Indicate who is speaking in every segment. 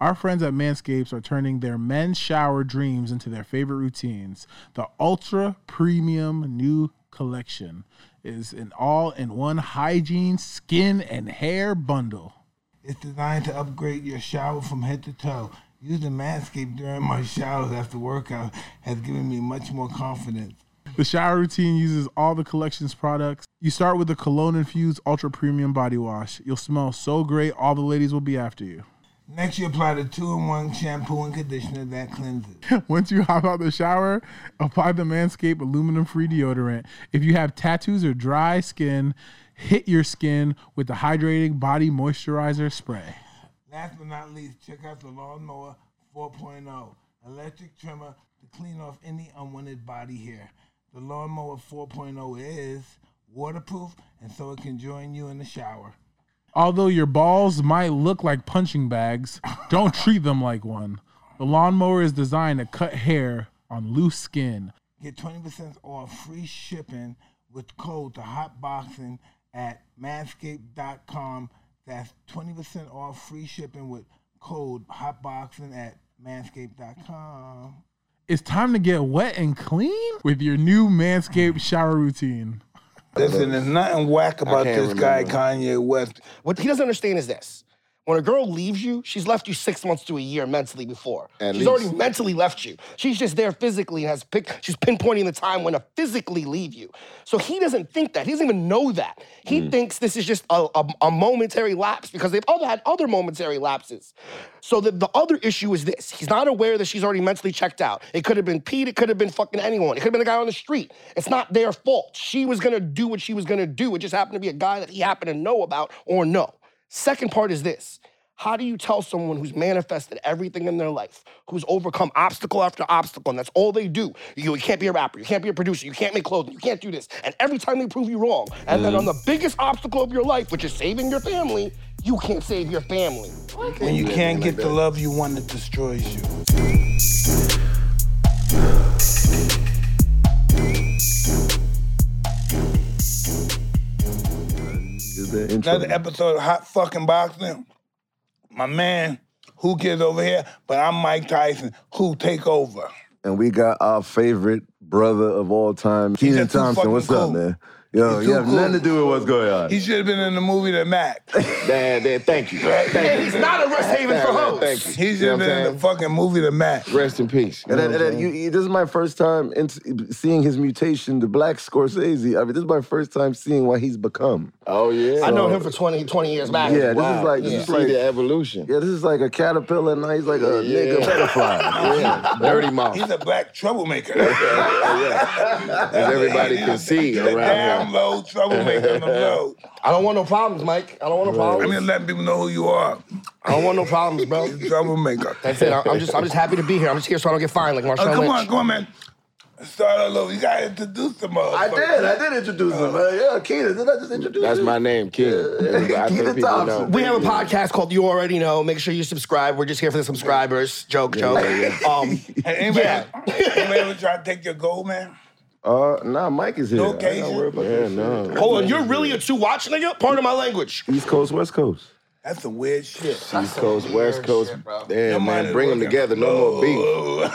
Speaker 1: Our friends at Manscapes are turning their men's shower dreams into their favorite routines. The ultra premium new collection is an all in one hygiene, skin, and hair bundle.
Speaker 2: It's designed to upgrade your shower from head to toe. Using Manscaped during my showers after workout has given me much more confidence.
Speaker 1: The shower routine uses all the collection's products. You start with the cologne infused ultra premium body wash. You'll smell so great, all the ladies will be after you.
Speaker 2: Next, you apply the two in one shampoo and conditioner that cleanses.
Speaker 1: Once you hop out the shower, apply the Manscaped aluminum free deodorant. If you have tattoos or dry skin, hit your skin with the hydrating body moisturizer spray.
Speaker 2: Last but not least, check out the Lawnmower 4.0 electric trimmer to clean off any unwanted body hair. The Lawnmower 4.0 is waterproof and so it can join you in the shower.
Speaker 1: Although your balls might look like punching bags, don't treat them like one. The lawnmower is designed to cut hair on loose skin.
Speaker 2: Get 20% off free shipping with code to hotboxing at manscaped.com. That's 20% off free shipping with code hotboxing at manscaped.com.
Speaker 1: It's time to get wet and clean with your new Manscaped shower routine.
Speaker 2: Listen, there's nothing whack about
Speaker 3: can't
Speaker 2: this guy,
Speaker 3: remember.
Speaker 2: Kanye West.
Speaker 4: What he doesn't understand is this. When a girl leaves you, she's left you six months to a year mentally before.
Speaker 3: At
Speaker 4: she's
Speaker 3: least.
Speaker 4: already mentally left you. She's just there physically and has pick, she's pinpointing the time when to physically leave you. So he doesn't think that. He doesn't even know that. He
Speaker 3: Mm.
Speaker 4: thinks this is just a, a, a momentary lapse because they've all had other momentary lapses. So the, the other issue is this. He's not aware that she's already mentally checked out. It could have been Pete, it could have been fucking anyone. It could have been a guy on the street. It's not their fault. She was gonna do what she was gonna do. It just happened to be a guy that he happened to know about or know. Second part is this how do you tell someone who's manifested everything in their life, who's overcome obstacle after obstacle, and that's all they do? You, you can't be a rapper, you can't be a producer, you can't make clothing, you can't do this. And every time they prove you wrong, and then on the biggest obstacle of your life, which is saving your family, you can't save your family.
Speaker 2: When you can't get the love you want, it destroys you.
Speaker 3: Is the intro.
Speaker 2: Another episode of Hot Fucking Boxing. My man, who gets over here? But I'm Mike Tyson. Who take over?
Speaker 3: and we got our favorite brother of all time, Keenan
Speaker 2: just too
Speaker 3: Thompson.
Speaker 2: fucking
Speaker 3: What's
Speaker 2: cool.
Speaker 3: up, man? Yo,
Speaker 2: He's
Speaker 3: you
Speaker 2: too
Speaker 3: have nothing
Speaker 2: cool.
Speaker 3: to do with what's going on.
Speaker 2: He should have been in the movie The Mac.
Speaker 5: Man, man, thank you. Thank you.
Speaker 4: And he's not a rest haven for
Speaker 5: Man,
Speaker 4: hoes.
Speaker 5: thank you.
Speaker 2: He
Speaker 5: You
Speaker 2: should
Speaker 5: know
Speaker 2: have
Speaker 5: what I'm
Speaker 2: been in
Speaker 5: saying?
Speaker 2: the fucking movie The Mac.
Speaker 5: Rest in peace.
Speaker 3: And, then, and then you, you- this is my first time in, seeing his mutation to Black Scorsese. I mean, this is my first time seeing what he's become.
Speaker 5: oh yeah.
Speaker 4: I know him for 20, 20 years back.
Speaker 3: Yeah, this is like this
Speaker 5: you
Speaker 3: is
Speaker 5: see
Speaker 3: like
Speaker 5: the evolution.
Speaker 3: yeah, this is like a caterpillar, and now he's like a
Speaker 5: Yeah.
Speaker 3: nigga butterfly.
Speaker 5: Yeah, dirty mouth,
Speaker 2: He's a black troublemaker.
Speaker 5: as everybody can see
Speaker 2: The
Speaker 5: around
Speaker 2: damn
Speaker 5: here.
Speaker 2: low troublemaker on the road.
Speaker 4: I don't want no problems, Mike. I don't want no
Speaker 2: I'm
Speaker 4: problems.
Speaker 2: just letting people know who you are.
Speaker 4: I don't want no problems, bro.
Speaker 2: Troublemaker.
Speaker 4: That's it. I- I'm just, I'm just happy to be here. I'm just here so I don't get fined like Marshawn
Speaker 2: Oh, come
Speaker 4: Lynch.
Speaker 2: on, come on, man. Start all over. You gotta introduce the motherfucker.
Speaker 3: I did, I did introduce him. Uh, yeah, Keenan, did I just introduce
Speaker 5: That's
Speaker 3: you?
Speaker 5: my name, King. I
Speaker 3: Kenan
Speaker 5: think people
Speaker 3: Thompson.
Speaker 5: know.
Speaker 4: We have a podcast called You Already Know. Make sure you subscribe. We're just here for the subscribers. Joke, joke. Um,
Speaker 2: Hey, anybody,
Speaker 4: Yeah.
Speaker 2: anybody ever try to take your gold, man?
Speaker 3: Uh, nah, Mike is here.
Speaker 2: No
Speaker 3: I ain't gotta worry about
Speaker 5: Yeah,
Speaker 3: that
Speaker 5: no.
Speaker 4: hold on, you're really a two watch nigga? Pardon my language.
Speaker 3: shit. East Coast, West Coast.
Speaker 2: That's some weird shit.
Speaker 5: East Coast, West Coast.
Speaker 2: Your
Speaker 5: Yeah,
Speaker 2: mind is
Speaker 5: man, bring them
Speaker 2: working.
Speaker 5: together. No more beef.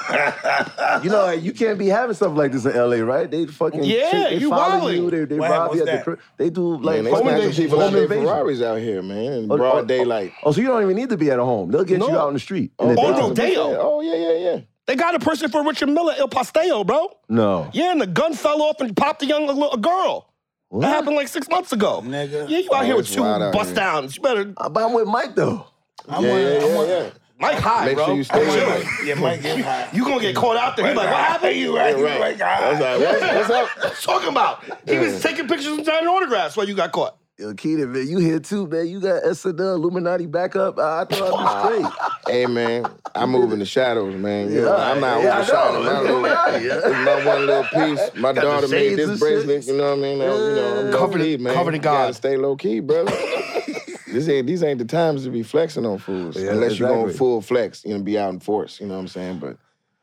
Speaker 3: You know, you can't be having stuff like this in LA, right? They fucking
Speaker 4: Yeah,
Speaker 3: they
Speaker 4: you
Speaker 3: follow
Speaker 4: wildin'.
Speaker 3: you, they, they
Speaker 2: What
Speaker 3: rob you
Speaker 2: happened
Speaker 3: at the
Speaker 2: was
Speaker 3: crib. oh, They do like
Speaker 5: Man, they
Speaker 3: fucking
Speaker 5: smashing people out
Speaker 3: home
Speaker 5: their
Speaker 3: invasion.
Speaker 5: Ferraris out here, man. In
Speaker 3: Oh,
Speaker 5: broad
Speaker 3: oh,
Speaker 5: daylight.
Speaker 3: Oh, so you don't even need to be at home. They'll get you
Speaker 4: No.
Speaker 3: out in the street. in the
Speaker 4: Oh,
Speaker 3: daytime.
Speaker 4: no, damn. Rodeo.
Speaker 5: Yeah. Oh yeah, yeah, yeah.
Speaker 4: They got a person for Richard Miller, El Pastello, bro.
Speaker 3: no.
Speaker 4: Yeah, and the gun fell off and popped a young little a girl.
Speaker 3: What?
Speaker 4: That happened like six months ago.
Speaker 2: Nigga.
Speaker 4: Yeah, you out
Speaker 5: Oh,
Speaker 4: here with
Speaker 5: it's
Speaker 4: two
Speaker 5: wild out
Speaker 4: bust
Speaker 5: here.
Speaker 4: downs. You better,
Speaker 3: Uh, But I'm with Mike though.
Speaker 2: I'm
Speaker 5: Yeah,
Speaker 2: one-
Speaker 5: yeah,
Speaker 2: I'm
Speaker 5: yeah,
Speaker 2: one-
Speaker 5: yeah.
Speaker 4: Mike high,
Speaker 5: Make
Speaker 4: bro.
Speaker 5: sure you stay
Speaker 4: Chill.
Speaker 5: with Mike.
Speaker 2: Yeah, Mike is high.
Speaker 4: You gonna get caught out there. You like, what happened?
Speaker 2: You right, you
Speaker 5: Yeah,
Speaker 2: right.
Speaker 5: right. That's all right. What's, what's up?
Speaker 4: Talking about. He was taking pictures and signing autographs while you got caught.
Speaker 3: Yo, Keenan, man, you here too, man. You got SNL Illuminati backup. Uh, I thought I'd be straight.
Speaker 5: Hey man, I move in the shadows, man. You know, I'm not
Speaker 3: Yeah, I
Speaker 5: over shadow.
Speaker 3: know.
Speaker 5: My, little,
Speaker 3: Illuminati,
Speaker 5: it's my one little piece. My
Speaker 3: the
Speaker 5: daughter
Speaker 3: shades
Speaker 5: made
Speaker 3: and
Speaker 5: this bracelet.
Speaker 3: shit.
Speaker 5: You know what I mean? I'm, you know, I'm
Speaker 4: Covered
Speaker 5: low key,
Speaker 4: in-
Speaker 5: man.
Speaker 4: covered in
Speaker 5: You gotta
Speaker 4: God.
Speaker 5: stay low key, brother. this ain't these ain't the times to be flexing on fools
Speaker 3: Yeah,
Speaker 5: unless you're going
Speaker 3: exactly.
Speaker 5: full flex. You know, be out in force. You know what I'm saying? But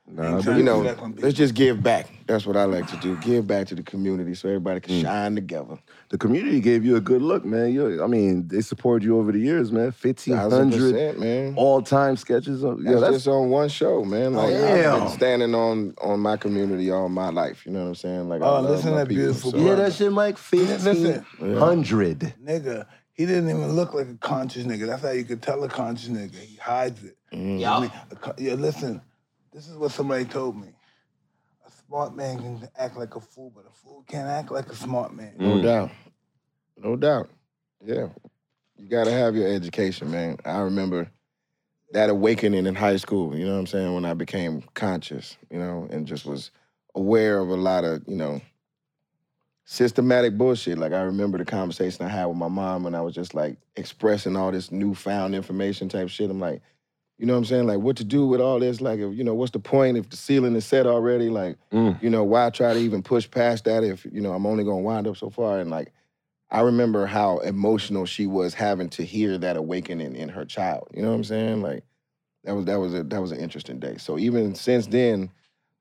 Speaker 5: Nah,
Speaker 2: trying to
Speaker 5: you know,
Speaker 2: do that one, bitch.
Speaker 5: let's just give back. That's what I like to do. Give back to the community so everybody
Speaker 3: Hmm.
Speaker 5: can shine together.
Speaker 3: The community gave you a good look, man. You, I mean, they supported you over the years, man. Fifteen hundred
Speaker 5: 1000%, man.
Speaker 3: all time sketches. Of, yeah,
Speaker 5: That's,
Speaker 3: that's
Speaker 5: just on one show, man.
Speaker 2: Oh,
Speaker 5: Like I've
Speaker 3: Damn.
Speaker 5: been standing on on my community all my life. You know what I'm saying? Like, I
Speaker 2: Oh,
Speaker 5: love
Speaker 2: listen to
Speaker 5: my
Speaker 2: that
Speaker 5: people,
Speaker 2: beautiful
Speaker 5: so-
Speaker 3: yeah, that shit, Mike. Fifteen
Speaker 2: Listen.
Speaker 3: hundred.
Speaker 2: Nigga, he didn't even look like a conscious nigga. That's how you could tell a conscious nigga. He hides it. I mean, a co- yeah, listen, this is what somebody told me. A smart man can act like a fool, but a fool can't act like a smart man.
Speaker 5: No doubt. No doubt. Yeah. You gotta have your education, man. I remember that awakening in high school, you know what I'm saying, when I became conscious, you know, and just was aware of a lot of, you know, systematic bullshit. Like I remember the conversation I had with my mom when I was just like expressing all this newfound information type shit. I'm like, you know what I'm saying? Like what to do with all this? Like, if, you know, what's the point if the ceiling is set already? Like,
Speaker 3: Mm.
Speaker 5: you know, why try to even push past that if, you know, I'm only gonna wind up so far? And like I remember how emotional she was having to hear that awakening in her child. You know what I'm saying? Like that was that was a that was an interesting day. So even since then,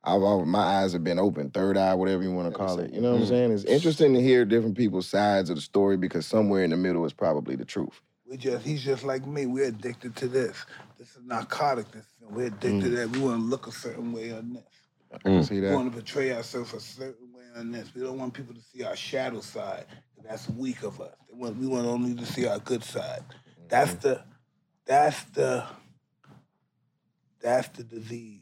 Speaker 5: I've al- my eyes have been open, third eye, whatever you want to call it. You know what
Speaker 3: Mm.
Speaker 5: I'm saying? It's interesting to hear different people's sides of the story because somewhere in the middle is probably the truth.
Speaker 2: We just he's just like me. We're addicted to this. This is narcotic. This we're addicted to that. We want to look a certain way on this.
Speaker 5: I can
Speaker 3: Mm.
Speaker 5: see
Speaker 2: We
Speaker 5: that.
Speaker 2: want to portray ourselves a certain way on this. We don't want people to see our shadow side. That's weak of us. They want, we want only to see our good side. That's
Speaker 5: Mm-hmm.
Speaker 2: the that's the that's the disease.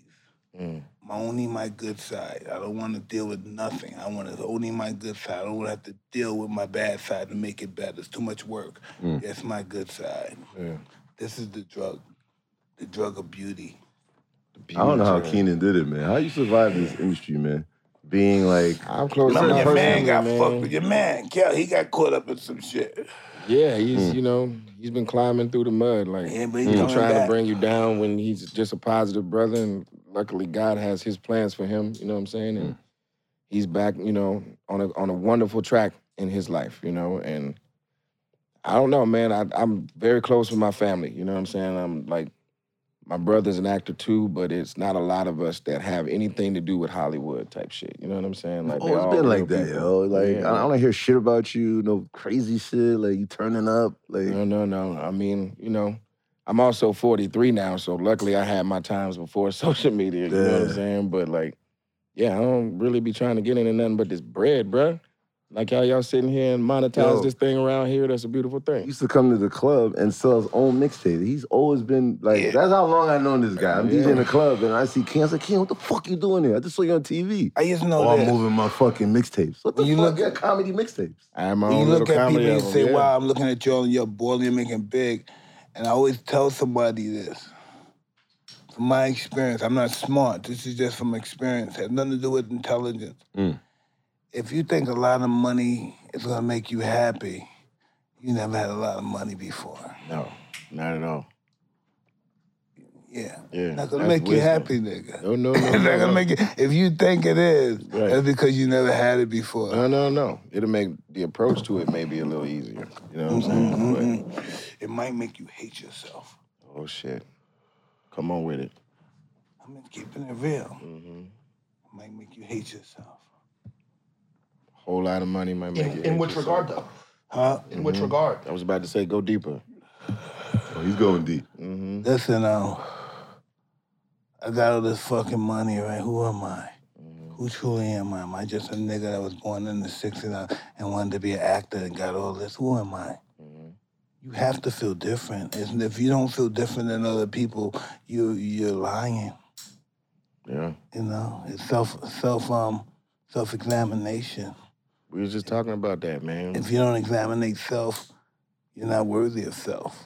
Speaker 5: Mm.
Speaker 2: My only my good side. I don't want to deal with nothing. I want to only my good side. I don't want to have to deal with my bad side to make it better. It's too much work. That's my good side.
Speaker 5: Mm. Yeah.
Speaker 2: This is the drug, the drug of beauty.
Speaker 3: I don't know how Keenan did it, man. How you survive this industry, man? Being like,
Speaker 5: I'm close to
Speaker 2: Remember,
Speaker 5: my
Speaker 2: your man
Speaker 5: man,
Speaker 2: got
Speaker 5: man.
Speaker 2: fucked with your man. Kel, he got caught up in some shit.
Speaker 5: Yeah, he's
Speaker 3: Hmm.
Speaker 5: you know he's been climbing through the mud, like
Speaker 2: Yeah, but he's
Speaker 5: been
Speaker 2: coming
Speaker 5: trying
Speaker 2: back.
Speaker 5: to bring you down when he's just a positive brother, and luckily God has His plans for him. You know what I'm saying?
Speaker 3: Hmm.
Speaker 5: And he's back, you know, on a on a wonderful track in his life, you know. And I don't know, man. I, I'm very close with my family. You know what I'm saying? I'm like my brother's an actor too, but it's not a lot of us that have anything to do with Hollywood type shit. You know what I'm saying? Like
Speaker 3: oh,
Speaker 5: they're
Speaker 3: it's been
Speaker 5: all
Speaker 3: like
Speaker 5: real
Speaker 3: that,
Speaker 5: people.
Speaker 3: yo. Like,
Speaker 5: Yeah.
Speaker 3: I, I don't hear shit about you. No crazy shit. Like you turning up. Like,
Speaker 5: No, no, no. I mean, you know, I'm also 43 now, so luckily I had my times before social media. You know what I'm
Speaker 3: Yeah.
Speaker 5: saying? But like, yeah, I don't really be trying to get into nothing but this bread, bruh. Like how y'all sitting here and monetize
Speaker 3: Yo.
Speaker 5: this thing around here, that's a beautiful
Speaker 3: He
Speaker 5: thing.
Speaker 3: used to come to the club and sell his own mixtape. He's always been like, that's how long I've known this guy. I'm
Speaker 5: Yeah.
Speaker 3: DJing the club and I see Ken. I was like, Ken, what the fuck you doing here? I just saw you on TV.
Speaker 2: I just know
Speaker 3: Oh, I'm
Speaker 2: this.
Speaker 3: moving my fucking mixtapes. What the
Speaker 2: When you
Speaker 3: fuck?
Speaker 2: look-
Speaker 3: yeah, comedy mixtapes.
Speaker 5: I have my
Speaker 2: When
Speaker 5: own
Speaker 2: you
Speaker 5: little
Speaker 2: look at
Speaker 5: comedy
Speaker 2: people and
Speaker 5: album,
Speaker 2: say,
Speaker 5: yeah.
Speaker 2: wow, I'm looking at y'all and you're balling, you're making big. And I always tell somebody this. From my experience, I'm not smart. This is just from experience. has nothing to do with intelligence.
Speaker 5: Mm.
Speaker 2: If you think a lot of money is gonna make you happy, you never had a lot of money before.
Speaker 5: No, not at all.
Speaker 2: Yeah.
Speaker 5: Yeah,
Speaker 2: Not gonna
Speaker 5: that's
Speaker 2: make you
Speaker 5: wisdom.
Speaker 2: happy, nigga.
Speaker 5: No, no, no.
Speaker 2: It's
Speaker 5: no,
Speaker 2: not
Speaker 5: no.
Speaker 2: gonna make it. If you think it is,
Speaker 5: Right.
Speaker 2: that's because you never had it before.
Speaker 5: no, no, no. It'll make the approach to it maybe a little easier. You know what I'm
Speaker 2: Mm-hmm,
Speaker 5: saying? But-
Speaker 2: It might make you hate yourself.
Speaker 5: oh shit. Come on with it.
Speaker 2: I'm just keeping it real. It might make you hate yourself.
Speaker 5: Whole lot of money might make
Speaker 4: In,
Speaker 5: it.
Speaker 4: in which
Speaker 5: easier.
Speaker 4: regard, though?
Speaker 2: Huh?
Speaker 4: In which
Speaker 5: Mm-hmm.
Speaker 4: regard?
Speaker 5: I was about to say, go deeper.
Speaker 3: Oh, he's going deep.
Speaker 2: Listen, um, I got all this fucking money, right? Who am I? Who truly am I? Am I just a nigga that was born in the 60s and- and wanted to be an actor and got all this? Who am I? You have to feel different. Isn't if you don't feel different than other people, you you're lying.
Speaker 5: Yeah.
Speaker 2: You know, it's self self um self examination.
Speaker 5: We was just talking about that, man.
Speaker 2: If you don't examine self, you're not worthy of self.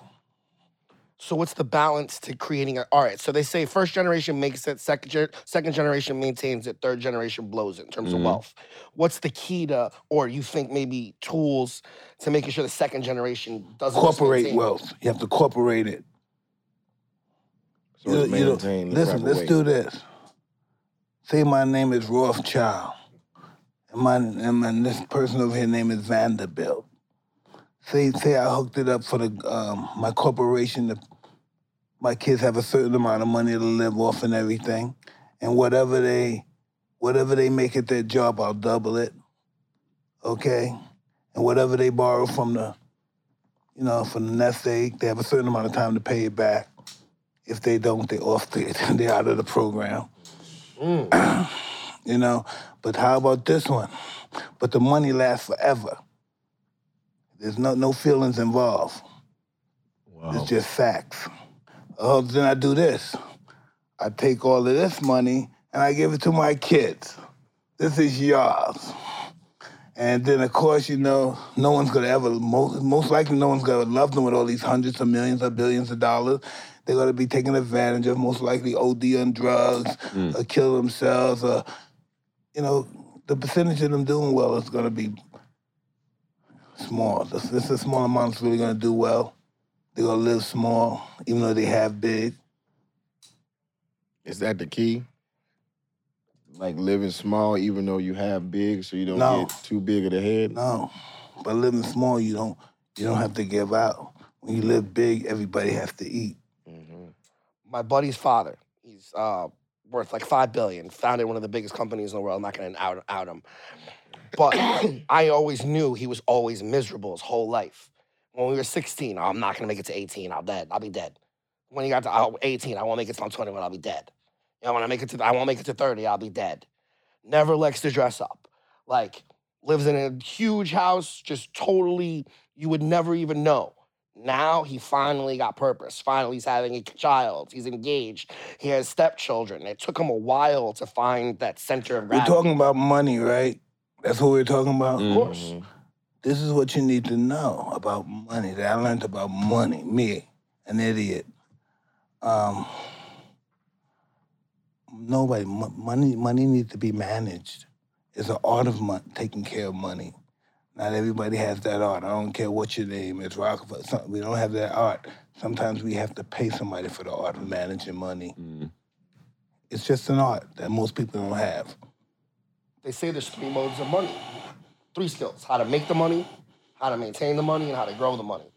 Speaker 4: So what's the balance to creating a all right? So they say first generation makes it, second gen, second generation maintains it, third generation blows it in terms of wealth. What's the key to, or you think maybe tools to making sure the second generation doesn't just
Speaker 2: Corporate
Speaker 4: maintain it?
Speaker 2: wealth. You have to corporate it.
Speaker 5: So it's
Speaker 2: You- you know,
Speaker 5: maintained the
Speaker 2: listen,
Speaker 5: proper
Speaker 2: let's
Speaker 5: way.
Speaker 2: do this. Say my name is Rothschild, and my and my, this person over here name is Vanderbilt. Say say I hooked it up for the um, my corporation. To, my kids have a certain amount of money to live off and everything, and whatever they whatever they make at their job, I'll double it. Okay? And whatever they borrow from the, you know, from the nest egg, they have a certain amount of time to pay it back. If they don't, they off the, they're out of the program. you know, but how about this one? But the money lasts forever. There's no no feelings involved.
Speaker 6: Wow.
Speaker 2: It's just facts. Oh, then I do this. I take all of this money and I give it to my kids. This is yours. And then, of course, you know, no one's gonna ever, most, most likely, no one's gonna love them with all these hundreds of millions or billions of dollars. They're gonna be taken advantage of, most likely OD on drugs, or kill themselves, or, you know, the percentage of them doing well is gonna be small. This, this is a small amount that's really gonna do well. They're gonna live small, even though they have big.
Speaker 5: Is that the key? Like living small, even though you have big, so you don't
Speaker 2: No.
Speaker 5: get too big of the head.
Speaker 2: No, by living small, you don't you don't have to give out. When you live big, everybody has to eat.
Speaker 4: my buddy's father. He's uh, worth like five billion. Founded one of the biggest companies in the world. I'm not gonna out out him, but I always knew he was always miserable his whole life. When we were 16, "Oh, I'm not gonna make it to 18. I'll dead. I'll be dead. When he got to oh, 18, I won't make it till I'm 21. I'll be dead. You know, when I make it to I won't make it to 30. I'll be dead. Never likes to dress up. Like lives in a huge house, just totally you would never even know. Now he finally got purpose. Finally, he's having a child. He's engaged. He has stepchildren. It took him a while to find that center of
Speaker 2: We're
Speaker 4: gravity.
Speaker 2: talking about money, right? That's what we're talking about.
Speaker 4: of course.
Speaker 2: This is what you need to know about money that I learned about money. Me, an idiot. Um, nobody mo- money money needs to be managed. It's an art of mon- taking care of money. Not everybody has that art. I don't care what your name is, Rockefeller. some- We don't have that art. Sometimes we have to pay somebody for the art of managing money. It's just an art that most people don't have.
Speaker 4: They say there's three modes of money, three skills: how to make the money, how to maintain the money, and how to grow the money.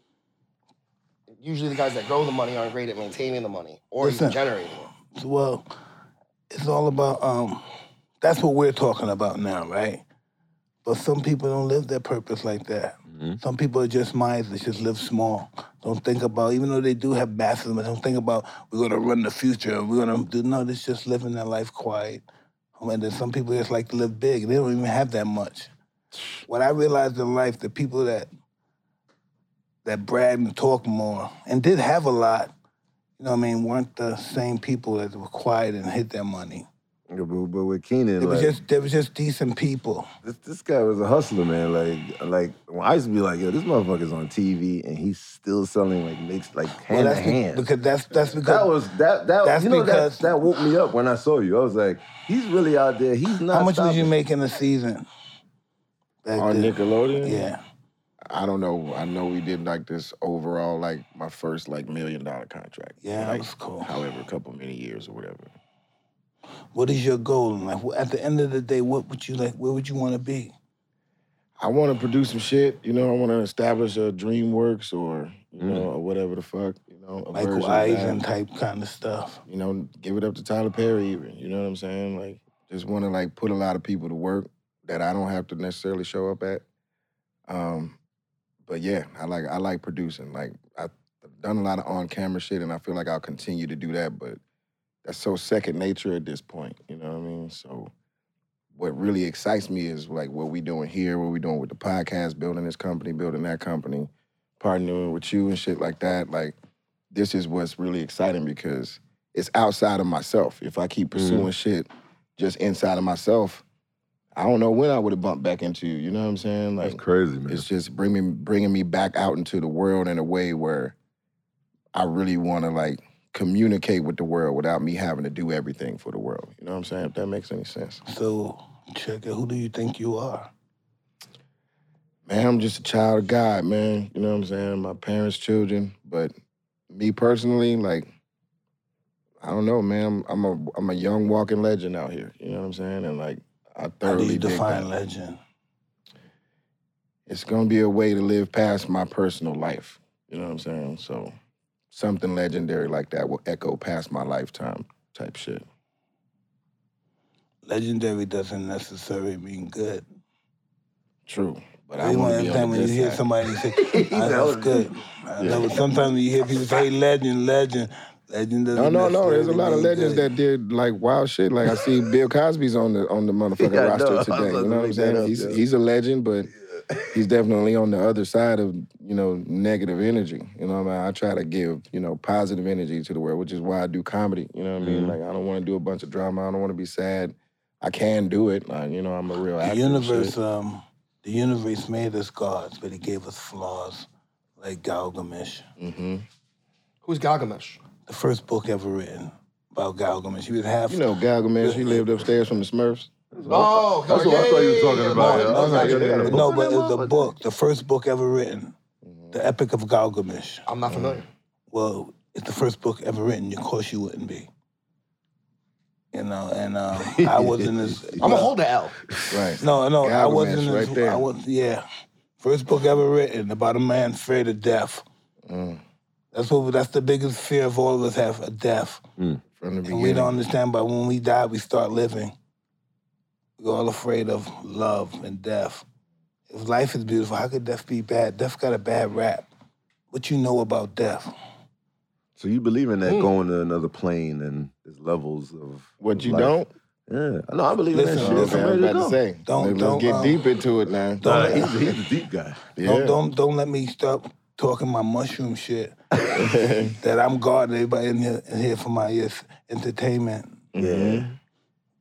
Speaker 4: Usually, the guys that grow the money aren't great at maintaining the money or
Speaker 2: Listen.
Speaker 4: even generating it.
Speaker 2: Well, it's all about um that's what we're talking about now, right? But some people don't live their purpose like that. Some people are just mindless, just live small. Don't think about, even though they do have massive, but don't think about we're gonna run the future and we're gonna do no, it's just living their life quiet. Um, And then some people just like to live big. They don't even have that much. What I realized in life, the people that that brag and talk more and did have a lot, you know what I mean, weren't the same people that were quiet and hid their money.
Speaker 3: But, but with Keenan,
Speaker 2: They were
Speaker 3: like,
Speaker 2: just they were just decent people.
Speaker 3: this, this guy was a hustler, man. Like, like when I used to be like, yo, this motherfucker's on TV and he's still selling like mixed, like hand
Speaker 2: that's
Speaker 3: to
Speaker 2: be-
Speaker 3: hand.
Speaker 2: because that's that's because
Speaker 3: that was that that
Speaker 2: That's
Speaker 3: you know
Speaker 2: because-
Speaker 3: that that woke me up when I saw you. I was like, he's really out there. He's not.
Speaker 2: how much was you
Speaker 3: stopping.
Speaker 2: making a season? Back
Speaker 5: On
Speaker 2: then?
Speaker 5: Nickelodeon,
Speaker 2: Yeah.
Speaker 5: I don't know. I know we did like this overall, like my first like million dollar contract.
Speaker 2: Yeah, that
Speaker 5: Like,
Speaker 2: was cool.
Speaker 5: However, a couple many years or whatever.
Speaker 2: What is your goal in life? At the end of the day, what would you like? Where would you want to be?
Speaker 5: I want to produce some shit, you know. I want to establish a DreamWorks or you know or whatever the fuck, you know, a version
Speaker 2: Michael
Speaker 5: of
Speaker 2: Eisen
Speaker 5: that.
Speaker 2: type kind of stuff.
Speaker 5: You know, give it up to Tyler Perry, even. You know what I'm saying? Like, just want to like put a lot of people to work that I don't have to necessarily show up at. Um, but yeah, I like I like producing. Like I've done a lot of on camera shit, and I feel like I'll continue to do that. But that's so second nature at this point. You know what I mean? So what really excites me is like what we doing here, what we doing with the podcast, building this company, building that company, partnering with you and shit like that. Like this is what's really exciting because it's outside of myself. If I keep pursuing shit just inside of myself, I don't know when I would have bumped back into you. You know what I'm saying? Like
Speaker 3: That's crazy, man.
Speaker 5: it's just bringing me, bringing me back out into the world in a way where I really want to like communicate with the world without me having to do everything for the world. You know what I'm saying? If that makes any sense,
Speaker 2: So, check it. Who do you think you are?
Speaker 5: man. I'm just a child of God, man. You know what I'm saying? My parents' children, but me personally, like, I don't know, man. I'm, I'm a I'm a young walking legend out here. You know what I'm saying? And like, I
Speaker 2: How do
Speaker 5: thoroughly
Speaker 2: you
Speaker 5: dig that.
Speaker 2: define legend?
Speaker 5: it's gonna be a way to live past my personal life. You know what I'm saying? So something legendary like that will echo past my lifetime type shit.
Speaker 2: legendary doesn't necessarily mean good.
Speaker 5: True. But I
Speaker 2: you
Speaker 5: want
Speaker 2: don't
Speaker 5: to be on
Speaker 2: understand
Speaker 5: the
Speaker 2: when you
Speaker 5: good
Speaker 2: hear
Speaker 5: side.
Speaker 2: somebody say, I know it's good. I know sometimes you hear people say, hey, legend, legend. Legend doesn't
Speaker 5: No, no, no. There's a
Speaker 2: necessarily
Speaker 5: lot of
Speaker 2: mean
Speaker 5: legends
Speaker 2: good.
Speaker 5: that did like wild shit. Like I see Bill Cosby's on the on the motherfucking
Speaker 3: Yeah, I know. I
Speaker 5: roster
Speaker 3: was
Speaker 5: today.
Speaker 3: about
Speaker 5: You
Speaker 3: to
Speaker 5: know what I'm
Speaker 3: make that
Speaker 5: saying?
Speaker 3: up,
Speaker 5: he's
Speaker 3: yeah.
Speaker 5: he's a legend, but he's definitely on the other side of you know negative energy. You know what I mean? I try to give you know positive energy to the world, which is why I do comedy. You know what I mean?
Speaker 3: Mm-hmm.
Speaker 5: Like I don't want to do a bunch of drama. I don't want to be sad. I can do it. Like, you know, I'm a real actor.
Speaker 2: The
Speaker 5: and
Speaker 2: universe,
Speaker 5: shit.
Speaker 2: um, the universe made us gods, but it gave us flaws, like Gilgamesh.
Speaker 4: Who's Gilgamesh?
Speaker 2: The first book ever written about Gilgamesh. He was half.
Speaker 5: You know, Gilgamesh. He lived upstairs from the Smurfs.
Speaker 4: Oh,
Speaker 3: That's what I thought you were talking about. yeah. I was like, yeah, they got a
Speaker 2: no,
Speaker 3: book
Speaker 2: but
Speaker 3: on
Speaker 2: it was
Speaker 3: that
Speaker 2: a
Speaker 3: motherfucker?
Speaker 2: book, the first book ever written,
Speaker 5: Mm-hmm.
Speaker 2: the Epic of Gilgamesh.
Speaker 4: I'm not familiar.
Speaker 2: Well, it's the first book ever written. Of course, you wouldn't be. You know, and um, I wasn't as.
Speaker 4: I'm gonna hold the L.
Speaker 5: Right.
Speaker 2: No, no, I
Speaker 5: Gilgamesh
Speaker 2: wasn't as.
Speaker 5: right there.
Speaker 2: I was, yeah, first book ever written about a man afraid of death.
Speaker 5: Mm,
Speaker 2: That's what. That's the biggest fear of all of us have: of death.
Speaker 5: From the
Speaker 2: And we
Speaker 5: beginning.
Speaker 2: don't understand, but when we die, we start living. We're all afraid of love and death. If life is beautiful, how could death be bad? Death got a bad rap. What you know about death?
Speaker 3: So you believe in
Speaker 2: Hmm.
Speaker 3: that going to another plane and there's levels of
Speaker 5: What you
Speaker 3: life.
Speaker 5: don't?
Speaker 3: Yeah, no, I believe in that
Speaker 2: Listen,
Speaker 3: shit.
Speaker 2: listen,
Speaker 5: Okay, I was
Speaker 3: Somebody
Speaker 5: about to
Speaker 3: go.
Speaker 5: say.
Speaker 2: Don't-
Speaker 5: let's
Speaker 2: don't,
Speaker 5: get
Speaker 2: um,
Speaker 5: deep into it now.
Speaker 3: Nah,
Speaker 2: Don't,
Speaker 3: he's, he's a deep guy.
Speaker 5: Yeah.
Speaker 2: don't, don't, don't let me stop talking my mushroom shit. that I'm guarding everybody in here, in here for my yes, entertainment. Mm-hmm.
Speaker 3: Yeah,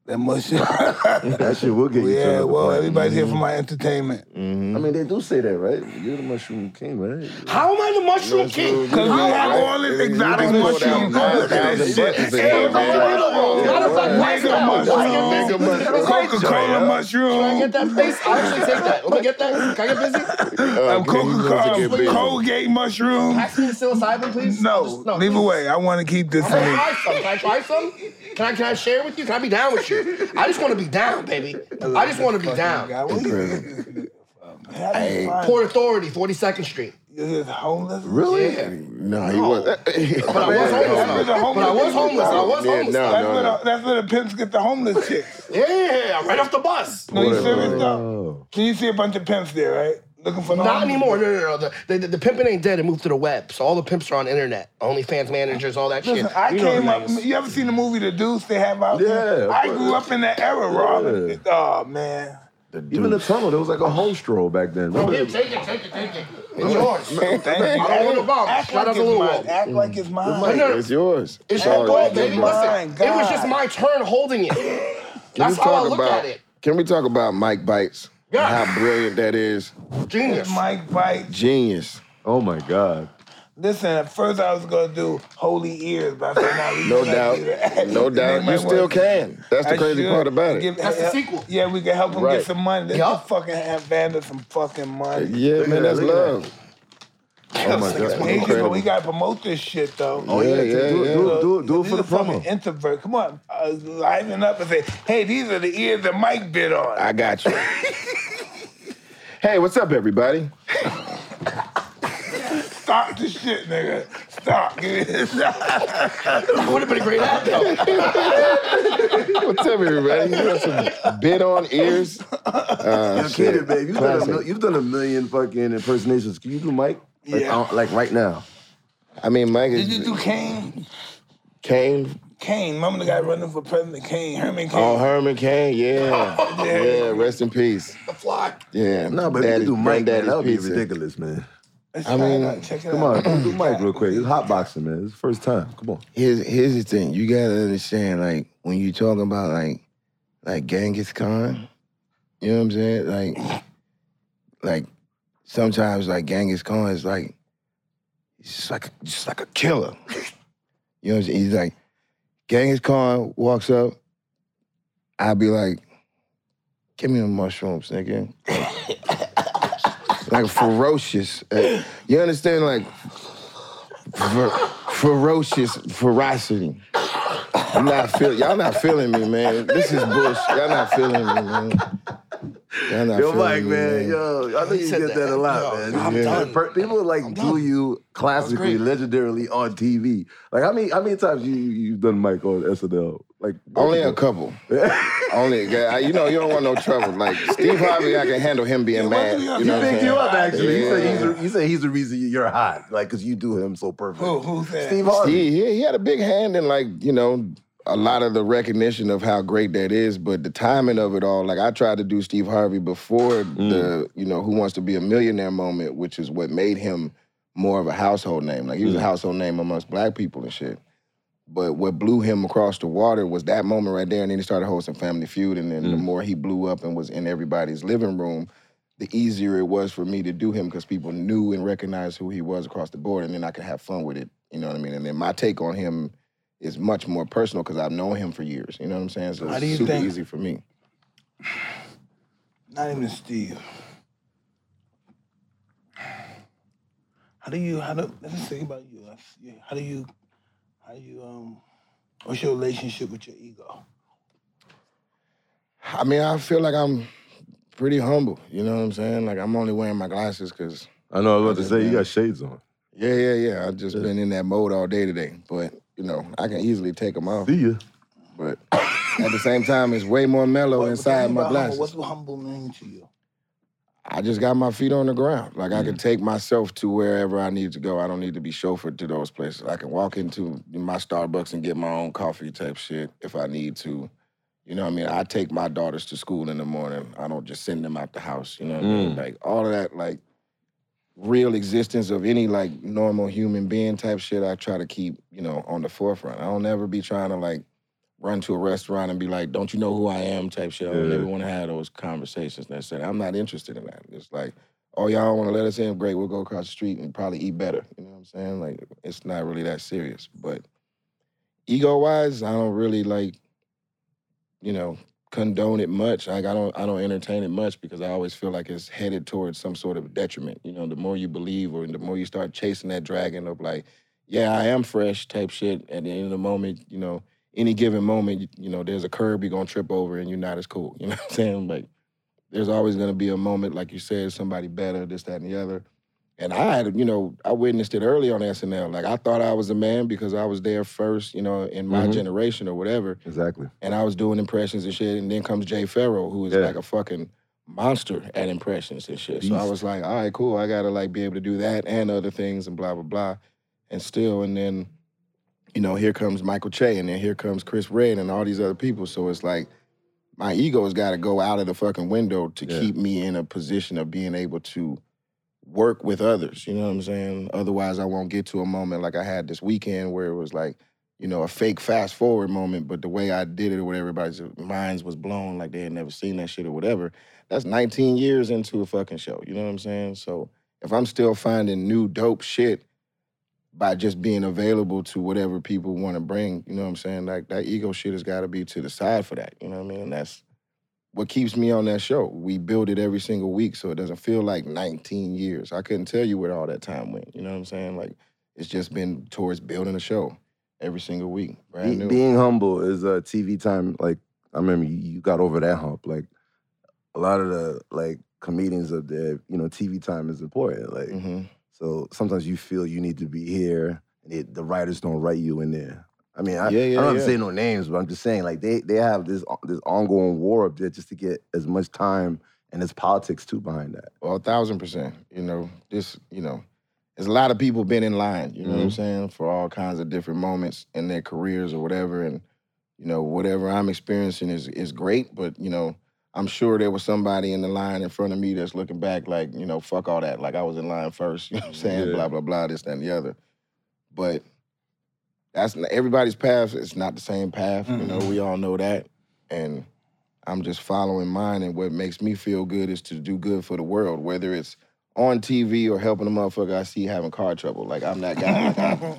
Speaker 2: That mushroom.
Speaker 3: that shit will get you. to
Speaker 2: yeah,
Speaker 3: another
Speaker 2: well,
Speaker 3: plane. Mm-hmm.
Speaker 2: everybody's here for my entertainment.
Speaker 3: I mean, they do say that, right? You're the mushroom king, right?
Speaker 4: How am I the mushroom king?
Speaker 5: Because
Speaker 2: we have all this exotic mushroom. Look at this shit. Coca-Cola
Speaker 4: Can I
Speaker 2: mushroom.
Speaker 4: get that face? I actually take that. Let me get that. Can I get busy?
Speaker 2: Um, Coca-Cola, Colgate mushroom.
Speaker 4: Pass me the psilocybin, please.
Speaker 2: No,
Speaker 4: Just-
Speaker 2: leave
Speaker 4: please.
Speaker 2: away. I want to keep this
Speaker 4: Can I
Speaker 2: in me.
Speaker 4: try some? Can I try some? Can I, can I share with you? Can I be down with you? I just want to be down, baby. I just want to be down.
Speaker 2: Hey,
Speaker 4: Port Authority, 42nd Street.
Speaker 2: is homeless.
Speaker 5: Really?
Speaker 4: Yeah.
Speaker 5: No, he wasn't.
Speaker 4: But I was homeless.
Speaker 2: That's where the
Speaker 4: But I was
Speaker 2: homeless.
Speaker 4: homeless. I was
Speaker 5: Yeah,
Speaker 4: homeless.
Speaker 5: no.
Speaker 4: Yeah,
Speaker 2: That's where the, that's where the pimps get the homeless chicks.
Speaker 4: yeah, right off the bus.
Speaker 2: No, you serious though?
Speaker 3: Oh,
Speaker 2: So you see a bunch of pimps there, right? Looking for the
Speaker 4: Not
Speaker 2: homeless.
Speaker 4: anymore. No, no, no. The, the, the pimping ain't dead. It moved to the web. So all the pimps are on internet. OnlyFans managers, all that
Speaker 2: Listen,
Speaker 4: shit.
Speaker 2: I
Speaker 4: You know
Speaker 2: came
Speaker 4: the
Speaker 2: up.
Speaker 4: niggas.
Speaker 2: You ever seen the movie The Deuce they have out
Speaker 3: Yeah,
Speaker 2: there?
Speaker 3: of
Speaker 2: I
Speaker 3: course.
Speaker 2: grew up in that era, Rob.
Speaker 3: Yeah.
Speaker 2: Oh man.
Speaker 3: even the tunnel, there was like a home stroll back then. Remember
Speaker 4: Here,
Speaker 3: that-
Speaker 4: Take it, take it, take it. It's yours.
Speaker 2: Thank you. I
Speaker 4: don't want a bomb.
Speaker 2: Act
Speaker 4: Shout
Speaker 2: like
Speaker 4: out
Speaker 2: it's
Speaker 4: to Lil
Speaker 2: mine.
Speaker 4: Wayne.
Speaker 2: Act like it's
Speaker 4: But
Speaker 2: mine.
Speaker 4: no,
Speaker 5: It's yours.
Speaker 4: It's
Speaker 5: all
Speaker 4: your ball,
Speaker 5: right.
Speaker 4: baby.
Speaker 2: mine.
Speaker 4: Listen, it was just my turn holding it.
Speaker 5: Can we
Speaker 4: That's how I
Speaker 5: talk
Speaker 4: look
Speaker 5: about-
Speaker 4: at it.
Speaker 5: Can we talk about Mike Bites?
Speaker 4: Yeah.
Speaker 5: How brilliant that is.
Speaker 4: Genius.
Speaker 2: Mike Bike.
Speaker 5: Genius.
Speaker 3: Oh my god.
Speaker 2: Listen, at first I was gonna do holy ears, but I said, nah, we
Speaker 5: No
Speaker 2: gotta do
Speaker 5: doubt.
Speaker 2: that.
Speaker 5: No doubt.
Speaker 2: They
Speaker 5: You
Speaker 2: might
Speaker 5: still
Speaker 2: want-
Speaker 5: can. That's the
Speaker 2: I
Speaker 5: crazy
Speaker 2: should.
Speaker 5: part about
Speaker 2: Give-
Speaker 5: it.
Speaker 4: That's the
Speaker 2: yeah,
Speaker 4: sequel.
Speaker 2: Yeah, we can help him
Speaker 5: Right.
Speaker 2: get some money. Let's
Speaker 4: Yup.
Speaker 2: just fucking have Vander some fucking money.
Speaker 5: Yeah, man, that's
Speaker 3: look at that.
Speaker 5: love.
Speaker 3: Oh my
Speaker 4: Six
Speaker 3: god.
Speaker 2: Hey, you know,
Speaker 5: incredible.
Speaker 2: we gotta promote this shit though.
Speaker 3: Oh yeah,
Speaker 5: Yeah, yeah,
Speaker 3: do, it,
Speaker 5: yeah.
Speaker 3: do it, do it, do it
Speaker 2: These
Speaker 3: for the
Speaker 2: are fucking
Speaker 3: promo.
Speaker 2: Introvert, come on, uh, liven up and say, "Hey, these are the ears that Mike bit on."
Speaker 5: I got you. hey, what's up, everybody?
Speaker 2: Stop the shit, nigga. Stop. Give me
Speaker 4: It would have been a great ad, though.
Speaker 5: What's up, everybody? You want some bit on ears? Uh,
Speaker 3: You kidding,
Speaker 5: shit.
Speaker 3: babe? You've done, a,
Speaker 5: Classic.
Speaker 3: mil- you've done a million fucking impersonations. Can you do Mike? Like,
Speaker 2: Yeah.
Speaker 3: uh, like right now.
Speaker 5: I mean, Mike
Speaker 2: Did you
Speaker 5: is
Speaker 2: do Kane?
Speaker 5: Kane.
Speaker 2: Kane, remember the guy running for president? Kane, Herman Kane.
Speaker 5: Oh, Herman Cain, yeah. yeah, rest in peace.
Speaker 4: The flock.
Speaker 5: Yeah.
Speaker 3: No, but if you
Speaker 5: Daddy-
Speaker 3: could do Mike, man,
Speaker 5: Granddaddy's
Speaker 3: that would be
Speaker 5: pizza.
Speaker 3: ridiculous, man.
Speaker 2: Let's
Speaker 5: I
Speaker 2: try it
Speaker 5: mean,
Speaker 2: out. check it
Speaker 3: Come
Speaker 2: out.
Speaker 3: on, do Mike real quick. It's hot boxing, man. It's the first time. Come on.
Speaker 5: Here's here's the thing. You gotta understand, like, when you talking about like like Genghis Khan, you know what I'm saying? Like like sometimes like Genghis Khan is like he's just like just like a killer. You know what I'm saying? He's like, Genghis Khan walks up, I'd be like, give me the mushrooms, nigga. like ferocious. uh, you understand? Like fer- ferocious ferocity. I'm not feel y'all not feeling me, man. This is bush. Y'all not feeling me, man. Y'all not
Speaker 3: Yo,
Speaker 5: feeling
Speaker 3: Mike,
Speaker 5: me,
Speaker 3: man, yo, I know
Speaker 4: He
Speaker 3: you
Speaker 4: said
Speaker 3: get that,
Speaker 4: that.
Speaker 3: a lot,
Speaker 4: Yo,
Speaker 3: man.
Speaker 4: I'm
Speaker 3: People-
Speaker 4: done.
Speaker 3: per- People like
Speaker 4: I'm
Speaker 3: do
Speaker 4: done.
Speaker 3: you classically, legendarily on TV. Like how many how many times you you have done Mike on SNL? Like
Speaker 5: Only a couple. Only, I- you know, you don't want no trouble. Like Steve Harvey, I can handle him being mad. You
Speaker 3: He
Speaker 5: know what I'm
Speaker 3: picked you
Speaker 5: saying?
Speaker 3: up actually. You
Speaker 5: Yeah.
Speaker 3: said he's the- you said he's the reason you're hot, like because you do him so perfect.
Speaker 2: Who? Who said?
Speaker 3: Steve Harvey.
Speaker 5: Steve, he, he had a big hand in like you know a lot of the recognition of how great that is, but the timing of it all. Like I tried to do Steve Harvey before
Speaker 3: Mm.
Speaker 5: the you know Who Wants to Be a Millionaire moment, which is what made him more of a household name. Like he
Speaker 3: Mm.
Speaker 5: was a household name amongst black people and shit. But what blew him across the water was that moment right there, and then he started hosting Family Feud, and then the more he blew up and was in everybody's living room, the easier it was for me to do him because people knew and recognized who he was across the board, and then I could have fun with it. You know what I mean? And then my take on him is much more personal because I've known him for years. You know what I'm saying? So
Speaker 2: do you
Speaker 5: it's super
Speaker 2: think-
Speaker 5: easy for me.
Speaker 2: Not even Steve. How do you? How do? Let's think about you. Let's- yeah, How do you? How you? Um, what's your relationship with your ego?
Speaker 5: I mean, I feel like I'm pretty humble. You know what I'm saying? Like I'm only wearing my glasses because
Speaker 3: I know I was about to say you got shades on.
Speaker 5: yeah, yeah, yeah. I've just been in that mode all day today. But you know, I can easily take them off.
Speaker 3: See ya.
Speaker 5: But at the same time, it's way more mellow
Speaker 2: What-
Speaker 5: inside
Speaker 2: what-
Speaker 5: my
Speaker 2: humble-
Speaker 5: glasses.
Speaker 2: What's humble mean to you?
Speaker 5: I just got my feet on the ground. Like I can
Speaker 2: Mm.
Speaker 5: take myself to wherever I need to go. I don't need to be chauffeured to those places. I can walk into my Starbucks and get my own coffee type shit if I need to. You know what I mean? I take my daughters to school in the morning. I don't just send them out the house. You know what I mean? Like all of that, like real existence of any like normal human being type shit, I try to keep, you know, on the forefront. I don't ever be trying to like run to a restaurant and be like, don't you know who I am type shit. I don't
Speaker 3: Yeah.
Speaker 5: ever want to have those conversations necessarily. I'm not interested in that. It's like, oh, y'all don't want to let us in? Great, we'll go across the street and probably eat better. You know what I'm saying? Like, it's not really that serious. But ego wise, I don't really like, you know, condone it much. Like I don't I don't entertain it much because I always feel like it's headed towards some sort of detriment. You know, the more you believe or the more you start chasing that dragon of like, yeah, I am fresh type shit. At the end of the moment, you know, any given moment, you, you know, there's a curb you're gonna trip over and you're not as cool. You know what I'm saying? Like there's always gonna be a moment, like you said, somebody better, this, that, and the other. And I had, you know, I witnessed it early on SNL. Like I thought I was a man because I was there first, you know, in my
Speaker 3: Mhm.
Speaker 5: generation or whatever
Speaker 3: Exactly.
Speaker 5: Mm-hmm. and I was doing impressions and shit. And then comes Jay Farrell, who is
Speaker 3: Yeah.
Speaker 5: like a fucking monster at impressions and shit. So I
Speaker 3: Beast.
Speaker 5: was like, all right, cool. I gotta like be able to do that and other things and blah blah blah. And still, and then, you know, here comes Michael Che, and then here comes Chris Red, and all these other people. So it's like my ego's got to go out of the fucking window to
Speaker 3: Yeah.
Speaker 5: keep me in a position of being able to work with others. You know what I'm saying? Otherwise, I won't get to a moment like I had this weekend where it was like, you know, a fake fast forward moment, but the way I did it, or what everybody's minds was blown, like they had never seen that shit or whatever. That's 19 years into a fucking show. You know what I'm saying? So if I'm still finding new dope shit by just being available to whatever people want to bring, you know what I'm saying? Like that ego shit has got to be to the side for that. You know what I mean? And that's what keeps me on that show. We build it every single week, so it doesn't feel like 19 years. I couldn't tell you where all that time went. You know what I'm saying? Like it's just been towards building a show every single week. Brand
Speaker 3: Be-
Speaker 5: new.
Speaker 3: being humble is uh, TV time. Like I remember you, you got over that hump. Like a lot of the like comedians up there, you know, TV time is important. Like
Speaker 5: Mhm.
Speaker 3: so sometimes you feel you need to be here, and it, the writers don't write you in there. I mean, I,
Speaker 5: Yeah, yeah,
Speaker 3: I don't have to say
Speaker 5: yeah.
Speaker 3: no names, but I'm just saying like they they have this this ongoing war up there just to get as much time and there's politics too behind that.
Speaker 5: Well, a thousand percent. You know, this, you know, there's a lot of people been in line, you know what I'm
Speaker 3: Mhm.
Speaker 5: saying, for all kinds of different moments in their careers or whatever. And, you know, whatever I'm experiencing is is great, but you know, I'm sure there was somebody in the line in front of me that's looking back like, you know, fuck all that. Like I was in line first, you know what I'm saying?
Speaker 3: Yeah.
Speaker 5: Blah, blah, blah, this, that, and the other. But that's n- everybody's path is not the same path. You know, we all know that. And I'm just following mine and what makes me feel good is to do good for the world, whether it's on TV or helping a motherfucker I see having car trouble. Like I'm that guy. Like, I,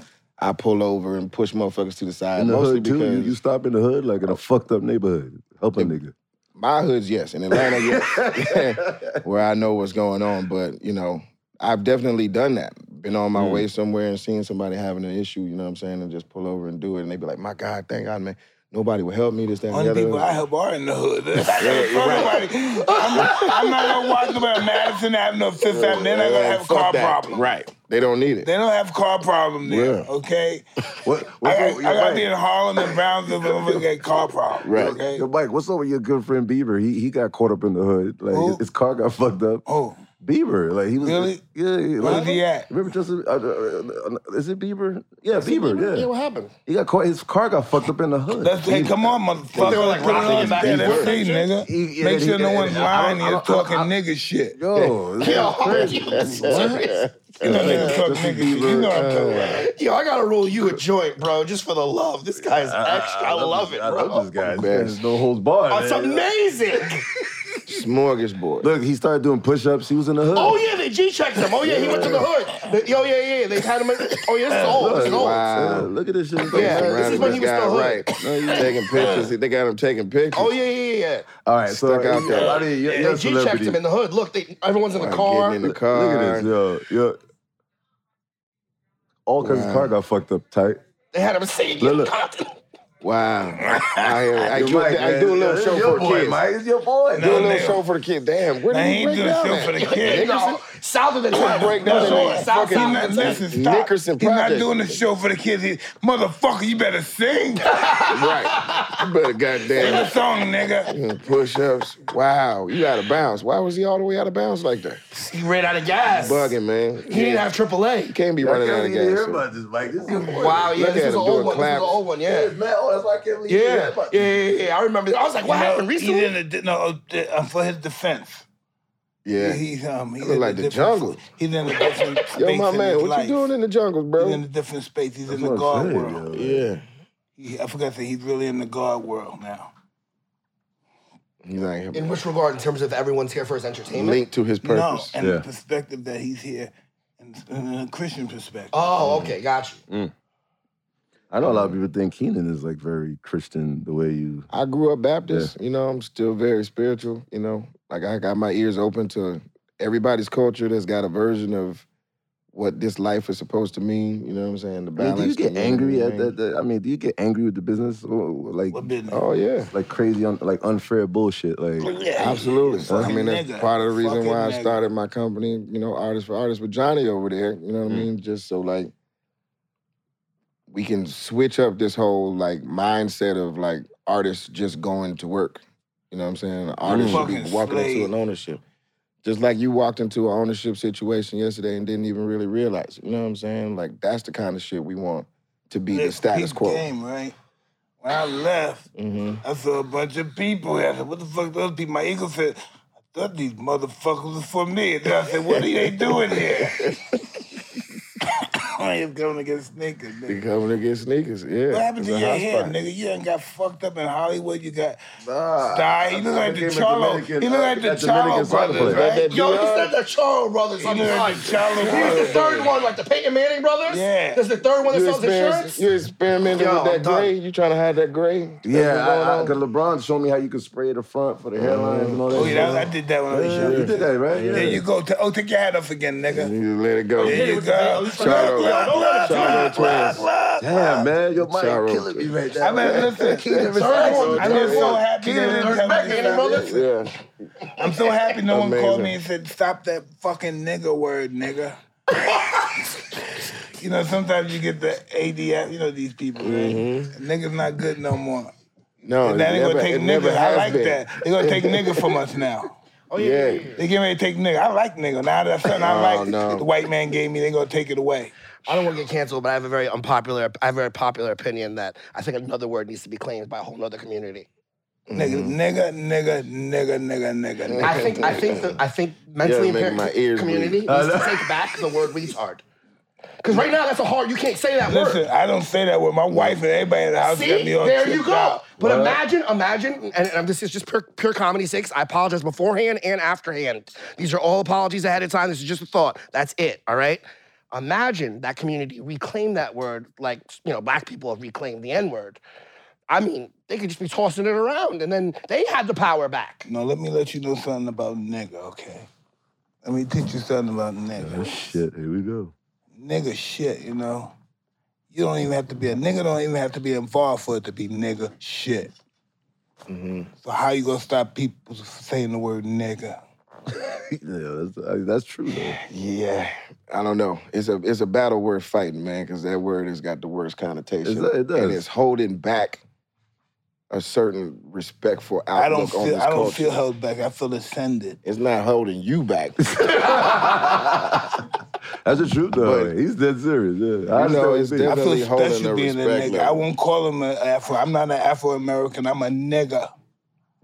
Speaker 5: I pull over and push motherfuckers to the side.
Speaker 3: In the
Speaker 5: mostly
Speaker 3: hood too, you,
Speaker 5: because
Speaker 3: you stop in the hood like in a fucked up neighborhood, help a nigga.
Speaker 5: My hood's yes, in Atlanta yes, where I know what's going on. But you know, I've definitely done that. Been on
Speaker 2: Mm.
Speaker 5: my way somewhere and seen somebody having an issue, you know what I'm saying, and just pull over and do it, and they be like, "My God, thank God, man." nobody would help me. This, that, and
Speaker 2: Only
Speaker 5: the other.
Speaker 2: people I help are in the hood.
Speaker 5: you're right.
Speaker 2: Nobody. I'm, not, I'm not gonna walk about Madison Avenue or Fifth Avenue. They're not gonna have a
Speaker 5: Fuck
Speaker 2: car
Speaker 5: that.
Speaker 2: problem.
Speaker 5: Right. They don't need it.
Speaker 2: They don't have a car problem there.
Speaker 5: Yeah.
Speaker 2: Okay.
Speaker 3: What,
Speaker 2: I
Speaker 3: what's
Speaker 2: got,
Speaker 3: up
Speaker 2: I
Speaker 3: with your
Speaker 2: got to
Speaker 3: bike?
Speaker 2: be in Harlem and Brownsville before I get car problem.
Speaker 5: Right.
Speaker 2: Okay.
Speaker 3: Yo, Mike, what's up with your good friend Bieber? He he got caught up in the hood. Like
Speaker 2: Who?
Speaker 3: his car got fucked up.
Speaker 2: Oh,
Speaker 3: Bieber, like he was.
Speaker 2: Really?
Speaker 3: Yeah. yeah
Speaker 2: where's
Speaker 3: like,
Speaker 2: he at?
Speaker 3: Remember Justin? Uh, uh, uh, is it Bieber? Yeah, Bieber.
Speaker 5: Yeah,
Speaker 3: Yeah.
Speaker 5: what happened?
Speaker 3: He got caught. His car got fucked up in the hood.
Speaker 2: Let's hey, come on, motherfucker.
Speaker 4: They were like
Speaker 2: Put it
Speaker 4: rocking
Speaker 2: on
Speaker 4: it back and
Speaker 2: Let's
Speaker 4: forth.
Speaker 2: see, nigga.
Speaker 3: He- yeah,
Speaker 2: Make sure
Speaker 3: he-
Speaker 2: no one's
Speaker 3: I- I-
Speaker 2: lying
Speaker 3: I-
Speaker 2: here
Speaker 3: I-
Speaker 2: talking
Speaker 3: I-
Speaker 2: nigga shit.
Speaker 3: Yo, this
Speaker 4: Yo,
Speaker 3: is crazy.
Speaker 4: you serious?
Speaker 2: You know niggas talk nigga shit. You know what I'm
Speaker 5: uh,
Speaker 2: talking about.
Speaker 4: Yo, I gotta roll you a joint, bro, just for the love. This guy's extra. I love it,
Speaker 3: I
Speaker 4: bro. Oh,
Speaker 3: love this guy. This
Speaker 5: Man.
Speaker 3: man is no holds barred.
Speaker 4: It's
Speaker 3: man.
Speaker 4: amazing.
Speaker 5: Smorgasbord.
Speaker 3: Look, he started doing push-ups. He was in the hood.
Speaker 4: Oh yeah, they G checked him. Oh yeah, he went to the hood. They- Yo, yeah, yeah, yeah, they had him. In, oh yeah, this is old. This is old.
Speaker 5: Wow.
Speaker 3: Uh, look at this shit.
Speaker 4: Yeah,
Speaker 5: Surrounded
Speaker 4: this is when he was
Speaker 5: this guy,
Speaker 4: still hood.
Speaker 5: right. No, you taking pictures. They got him taking pictures.
Speaker 4: Oh yeah, yeah, yeah.
Speaker 3: All right, so
Speaker 5: Stuck out there.
Speaker 3: I mean, you're,
Speaker 4: yeah.
Speaker 3: you're
Speaker 4: They
Speaker 3: a
Speaker 4: G checked
Speaker 3: celebrity.
Speaker 4: him in the hood. Look, they, everyone's in the
Speaker 5: Like,
Speaker 4: car.
Speaker 5: getting in the
Speaker 3: Look
Speaker 5: car.
Speaker 3: at this, yo, yo. All because his
Speaker 5: Wow.
Speaker 3: car got fucked up tight.
Speaker 4: They had him singing.
Speaker 3: Look, look.
Speaker 4: Compton.
Speaker 5: Wow. I, I,
Speaker 3: Yo,
Speaker 5: do,
Speaker 3: Mike,
Speaker 5: I
Speaker 3: man,
Speaker 5: do a little
Speaker 3: this
Speaker 5: show
Speaker 3: your
Speaker 5: for the
Speaker 3: boy,
Speaker 5: kids.
Speaker 3: Mike, it's your boy.
Speaker 5: Do a little
Speaker 2: Goddamn.
Speaker 5: show for the kids. Damn, where
Speaker 2: I
Speaker 5: did he
Speaker 2: ain't
Speaker 5: break
Speaker 2: doing a
Speaker 5: down
Speaker 2: show
Speaker 5: at?
Speaker 2: for the kids.
Speaker 4: No, south of the town.
Speaker 5: break down
Speaker 4: Sure,
Speaker 5: that
Speaker 4: south, south
Speaker 5: fucking-
Speaker 2: He
Speaker 4: of
Speaker 2: not,
Speaker 4: the town.
Speaker 2: listen, stop.
Speaker 5: Nickerson
Speaker 2: He's not
Speaker 5: Project.
Speaker 2: doing the show for the kids. He, motherfucker, you better sing.
Speaker 5: Right. You better
Speaker 2: Sing
Speaker 5: goddamn
Speaker 2: a song, nigga.
Speaker 5: push ups. Wow, you out of bounds. Why was he all the way out of bounds like that?
Speaker 4: He ran out of gas.
Speaker 5: Bugging, man.
Speaker 4: He didn't have AAA.
Speaker 5: can't be
Speaker 3: I
Speaker 5: running out
Speaker 3: can't
Speaker 5: of
Speaker 3: even hear
Speaker 5: gas.
Speaker 3: about this, Mike. This is your boy.
Speaker 4: Wow, yeah,
Speaker 5: Look
Speaker 4: this
Speaker 5: at
Speaker 4: was an
Speaker 5: him doing
Speaker 4: old one. This
Speaker 5: claps.
Speaker 4: was an old one, yeah.
Speaker 3: man. Oh, that's why I can't believe you hear
Speaker 4: Yeah,
Speaker 3: about
Speaker 4: yeah,
Speaker 3: this.
Speaker 4: yeah, yeah. I remember. I was like, what happened
Speaker 2: He
Speaker 4: recently?
Speaker 2: didn't, ad- no, uh, uh, for his defense.
Speaker 5: Yeah.
Speaker 2: He's um, he's
Speaker 5: look
Speaker 2: in
Speaker 5: like
Speaker 2: a
Speaker 5: the
Speaker 2: different-
Speaker 5: jungle.
Speaker 2: He's in a different space.
Speaker 5: Yo, my
Speaker 2: in
Speaker 5: man,
Speaker 2: his
Speaker 5: what
Speaker 2: life.
Speaker 5: you doing in the jungle,
Speaker 2: He's in
Speaker 5: bro?
Speaker 2: a different space. He's in
Speaker 3: That's
Speaker 2: the
Speaker 3: what I'm
Speaker 2: God
Speaker 3: saying,
Speaker 2: world.
Speaker 3: yo.
Speaker 5: Yeah.
Speaker 2: He, I forgot to say he's really in the God world now.
Speaker 5: He's not here.
Speaker 4: In which regard, in terms of everyone's here for his entertainment?
Speaker 5: Linked to his purpose.
Speaker 2: No, and
Speaker 3: Yeah.
Speaker 2: the perspective that he's here, and, and a Christian perspective.
Speaker 4: Oh, okay, got you.
Speaker 3: I know a lot of people think Keenan is like very Christian the way you.
Speaker 5: I grew up Baptist. You know, I'm still very spiritual. You know, like I got my ears open to everybody's culture that's got a version of what this life is supposed to mean. You know what I'm saying? The
Speaker 3: I mean,
Speaker 5: balance.
Speaker 3: do you get
Speaker 5: the
Speaker 3: angry at
Speaker 5: learning.
Speaker 3: that? that- I mean, do you get angry with the business, or, like
Speaker 2: What business?
Speaker 5: Oh yeah,
Speaker 3: like crazy, un, like unfair bullshit? Like,
Speaker 5: absolutely. I
Speaker 2: Fucking
Speaker 5: mean, that's
Speaker 2: nigga.
Speaker 5: part of the reason
Speaker 2: Fucking
Speaker 5: why I
Speaker 2: nigga.
Speaker 5: started my company. You know, artist for artist with Johnny over there. You
Speaker 2: Mm.
Speaker 5: know what I mean? Just so like we can switch up this whole like mindset of like artists just going to work. You know what I'm saying? An Artist should be
Speaker 2: Mm. Fucking
Speaker 5: walking into
Speaker 2: slave.
Speaker 5: an ownership. Just like you walked into an ownership situation yesterday and didn't even really realize it. You know what I'm saying? Like that's the kind of shit we want to be the
Speaker 2: This
Speaker 5: status
Speaker 2: peep
Speaker 5: quo.
Speaker 2: Game, right? When I left,
Speaker 5: hmm
Speaker 2: I saw a bunch of people. I said, what the fuck those people? My ego said, I thought these motherfuckers were for me. And then I said, what are they doing here? I am coming against sneakers,
Speaker 5: They
Speaker 2: nigga.
Speaker 5: coming to get sneakers. Yeah.
Speaker 2: What happened
Speaker 5: it's
Speaker 2: to
Speaker 5: a
Speaker 2: your
Speaker 5: hot
Speaker 2: hair,
Speaker 5: spot.
Speaker 2: nigga? You done got fucked up in Hollywood. You got
Speaker 3: nah,
Speaker 2: dyed. You look like the
Speaker 3: became a
Speaker 2: Charlo. You
Speaker 3: Dominican- uh,
Speaker 2: look like the
Speaker 3: a Dominican
Speaker 2: Charlo
Speaker 3: soccer
Speaker 2: brothers,
Speaker 3: player.
Speaker 2: right?
Speaker 5: That- that-
Speaker 4: Yo, he's like the Charles brothers on
Speaker 2: You
Speaker 4: the
Speaker 2: look like
Speaker 4: side.
Speaker 2: the Charlo
Speaker 4: He's the
Speaker 2: brothers.
Speaker 4: third one, like the Peyton Manning brothers.
Speaker 2: Yeah.
Speaker 4: There's the third one that
Speaker 5: You,
Speaker 4: sells
Speaker 5: experiment,
Speaker 4: insurance.
Speaker 5: you experimenting
Speaker 4: Yo,
Speaker 5: with that
Speaker 4: I'm done.
Speaker 5: gray? You trying to hide that gray? That's what's going
Speaker 3: Yeah,
Speaker 5: on? Uh-huh.
Speaker 3: because LeBron showed me how you could spray the front for the hairlines and all that.
Speaker 2: Oh, yeah,
Speaker 3: shit.
Speaker 2: that- I did that when I was
Speaker 3: Yeah,
Speaker 2: young.
Speaker 3: you did that, right? Yeah.
Speaker 2: There you go. Ta- Oh, take your hat off again, nigga.
Speaker 5: You let it go.
Speaker 2: There you go. Look,
Speaker 5: Charlo.
Speaker 2: look, look,
Speaker 5: Charlo
Speaker 2: look,
Speaker 5: twins.
Speaker 2: look, look.
Speaker 3: Damn, man, your mic
Speaker 5: Sorrow.
Speaker 3: killing me right now.
Speaker 2: I mean, listen.
Speaker 3: Keenan is
Speaker 4: Sorrow.
Speaker 2: I'm just so happy
Speaker 3: Keenan
Speaker 2: that
Speaker 3: is
Speaker 2: no
Speaker 3: back
Speaker 2: one
Speaker 3: in the brother.
Speaker 5: Yeah.
Speaker 2: I'm so happy no one called
Speaker 5: Amazing.
Speaker 2: me and said, stop that fucking nigga word, nigga. you know, sometimes you get the ADF, you know these people, right? Niggas not good no more.
Speaker 5: No,
Speaker 2: Now they're
Speaker 5: Mm-hmm. it
Speaker 2: gonna take
Speaker 5: never- it never
Speaker 2: nigga. I
Speaker 5: has
Speaker 2: like
Speaker 5: been.
Speaker 2: that. They're gonna take nigga from us now.
Speaker 4: Oh,
Speaker 5: Yeah.
Speaker 2: They getting ready to take nigga. I like nigga. Now that's something
Speaker 5: Oh,
Speaker 2: I like
Speaker 5: no.
Speaker 2: the white man gave me, they gonna take it away.
Speaker 4: I don't want to get canceled, but I have a very unpopular, I have a very popular opinion that I think another word needs to be claimed by a whole other community.
Speaker 2: Nigga,
Speaker 5: Mm-hmm.
Speaker 2: nigga, nigga, nigga, nigga, nigga, nigga.
Speaker 4: I think, I think, the, I think mentally
Speaker 5: Yeah,
Speaker 4: impaired
Speaker 5: making my ears
Speaker 4: community
Speaker 5: bleed.
Speaker 4: needs to take back the word retard. Because right now that's a hard. You can't say that
Speaker 2: Listen,
Speaker 4: word.
Speaker 2: I don't say that with my wife and everybody in the house got
Speaker 4: See,
Speaker 2: me all
Speaker 4: there you
Speaker 2: tripped
Speaker 4: go.
Speaker 2: out.
Speaker 4: But imagine, imagine, and, and I'm- this is just pure, pure comedy sakes. I apologize beforehand and afterhand. These are all apologies ahead of time. This is just a thought. That's it. All right. Imagine that community reclaim that word, like you know, black people have reclaimed the N word. I mean, they could just be tossing it around, and then they had the power back.
Speaker 2: Now let me let you know something about nigga, okay? Let me teach you something about nigga.
Speaker 3: Shit, here we go.
Speaker 2: Nigga shit, you know. You don't even have to be a nigga. Don't even have to be involved for it to be nigga shit.
Speaker 5: Mm-hmm.
Speaker 2: So how you gonna stop people from saying the word nigga?
Speaker 3: yeah, that's, I mean, that's true though.
Speaker 5: Yeah, I don't know. It's a it's a battle worth fighting, man, because that word has got the worst connotation.
Speaker 3: It's- it does.
Speaker 5: and it's holding back a certain respectful outlook
Speaker 2: I don't
Speaker 5: on
Speaker 2: feel.
Speaker 5: this
Speaker 2: I don't
Speaker 5: culture.
Speaker 2: feel held back. I feel ascended.
Speaker 5: it's not holding you back.
Speaker 3: That's the truth though.
Speaker 5: But-
Speaker 3: He's dead serious. Yeah, I
Speaker 5: You know,
Speaker 3: know
Speaker 5: it's
Speaker 3: it's
Speaker 2: I feel
Speaker 5: Definitely holding
Speaker 2: special
Speaker 5: the
Speaker 2: being a
Speaker 5: respect
Speaker 2: nigga.
Speaker 5: level.
Speaker 2: I won't call him an Afro. I'm not an Afro American. I'm a nigga.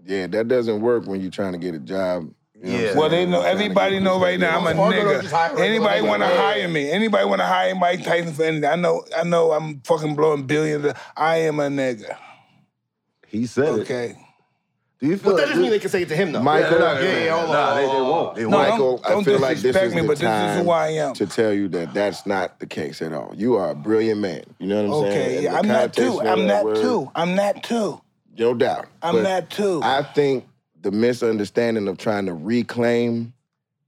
Speaker 5: yeah, that doesn't work when you're trying to get a job. You know what I'm
Speaker 3: Yeah.
Speaker 5: saying?
Speaker 2: Well, they know.
Speaker 5: Trying to
Speaker 2: Everybody
Speaker 5: get-
Speaker 2: know right now. I'm a
Speaker 4: Fargo don't just hire
Speaker 2: nigga.
Speaker 4: regular
Speaker 2: Anybody
Speaker 4: niggas.
Speaker 2: want to hire me? Anybody want to hire Mike Tyson for anything? I know. I know. I'm fucking blowing billions. I am a nigga.
Speaker 3: He said it.
Speaker 2: Okay.
Speaker 3: Do you feel
Speaker 4: But that
Speaker 3: like
Speaker 4: doesn't mean they
Speaker 3: this-
Speaker 4: can say it to him though.
Speaker 5: Michael,
Speaker 3: Yeah,
Speaker 4: yeah, yeah, hold on,
Speaker 3: Nah, they, they
Speaker 4: hold on.
Speaker 3: won't. They
Speaker 2: No,
Speaker 3: won't.
Speaker 5: Michael,
Speaker 2: don't
Speaker 5: I feel like this
Speaker 2: disrespect
Speaker 5: is
Speaker 2: me,
Speaker 5: the
Speaker 2: but this is
Speaker 5: time
Speaker 2: who I am.
Speaker 5: to tell you that that's not the case at all. You are a brilliant man. You know what I'm saying?
Speaker 2: Okay.
Speaker 5: And
Speaker 2: Yeah,
Speaker 5: the
Speaker 2: I'm that
Speaker 5: connotation
Speaker 2: too.
Speaker 5: of
Speaker 2: I'm that
Speaker 5: word,
Speaker 2: too. I'm that too.
Speaker 5: No doubt.
Speaker 2: I'm
Speaker 5: But
Speaker 2: that too.
Speaker 5: I think the misunderstanding of trying to reclaim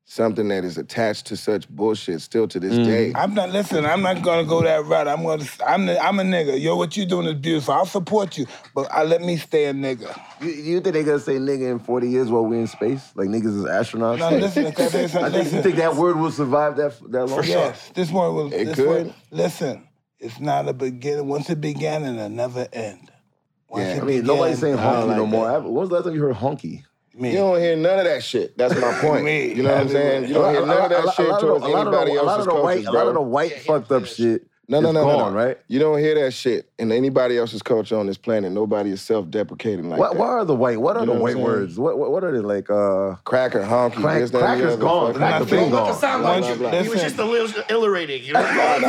Speaker 5: something that is attached to such bullshit still to this day.
Speaker 2: I'm not listen. I'm not gonna go that route. I'm gonna. I'm. The, I'm a nigga. Yo, what you doing is beautiful. I'll support you, but I let me stay a nigga.
Speaker 3: You, you think they gonna say nigga in 40 years while we're in space? Like niggas is astronauts?
Speaker 2: No, listen. 'cause there's a-
Speaker 3: I think you
Speaker 2: listen.
Speaker 3: think that word will survive that that long?
Speaker 2: Yes, this one was.
Speaker 5: It
Speaker 2: this
Speaker 5: could.
Speaker 2: One, listen, it's not a beginning. Once it began, it'll never end. Once
Speaker 5: Yeah,
Speaker 2: it
Speaker 3: I mean, nobody's
Speaker 2: began-
Speaker 3: saying honky
Speaker 5: like
Speaker 3: no more.
Speaker 5: that.
Speaker 3: I- When was the last time you heard honky?
Speaker 2: me.
Speaker 5: You don't hear none of that shit. That's my point.
Speaker 2: Me.
Speaker 5: you know what I'm saying? You don't hear none of
Speaker 3: A
Speaker 5: that
Speaker 3: lot- a
Speaker 5: shit
Speaker 3: lot of
Speaker 5: towards
Speaker 3: the- a lot of the-
Speaker 5: anybody
Speaker 3: a lot of
Speaker 5: else's
Speaker 3: the white,
Speaker 5: cultures,
Speaker 3: a lot of the
Speaker 5: bro.
Speaker 3: white fucked up shit.
Speaker 5: No, no,
Speaker 3: is
Speaker 5: no, no,
Speaker 3: gone,
Speaker 5: no.
Speaker 3: right?
Speaker 5: You don't hear that shit in anybody else's culture on this planet. Nobody is self-deprecating like
Speaker 3: What,
Speaker 5: that.
Speaker 3: what are the white? What are
Speaker 5: You
Speaker 3: the
Speaker 5: know what
Speaker 3: white
Speaker 5: I'm saying?
Speaker 3: words? What, what what are they like? Uh,
Speaker 5: Cracker, honky,
Speaker 3: Crack-
Speaker 5: this, that, and the
Speaker 3: cracker's
Speaker 5: other.
Speaker 3: gone.
Speaker 5: Fuck
Speaker 3: Cracker
Speaker 5: that.
Speaker 3: been
Speaker 4: Don't
Speaker 3: gone.
Speaker 4: let the sound
Speaker 2: Blah,
Speaker 4: like
Speaker 2: blah,
Speaker 4: you.
Speaker 2: blah.
Speaker 4: He was just illus- illiterating. You know?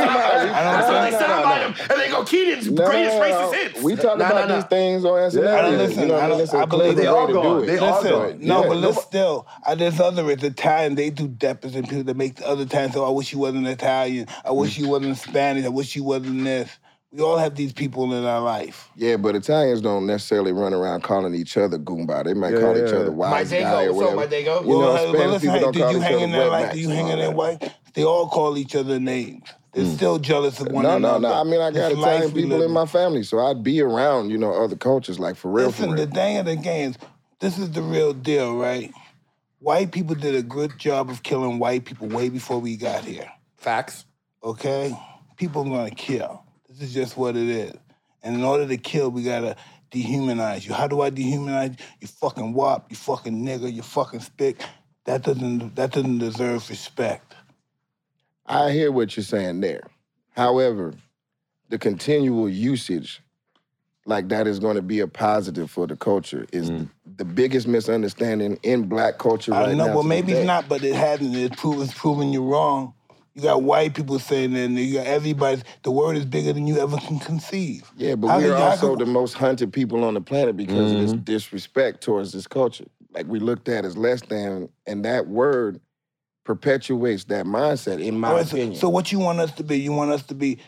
Speaker 4: That's
Speaker 5: no,
Speaker 4: why they
Speaker 5: no,
Speaker 4: sound
Speaker 5: no,
Speaker 4: by
Speaker 5: no.
Speaker 4: him. And they go, Keenan's
Speaker 5: No,
Speaker 4: greatest
Speaker 5: no,
Speaker 4: racist
Speaker 5: no.
Speaker 4: hits.
Speaker 5: We talk
Speaker 4: Nah,
Speaker 5: about
Speaker 4: nah,
Speaker 5: these things on SNL.
Speaker 3: Yeah, I don't
Speaker 2: listen.
Speaker 5: You know what
Speaker 2: I don't-
Speaker 5: Listen,
Speaker 2: I believe-
Speaker 5: clever
Speaker 2: They
Speaker 5: way
Speaker 3: all
Speaker 5: to do
Speaker 3: gone.
Speaker 5: it.
Speaker 3: They all
Speaker 2: Listen,
Speaker 3: gone.
Speaker 2: no,
Speaker 5: Yeah.
Speaker 2: but
Speaker 5: Nobody-
Speaker 2: let's still. I, there's other it's Italian. They do deafers and people that make the other times. So I wish you wasn't Italian. I wish you wasn't Spanish. I wish you wasn't this. We all have these people in our life.
Speaker 5: Yeah, but Italians don't necessarily run around calling each other Goomba. They might
Speaker 3: Yeah,
Speaker 5: call
Speaker 3: yeah,
Speaker 5: each
Speaker 3: yeah.
Speaker 5: other
Speaker 4: My
Speaker 5: wise
Speaker 4: day
Speaker 5: guy or
Speaker 4: go. So
Speaker 5: whatever.
Speaker 4: my day go.
Speaker 5: You know,
Speaker 2: Well,
Speaker 5: Spanish
Speaker 2: but listen,
Speaker 5: people don't
Speaker 2: hey,
Speaker 5: call
Speaker 2: did you
Speaker 5: each
Speaker 2: hang
Speaker 5: other
Speaker 2: in there
Speaker 5: wet
Speaker 2: like?
Speaker 5: backs
Speaker 2: Did you
Speaker 5: and
Speaker 2: hang
Speaker 5: all
Speaker 2: in there
Speaker 5: that.
Speaker 2: white? They all call each other names. They're still jealous of one
Speaker 5: Mm. No, no,
Speaker 2: another.
Speaker 5: no. I mean, I got
Speaker 2: This life
Speaker 5: Italian
Speaker 2: we
Speaker 5: people
Speaker 2: live
Speaker 5: in my family, so I'd be around, you know, other cultures, like for real,
Speaker 2: Listen,
Speaker 5: for
Speaker 2: the
Speaker 5: real.
Speaker 2: thing of the game is, this is the real deal, right? White people did a good job of killing white people way before we got here.
Speaker 4: Facts.
Speaker 2: Okay, people are gonna kill. This is just what it is. And in order to kill, we gotta dehumanize you. How do I dehumanize you? You fucking wop, you fucking nigger, you fucking spick. That doesn't that doesn't deserve respect.
Speaker 5: I hear what you're saying there. However, the continual usage like that is going to be a positive for the culture is the biggest misunderstanding in black culture right
Speaker 2: I know,
Speaker 5: now.
Speaker 2: well
Speaker 5: to
Speaker 2: maybe
Speaker 5: this
Speaker 2: it's
Speaker 5: day.
Speaker 2: not, but it hasn't. It's proven it's proven you wrong. You got white people saying that, and you got everybody. The word is bigger than you ever can conceive.
Speaker 5: Yeah, but
Speaker 2: How
Speaker 5: we're
Speaker 2: did y'all
Speaker 5: also
Speaker 2: go-
Speaker 5: the most hunted people on the planet because of this disrespect towards this culture. Like we looked at as less than, and that word perpetuates that mindset, in my
Speaker 2: All right, so,
Speaker 5: opinion.
Speaker 2: Oh, so what you want us to be? You want us to be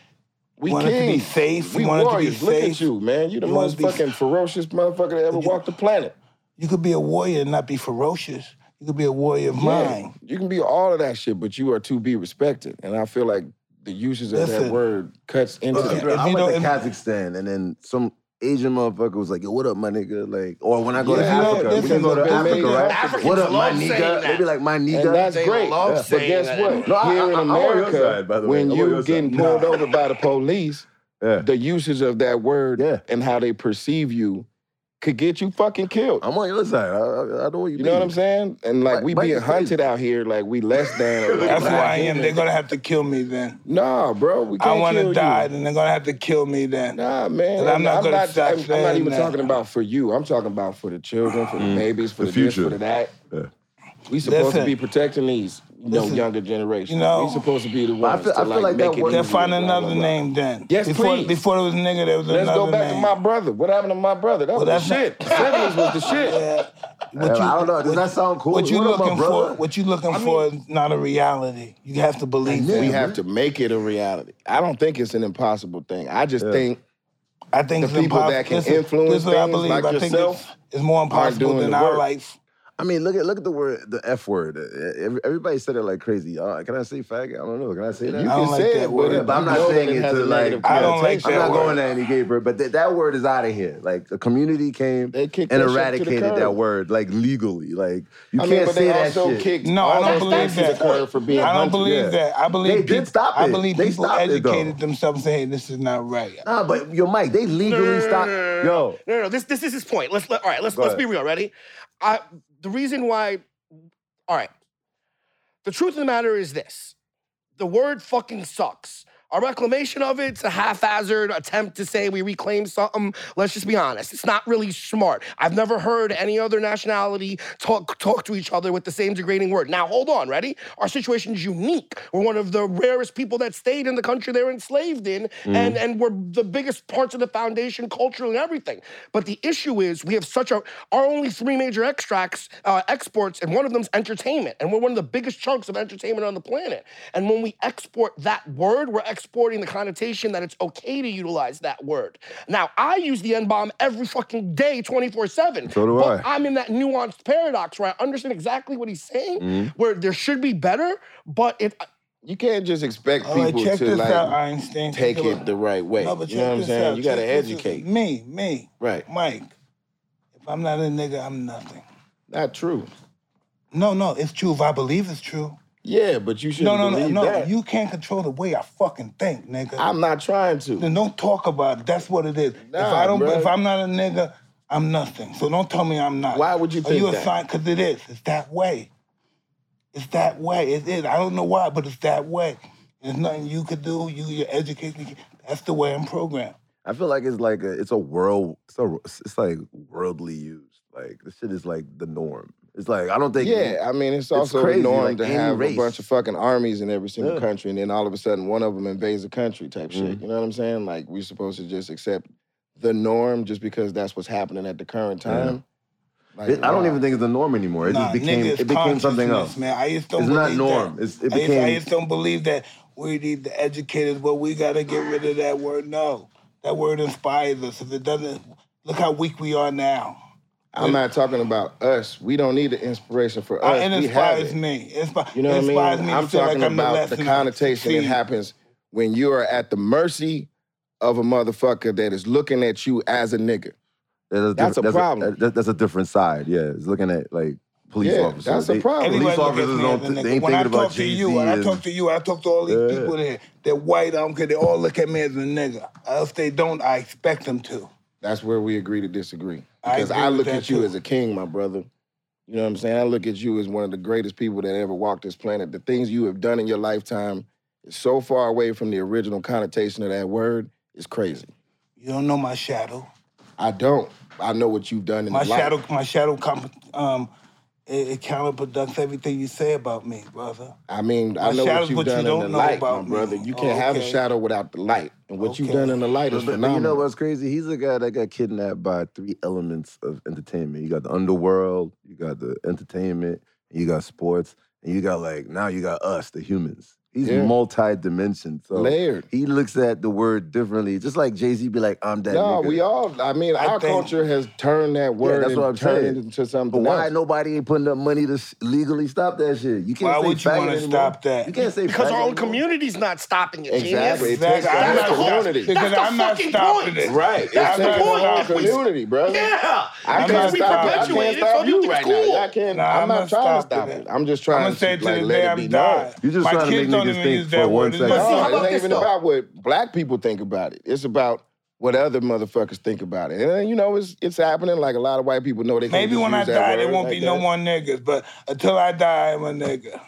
Speaker 5: we
Speaker 2: want it to be
Speaker 5: kings.
Speaker 2: safe,
Speaker 5: We
Speaker 2: you want it to be
Speaker 5: warriors. Look
Speaker 2: safe.
Speaker 5: at you, man. You the
Speaker 2: You want
Speaker 5: most
Speaker 2: it to be-
Speaker 5: fucking ferocious motherfucker that ever walked the planet.
Speaker 2: You could be a warrior and not be ferocious. You could be a warrior of
Speaker 5: Yeah.
Speaker 2: mind.
Speaker 5: You can be all of that shit, but you are to be respected. And I feel like the usage of that
Speaker 2: Listen.
Speaker 5: word cuts into
Speaker 3: I
Speaker 5: that.
Speaker 2: if
Speaker 3: went
Speaker 2: you know-
Speaker 3: to
Speaker 2: if-
Speaker 3: Kazakhstan, and then some Asian motherfucker was like, "Yo, what up, my nigga?" Like, or when I go to
Speaker 5: Yeah,
Speaker 2: yeah,
Speaker 3: Africa, we
Speaker 2: listen,
Speaker 3: can go
Speaker 2: look,
Speaker 3: to
Speaker 2: they
Speaker 3: Africa,
Speaker 5: made
Speaker 3: right?
Speaker 4: Africans
Speaker 3: what up, my
Speaker 4: love saying
Speaker 3: nigga?
Speaker 4: that.
Speaker 3: They be like, "My nigga."
Speaker 5: And that's
Speaker 4: They
Speaker 5: great.
Speaker 4: love
Speaker 5: But
Speaker 4: saying
Speaker 5: guess
Speaker 4: that.
Speaker 5: what?
Speaker 3: No, I-
Speaker 5: Here
Speaker 3: I-
Speaker 5: in
Speaker 3: I'm on your
Speaker 5: America,
Speaker 3: side, by the way.
Speaker 5: when
Speaker 3: I'm on
Speaker 5: you
Speaker 3: your
Speaker 5: getting
Speaker 3: side.
Speaker 5: pulled over by the police,
Speaker 3: Yeah.
Speaker 5: the usage of that word
Speaker 3: Yeah.
Speaker 5: and how they perceive you could get you fucking killed.
Speaker 3: I'm on your side. I, I, I know what you,
Speaker 5: you know what I'm saying? And like
Speaker 3: Mike-
Speaker 5: we
Speaker 3: Mike
Speaker 5: being
Speaker 3: is crazy.
Speaker 5: hunted out here, like we less than. or like
Speaker 2: That's who
Speaker 5: black
Speaker 2: I am.
Speaker 5: women.
Speaker 2: They're gonna have to kill me then.
Speaker 5: Nah, bro, we
Speaker 2: I
Speaker 5: can't
Speaker 2: want
Speaker 5: kill
Speaker 2: to die,
Speaker 5: You.
Speaker 2: then they're gonna have to kill me then.
Speaker 5: Nah, man.
Speaker 2: And I'm not
Speaker 5: I'm
Speaker 2: gonna
Speaker 5: not,
Speaker 2: stop
Speaker 5: I'm- I'm not
Speaker 2: saying
Speaker 5: even
Speaker 2: that.
Speaker 5: talking about for you. I'm talking about for the children, for the babies, for the,
Speaker 3: Mm. The
Speaker 5: this, for
Speaker 3: future.
Speaker 5: the that.
Speaker 3: Yeah.
Speaker 5: We supposed
Speaker 2: Listen.
Speaker 5: to be protecting these, you know,
Speaker 2: Listen.
Speaker 5: younger generations.
Speaker 2: You know-
Speaker 5: we supposed to be the
Speaker 3: I
Speaker 5: ones
Speaker 3: feel-
Speaker 5: to
Speaker 3: I feel
Speaker 5: like,
Speaker 3: like that
Speaker 5: make it
Speaker 3: word-
Speaker 2: They'll
Speaker 5: easier,
Speaker 2: find
Speaker 5: blah,
Speaker 2: another
Speaker 5: blah, blah.
Speaker 2: name then.
Speaker 5: Yes,
Speaker 2: before,
Speaker 5: please.
Speaker 2: Before there was nigga, there was
Speaker 5: Let's
Speaker 2: another
Speaker 5: go back
Speaker 2: name.
Speaker 5: to my brother. What happened to my brother? That
Speaker 2: Well,
Speaker 5: was the
Speaker 2: that's not-
Speaker 5: shit. Seventies was the shit.
Speaker 2: What
Speaker 3: I don't know. Does that sound cool?
Speaker 2: What you
Speaker 3: What up, my
Speaker 2: looking for?
Speaker 3: brother?
Speaker 2: What you looking for is not a reality. You have to believe
Speaker 5: We
Speaker 2: it.
Speaker 5: have to make it a reality. I don't think it's an impossible thing. I just think
Speaker 2: I think
Speaker 5: the
Speaker 2: it's
Speaker 5: people
Speaker 2: impossible.
Speaker 5: that can
Speaker 2: Listen,
Speaker 5: influence
Speaker 2: this is what I
Speaker 5: things
Speaker 2: believe.
Speaker 5: like
Speaker 2: I think
Speaker 5: yourself
Speaker 2: it's, it's more impossible
Speaker 5: doing
Speaker 2: than
Speaker 5: the
Speaker 2: our
Speaker 5: work.
Speaker 2: life.
Speaker 3: I mean, look at look at the word, the F word. Eh, ev- Everybody said it like crazy. Uh, can I say faggot? I don't know. Can I say that?
Speaker 5: You
Speaker 2: I
Speaker 5: can
Speaker 2: don't like
Speaker 5: say
Speaker 2: that
Speaker 5: it,
Speaker 2: word,
Speaker 5: but,
Speaker 3: but I'm not saying it to, like-
Speaker 2: I don't like
Speaker 3: I'm
Speaker 2: that
Speaker 3: not
Speaker 2: word.
Speaker 3: going to any gay bird, but th- that word is out of here. Like the community came
Speaker 5: They kicked
Speaker 3: and
Speaker 5: that shit to the
Speaker 3: eradicated
Speaker 5: curb.
Speaker 3: that word, like legally. Like you
Speaker 5: I
Speaker 3: can't
Speaker 5: mean, but
Speaker 3: say
Speaker 5: they
Speaker 3: that
Speaker 5: also
Speaker 3: shit.
Speaker 5: kicked.
Speaker 2: No, I
Speaker 5: all
Speaker 2: don't
Speaker 5: those
Speaker 2: believe
Speaker 5: things to
Speaker 2: that.
Speaker 5: the curb for being
Speaker 2: I don't
Speaker 5: hunted,
Speaker 2: believe
Speaker 5: yeah.
Speaker 2: that. I believe
Speaker 3: They did
Speaker 2: peop-
Speaker 3: stop
Speaker 2: I
Speaker 3: it.
Speaker 2: believe
Speaker 3: They
Speaker 2: people
Speaker 3: stopped it, though.
Speaker 2: educated themselves and said, hey, this is not right.
Speaker 3: Nah, but your mic, they legally stopped. Yo,
Speaker 4: No, no, no. This this is his point. Let's let, all right. Let's
Speaker 3: Go
Speaker 4: let's
Speaker 3: ahead.
Speaker 4: be real. Ready? I the reason why. All right. The truth of the matter is this: the word fucking sucks. Our reclamation of it's a haphazard attempt to say we reclaim something. Let's just be honest. It's not really smart. I've never heard any other nationality talk talk to each other with the same degrading word. Now hold on, ready? Our situation is unique. We're one of the rarest people that stayed in the country they're enslaved in,
Speaker 3: Mm.
Speaker 4: and and we're the biggest parts of the foundation, culturally and everything. But the issue is we have such a our only three major extracts uh, exports, and one of them's entertainment, and we're one of the biggest chunks of entertainment on the planet. And when we export that word, we're exporting the connotation that it's okay to utilize that word. Now I use the n bomb every fucking day, twenty four seven.
Speaker 3: So do
Speaker 4: but
Speaker 3: I.
Speaker 4: I'm in that nuanced paradox where I understand exactly what he's saying,
Speaker 5: Mm-hmm.
Speaker 4: where there should be better, but it
Speaker 5: You can't just expect
Speaker 2: All
Speaker 5: people
Speaker 2: right, check
Speaker 5: to
Speaker 2: this out,
Speaker 5: like
Speaker 2: Einstein.
Speaker 5: take
Speaker 2: Check
Speaker 5: it the right way.
Speaker 2: No, but
Speaker 5: You know
Speaker 2: check
Speaker 5: what I'm
Speaker 2: this
Speaker 5: saying?
Speaker 2: out.
Speaker 5: You got to
Speaker 2: Check this out.
Speaker 5: educate.
Speaker 2: Me, me,
Speaker 5: Right.
Speaker 2: Mike. If I'm not a nigga, I'm nothing.
Speaker 5: Not true.
Speaker 2: No, no, it's true if I believe it's true.
Speaker 5: Yeah, but you shouldn't
Speaker 2: No, no, no,
Speaker 5: believe
Speaker 2: no.
Speaker 5: that.
Speaker 2: You can't control the way I fucking think, nigga.
Speaker 5: I'm not trying to.
Speaker 2: then don't talk about it. That's what it is. if
Speaker 5: Nah,
Speaker 2: I don't,
Speaker 5: bruh.
Speaker 2: if I'm not a nigga, I'm nothing. So don't tell me I'm not.
Speaker 5: Why would you
Speaker 2: Are
Speaker 5: think
Speaker 2: you
Speaker 5: that?
Speaker 2: assigned? Because it is. It's that way. It's that way. It is. I don't know why, but it's that way. There's nothing you could do. You, your education. That's the way I'm programmed.
Speaker 3: I feel like it's like a, it's a world, it's, a, it's like worldly used. Like this shit is like the norm. It's like I don't think.
Speaker 5: Yeah, I mean, it's also
Speaker 3: crazy,
Speaker 5: the norm
Speaker 3: like,
Speaker 5: to
Speaker 3: any
Speaker 5: have
Speaker 3: race.
Speaker 5: a bunch of fucking armies in every single
Speaker 3: Yeah.
Speaker 5: country, and then all of a sudden one of them invades a country type
Speaker 2: Mm-hmm.
Speaker 5: shit. You know what I'm saying? Like we're supposed to just accept the norm just because that's what's happening at the current time. Like,
Speaker 3: It- I don't
Speaker 5: nah.
Speaker 3: even think it's the norm anymore. It
Speaker 2: nah,
Speaker 3: just became
Speaker 2: nigga, it's
Speaker 3: it became something
Speaker 2: consciousness,
Speaker 3: else.
Speaker 2: Man, I just don't
Speaker 3: It's not
Speaker 2: believe
Speaker 3: norm.
Speaker 2: That.
Speaker 3: It's-
Speaker 2: I,
Speaker 3: it
Speaker 2: just, I
Speaker 3: became-
Speaker 2: just don't believe that we need the educators, but we gotta get rid of that word. No, that word inspires us. If it doesn't, look how weak we are now.
Speaker 5: I'm not talking about us. We don't need the inspiration for
Speaker 2: Uh, it
Speaker 5: us. we have
Speaker 2: inspires
Speaker 5: it.
Speaker 2: me. Inspi-
Speaker 5: You know what I
Speaker 2: inspires
Speaker 5: mean?
Speaker 2: me to
Speaker 5: I'm
Speaker 2: feel like
Speaker 5: talking
Speaker 2: I'm the
Speaker 5: about
Speaker 2: less
Speaker 5: the
Speaker 2: than-
Speaker 5: connotation
Speaker 2: See,
Speaker 5: that happens when you are at the mercy of a motherfucker that is looking at you as a nigga.
Speaker 3: That's a,
Speaker 5: That's
Speaker 3: different-
Speaker 5: a problem.
Speaker 3: that- that's a different side. Yeah, it's looking at like police
Speaker 5: Yeah,
Speaker 3: officers.
Speaker 5: that's a
Speaker 3: They-
Speaker 5: problem.
Speaker 2: everybody
Speaker 3: Police
Speaker 2: look at
Speaker 3: officers
Speaker 2: me
Speaker 3: don't.
Speaker 2: as a
Speaker 3: Th-
Speaker 2: nigga.
Speaker 3: they ain't
Speaker 2: when I
Speaker 3: thinking about
Speaker 2: talk to
Speaker 3: Jay
Speaker 2: you, when I talk to
Speaker 3: Z.
Speaker 2: you, I talk to all these
Speaker 3: Yeah.
Speaker 2: people there. They're white. I don't care. They all look at me as a nigga. If they don't, I expect them to.
Speaker 5: That's where we agree to disagree.
Speaker 2: I
Speaker 5: Because
Speaker 2: agree
Speaker 5: I,
Speaker 2: with
Speaker 5: look
Speaker 2: that
Speaker 5: at you
Speaker 2: too.
Speaker 5: as a king, my brother. You know what I'm saying? I look at you as one of the greatest people that ever walked this planet. The things you have done in your lifetime is so far away from the original connotation of that word. It's crazy.
Speaker 2: You don't know my shadow.
Speaker 5: I don't. I know what you've done in
Speaker 2: My
Speaker 5: the life.
Speaker 2: shadow, my shadow, comp- um, it, it counterproducts everything you say about me, brother.
Speaker 5: I mean,
Speaker 2: My
Speaker 5: I know
Speaker 2: shadow's
Speaker 5: what you've
Speaker 2: what you
Speaker 5: done
Speaker 2: don't
Speaker 5: in
Speaker 2: know
Speaker 5: the light,
Speaker 2: about
Speaker 5: my
Speaker 2: me.
Speaker 5: brother. You can't
Speaker 2: Oh,
Speaker 5: have a
Speaker 2: okay.
Speaker 5: shadow without the light, and what you've
Speaker 2: Okay.
Speaker 5: done in the light is
Speaker 3: But, but you know
Speaker 5: phenomenal.
Speaker 3: what's crazy? He's a guy that got kidnapped by three elements of entertainment. You got the underworld, you got the entertainment, and you got sports, and you got like now you got us, the humans. He's
Speaker 5: Yeah.
Speaker 3: multi-dimensioned. So
Speaker 5: Layered.
Speaker 3: he looks at the word differently. Just like Jay Z be like, I'm that
Speaker 5: No,
Speaker 3: nigga.
Speaker 5: we all. I mean, our
Speaker 2: think-
Speaker 5: culture has turned that word.
Speaker 3: that's
Speaker 5: and
Speaker 3: what I'm
Speaker 5: turned
Speaker 3: saying.
Speaker 5: it into something
Speaker 3: But why
Speaker 5: else.
Speaker 3: nobody ain't putting up money to s- legally stop that shit? You can't
Speaker 2: Why
Speaker 3: say
Speaker 2: would you
Speaker 3: faggot
Speaker 2: wanna
Speaker 3: anymore.
Speaker 2: stop that?
Speaker 3: You can't say
Speaker 4: because
Speaker 3: faggot
Speaker 4: our own
Speaker 3: anymore.
Speaker 4: community's not stopping it,
Speaker 5: Exactly.
Speaker 4: genius.
Speaker 5: It takes
Speaker 2: Exactly.
Speaker 5: the
Speaker 2: I'm
Speaker 5: whole
Speaker 2: not-
Speaker 5: community.
Speaker 2: Because
Speaker 4: That's the
Speaker 2: I'm not
Speaker 4: fucking
Speaker 2: stopping
Speaker 4: point.
Speaker 2: it.
Speaker 5: Right.
Speaker 2: That's
Speaker 5: It's
Speaker 2: the
Speaker 5: taking the whole
Speaker 2: point.
Speaker 5: community, bro.
Speaker 4: Yeah.
Speaker 5: I
Speaker 4: because
Speaker 5: can't
Speaker 4: we
Speaker 5: stop, I
Speaker 4: perpetuate
Speaker 5: can't
Speaker 4: it, so
Speaker 5: stop
Speaker 4: you
Speaker 5: you
Speaker 4: think it's
Speaker 5: right
Speaker 4: cool.
Speaker 5: now. I can't.
Speaker 2: Nah,
Speaker 5: I'm
Speaker 2: I'm
Speaker 5: not
Speaker 2: not
Speaker 5: trying to
Speaker 2: stopping
Speaker 5: stop
Speaker 2: it.
Speaker 5: it. I'm just
Speaker 2: I'm
Speaker 5: trying
Speaker 2: gonna say it
Speaker 5: to
Speaker 2: to
Speaker 5: like
Speaker 2: the
Speaker 5: let
Speaker 2: day
Speaker 5: it
Speaker 2: I'm
Speaker 5: be
Speaker 2: dying.
Speaker 5: known.
Speaker 3: You just
Speaker 2: My
Speaker 3: trying to
Speaker 2: kids
Speaker 3: make
Speaker 2: don't
Speaker 3: niggas
Speaker 2: even
Speaker 3: think
Speaker 2: use
Speaker 3: for
Speaker 2: that
Speaker 3: one
Speaker 2: word. It's
Speaker 3: second.
Speaker 2: like,
Speaker 4: But see,
Speaker 5: No,
Speaker 4: how
Speaker 5: it
Speaker 4: about
Speaker 5: ain't
Speaker 4: this,
Speaker 5: even
Speaker 4: though?
Speaker 5: about what black people think about it. It's about what other motherfuckers think about it. And uh, you know, it's it's happening. Like a lot of white people know they. Can't
Speaker 2: Maybe
Speaker 5: just
Speaker 2: when I
Speaker 5: use that
Speaker 2: die, there
Speaker 5: word
Speaker 2: won't
Speaker 5: like
Speaker 2: be no
Speaker 5: that.
Speaker 2: more niggas. But until I die, I'm a nigga.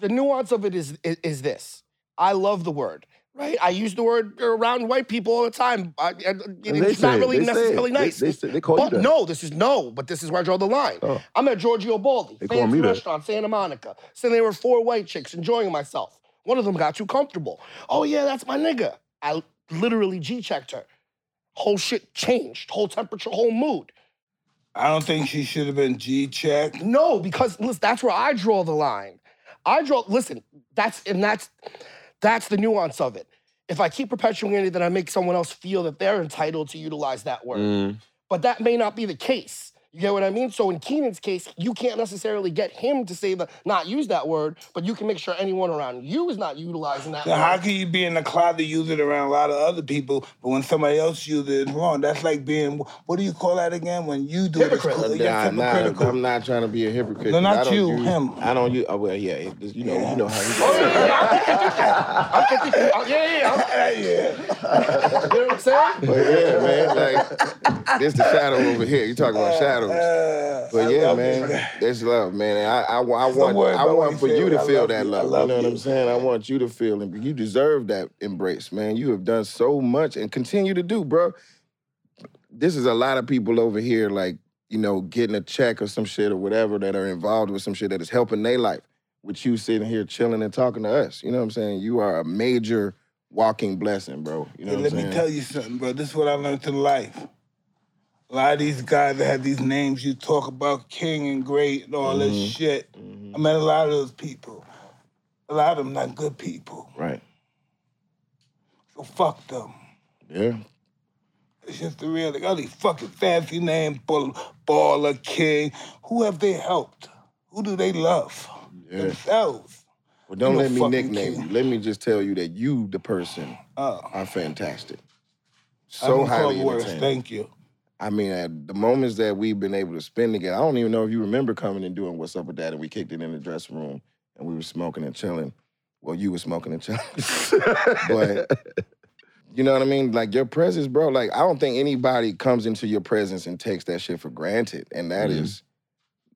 Speaker 4: the nuance of it is, is is this. I love the word, right? I use the word around white people all the time. I, I-
Speaker 3: And they
Speaker 4: it's
Speaker 3: say
Speaker 4: not
Speaker 3: it.
Speaker 4: really
Speaker 3: They say it.
Speaker 4: necessarily
Speaker 3: They-
Speaker 4: nice.
Speaker 3: They, say- they call you
Speaker 4: But
Speaker 3: that.
Speaker 4: no, this is no, but this is where I draw the line.
Speaker 3: Oh.
Speaker 4: I'm at Giorgio Baldi,
Speaker 3: They call
Speaker 4: fancy
Speaker 3: me that.
Speaker 4: restaurant, Santa Monica. So there were four white chicks enjoying myself. One of them got too comfortable. Oh yeah, that's my nigga. I literally G-checked her. Whole shit changed, whole temperature, whole mood.
Speaker 2: I don't think she should have been G checked.
Speaker 4: No, because listen, that's where I draw the line. I draw. Listen, that's and that's that's the nuance of it. If I keep perpetuating it,
Speaker 5: Mm.
Speaker 4: then I make someone else feel that they're entitled to utilize that word. But that may not be the case. You get what I mean? So in Keenan's case, you can't necessarily get him to say the not use that word, but you can make sure anyone around you is not utilizing that.
Speaker 2: So how
Speaker 4: word.
Speaker 2: can you be in the closet use it around a lot of other people, but when somebody else uses it, it's wrong? That's like being what do you call that again? When you do
Speaker 4: Hypocrite.
Speaker 2: it, it's cool.
Speaker 5: Nah,
Speaker 2: Yes,
Speaker 5: nah,
Speaker 2: hypocritical.
Speaker 5: I'm not trying to be a hypocrite.
Speaker 2: No,
Speaker 5: 'cause
Speaker 2: not
Speaker 5: I don't
Speaker 2: you,
Speaker 5: use-
Speaker 2: him. Oh,
Speaker 5: I don't use. Oh, well, yeah, it- you know, you know how he.
Speaker 4: I think it- I- yeah, yeah, yeah. I'm- You know what I'm saying?
Speaker 5: But yeah, man, like this the shadow over here. You talking about shadows?
Speaker 2: Uh,
Speaker 5: But
Speaker 2: I
Speaker 5: yeah,
Speaker 2: love
Speaker 5: man,
Speaker 2: it.
Speaker 5: that's love, man. And I, I, wa- I want,
Speaker 2: worry
Speaker 5: I
Speaker 2: about what
Speaker 5: want
Speaker 2: he
Speaker 5: for you
Speaker 2: feel.
Speaker 5: to
Speaker 2: I
Speaker 5: feel
Speaker 2: love
Speaker 5: that
Speaker 2: you. I
Speaker 5: love. You
Speaker 2: love
Speaker 5: know what
Speaker 2: you.
Speaker 5: I'm saying? I want you to feel, and you deserve that embrace, man. You have done so much and continue to do, bro. This is a lot of people over here, like you know, getting a check or some shit or whatever that are involved with some shit that is helping their life. With you sitting here chilling and talking to us, you know what I'm saying? You are a major walking blessing, bro. You
Speaker 2: Hey,
Speaker 5: know what
Speaker 2: let
Speaker 5: I'm saying?
Speaker 2: me tell you something, bro. This is what I learned in life. A lot of these guys that have these names you talk about, king and great and all
Speaker 5: Mm-hmm.
Speaker 2: this shit. I met a lot of those people. A lot of them not good people.
Speaker 5: Right?
Speaker 2: So fuck them.
Speaker 5: Yeah.
Speaker 2: It's just the real, like all these fucking fancy names, ball, baller, king. Who have they helped? Who do they love?
Speaker 5: Yeah.
Speaker 2: Themselves.
Speaker 5: Well, don't
Speaker 2: No
Speaker 5: let me
Speaker 2: fucking
Speaker 5: nickname
Speaker 2: kidding.
Speaker 5: you. Let me just tell you that you, the person,
Speaker 2: Oh,
Speaker 5: are fantastic.
Speaker 2: I
Speaker 5: So
Speaker 2: can call
Speaker 5: highly
Speaker 2: worse.
Speaker 5: entertaining.
Speaker 2: Thank you.
Speaker 5: I mean, at the moments that we've been able to spend together, I don't even know if you remember coming and doing what's up with that, and we kicked it in the dressing room and we were smoking and chilling. Well, you were smoking and chilling, but you know what I mean. Like your presence, bro. Like I don't think anybody comes into your presence and takes that shit for granted, and that
Speaker 2: Mm-hmm.
Speaker 5: is,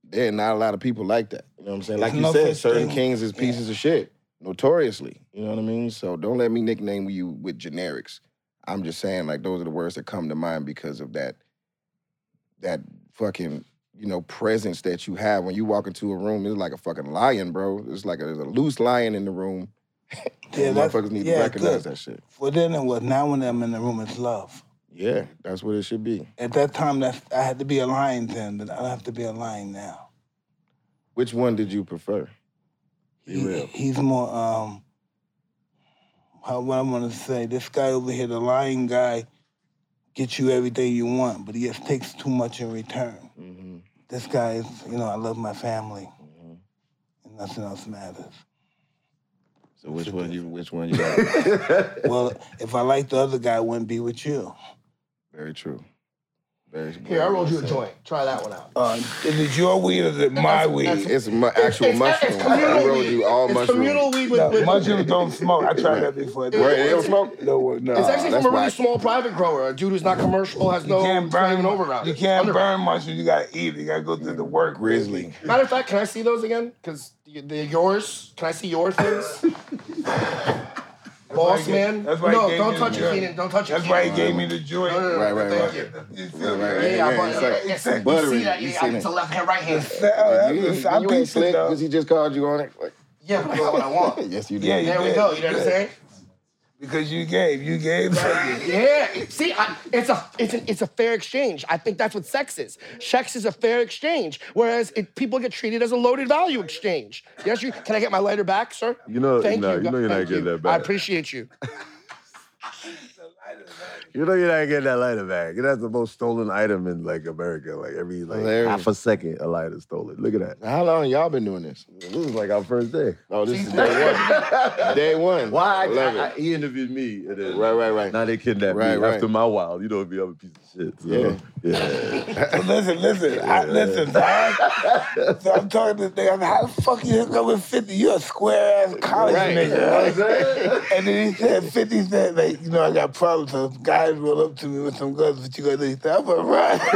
Speaker 5: there are not a lot of people like that. You know what I'm saying? Like
Speaker 2: There's
Speaker 5: you
Speaker 2: no
Speaker 5: said,
Speaker 2: such
Speaker 5: certain
Speaker 2: thing.
Speaker 5: kings is pieces of shit, notoriously. You know what I mean? So don't let me nickname you with generics. I'm just saying, like those are the words that come to mind because of that, that fucking you know presence that you have when you walk into a room. It's like a fucking lion, bro. It's like a, there's a loose lion in the room.
Speaker 2: Yeah,
Speaker 5: and
Speaker 2: that's-
Speaker 5: motherfuckers need
Speaker 2: yeah,
Speaker 5: to recognize
Speaker 2: good.
Speaker 5: that shit.
Speaker 2: Well, then it was. Now when I'm in the room, it's love.
Speaker 5: Yeah, that's what it should be.
Speaker 2: At that time, that's, I had to be a lion then, but I don't have to be a lion now.
Speaker 5: Which one did you prefer? Be
Speaker 2: He-
Speaker 5: real.
Speaker 2: He's more, um, how, what I want to say, this guy over here, the lion guy, gets you everything you want, but he just takes too much in return.
Speaker 5: Mm-hmm.
Speaker 2: This guy is, you know, I love my family, and nothing else matters.
Speaker 5: So which one you? Which one you? Got?
Speaker 2: well, if I liked the other guy, I wouldn't be with you.
Speaker 5: Very true. Very.
Speaker 4: Here, I rolled you a joint. Try that one out.
Speaker 2: Uh, is it your weed or is it my weed?
Speaker 5: It's mu- actual
Speaker 4: it's- it's
Speaker 5: mushroom.
Speaker 4: communal
Speaker 5: I rolled
Speaker 4: weed.
Speaker 5: you all
Speaker 4: it's
Speaker 5: mushroom.
Speaker 4: communal weed with,
Speaker 2: No,
Speaker 4: with-
Speaker 2: mushrooms don't smoke. I tried that before. It
Speaker 5: Right? They
Speaker 2: didn't
Speaker 5: don't
Speaker 2: work.
Speaker 5: smoke.
Speaker 2: No, work, no.
Speaker 4: It's actually from a
Speaker 5: that's
Speaker 4: really
Speaker 5: whack.
Speaker 4: small private grower, a dude who's not commercial, has no
Speaker 2: you can't
Speaker 4: it's not
Speaker 2: burn
Speaker 4: even overground.
Speaker 2: You
Speaker 4: It's
Speaker 2: can't
Speaker 4: underground.
Speaker 2: burn mushrooms. You gotta eat it. You gotta go through the work.
Speaker 5: Grizzly.
Speaker 4: Matter of fact, can I see those again? Because they're yours. Can I see your things? Boss
Speaker 2: I gave-
Speaker 4: man.
Speaker 2: that's why I
Speaker 4: no,
Speaker 2: gave
Speaker 4: don't
Speaker 2: you
Speaker 4: touch
Speaker 2: the
Speaker 4: it,
Speaker 2: joint.
Speaker 4: Keenan. Don't touch it.
Speaker 2: That's why he
Speaker 4: Keenan.
Speaker 2: gave me the joint.
Speaker 4: No, no, no,
Speaker 5: Right, right,
Speaker 4: thank
Speaker 5: right.
Speaker 4: you.
Speaker 2: You feel
Speaker 5: Right,
Speaker 2: me?
Speaker 5: right,
Speaker 4: Yeah,
Speaker 5: yeah,
Speaker 4: I bought-
Speaker 5: it's
Speaker 4: yeah,
Speaker 5: like
Speaker 4: it's-
Speaker 5: it's
Speaker 4: you
Speaker 5: buttery.
Speaker 4: see that?
Speaker 5: You
Speaker 4: Yeah,
Speaker 5: seen
Speaker 4: it's
Speaker 5: it.
Speaker 4: a left hand, right hand.
Speaker 2: Yeah,
Speaker 5: You,
Speaker 2: that's- I
Speaker 5: you ain't
Speaker 2: pieced it
Speaker 5: slick
Speaker 2: though.
Speaker 5: because he just called you on it. Like,
Speaker 4: Yeah, but I got what I want.
Speaker 5: yes, you did.
Speaker 2: Yeah, you
Speaker 4: There we
Speaker 2: did.
Speaker 4: go. You know what I'm saying?
Speaker 2: Because you gave, you gave. I gave.
Speaker 4: Yeah. See, I, it's a it's an, it's a fair exchange. I think that's what sex is. Sex is a fair exchange, whereas it, people get treated as a loaded value exchange. Yes, you. Can I get my lighter back, sir?
Speaker 3: You know-
Speaker 4: Thank
Speaker 3: no,
Speaker 4: you.
Speaker 3: you know you're not
Speaker 4: Thank
Speaker 3: getting that
Speaker 4: I
Speaker 3: back.
Speaker 4: appreciate you.
Speaker 3: You know you're not getting that lighter back. That's the most stolen item in like America. Like every like
Speaker 5: Hilarious.
Speaker 3: half a second, a lighter's stolen. Look at that.
Speaker 5: How long y'all been doing this?
Speaker 3: This is like our first day.
Speaker 5: Oh, this is day one. day one.
Speaker 3: Why? I,
Speaker 5: Love
Speaker 3: I-
Speaker 5: it.
Speaker 3: I- he interviewed me, and then
Speaker 5: Right, right, right.
Speaker 3: now they kidnapped me
Speaker 5: Right, right.
Speaker 3: after my wild. You know, be I'm a piece of shit. So,
Speaker 5: Yeah.
Speaker 3: yeah,
Speaker 2: So listen, listen, I, listen. So, I, so I'm talking to this nigga. I'm like, how the fuck you hook up with 50? You're a square ass college
Speaker 5: Right.
Speaker 2: nigga. right?
Speaker 3: yeah.
Speaker 2: And then he said, 50 said, like, you know, I got problems. So guys roll up to me with some guns, but you gonna do? He said, I'm gonna run.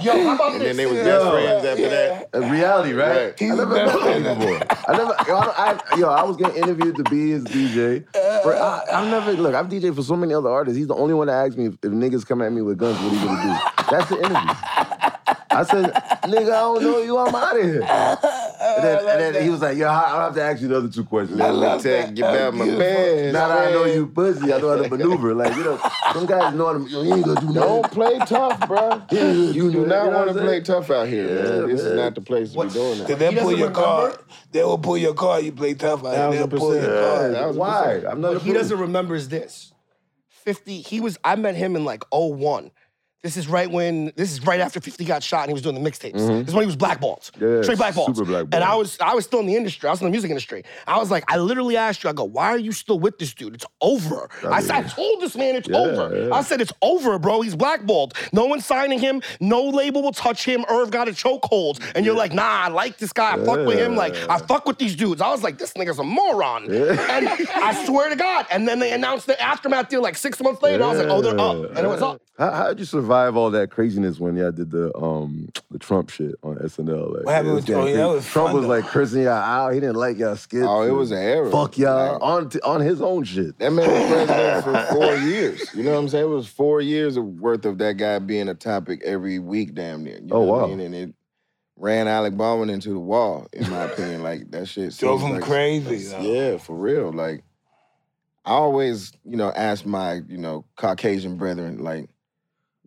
Speaker 4: Yo, how about
Speaker 5: And
Speaker 4: this?
Speaker 5: then they was best
Speaker 3: Yo.
Speaker 5: friends after that.
Speaker 3: A reality, right?
Speaker 5: Right.
Speaker 3: I never met him before. I never, yo, I, I, yo, I was getting interviewed to be his DJ. For, I, I've never, look, I've DJed for so many other artists. He's the only one that asked me if, if niggas come at me with guns, what are you gonna do? That's the interview. I said, nigga, I don't know you, I'm out of here. And then, and then he was like, yo, I- I'll have to ask you the other two questions.
Speaker 5: Let
Speaker 3: Now
Speaker 5: me take you back my pants.
Speaker 3: that I know you pussy, I know how to maneuver. Like, you know, some guys know how to, yo, you ain't gonna do nothing.
Speaker 5: Don't play tough, bro.
Speaker 3: You
Speaker 5: You
Speaker 3: know
Speaker 5: do not
Speaker 3: what
Speaker 5: want
Speaker 3: I'm
Speaker 5: to
Speaker 3: saying?
Speaker 5: play tough out here, man. This is
Speaker 3: man.
Speaker 5: not the place to be doing
Speaker 2: Cause
Speaker 5: it.
Speaker 2: they'll
Speaker 4: He doesn't
Speaker 2: pull your car.
Speaker 4: remember?
Speaker 2: They will pull your car. You play tough. Like, they'll
Speaker 5: Thousand
Speaker 2: pull your
Speaker 5: percent.
Speaker 2: car.
Speaker 5: That was a
Speaker 3: Why?
Speaker 5: percent.
Speaker 3: I'm not.
Speaker 4: What he doesn't remember is this. 50, he was, I met him in like 01. This is right when this is right after 50 got shot and he was doing the mixtapes. This is when he was blackballed.
Speaker 3: Mm-hmm. Yeah,
Speaker 4: Straight blackballed.
Speaker 3: super blackballed.
Speaker 4: And I was I was still in the industry. I was in the music industry. I was like, I literally asked you, I go, why are you still with this dude? It's over. I, said, I told this man it's over.
Speaker 3: yeah.
Speaker 4: I said it's over, bro. He's blackballed. No one's signing him. No label will touch him. Irv got a chokehold. And you're like, nah, I like this guy. I fuck with him. Like, I fuck with these dudes. I was like, this nigga's a moron. And I swear to God. And then they announced the aftermath deal like six months later. I was like, oh, they're up. And it was up.
Speaker 3: How how did you survive all that craziness when y'all did the um the Trump shit on SNL? Like,
Speaker 2: What happened
Speaker 3: it
Speaker 2: with- oh,
Speaker 3: getting
Speaker 2: yeah,
Speaker 3: crazy.
Speaker 2: that was
Speaker 3: Trump
Speaker 2: fun,
Speaker 3: was
Speaker 2: though.
Speaker 3: like cursing y'all out. He didn't like y'all skits.
Speaker 5: Oh, it was an error.
Speaker 3: Fuck y'all
Speaker 5: Like,
Speaker 3: on t- on his own shit.
Speaker 5: that man was president for four years. You know what I'm saying? It was four years of worth of that guy being a topic every week, damn near. You know
Speaker 3: Oh,
Speaker 5: what I
Speaker 3: wow.
Speaker 5: mean? And it ran Alec Baldwin into the wall, in my opinion. Like that shit.
Speaker 2: Drove
Speaker 5: seems
Speaker 2: him
Speaker 5: like-
Speaker 2: crazy. though.
Speaker 5: Yeah, for real. Like, I always, you know, ask my, you know, Caucasian brethren, like,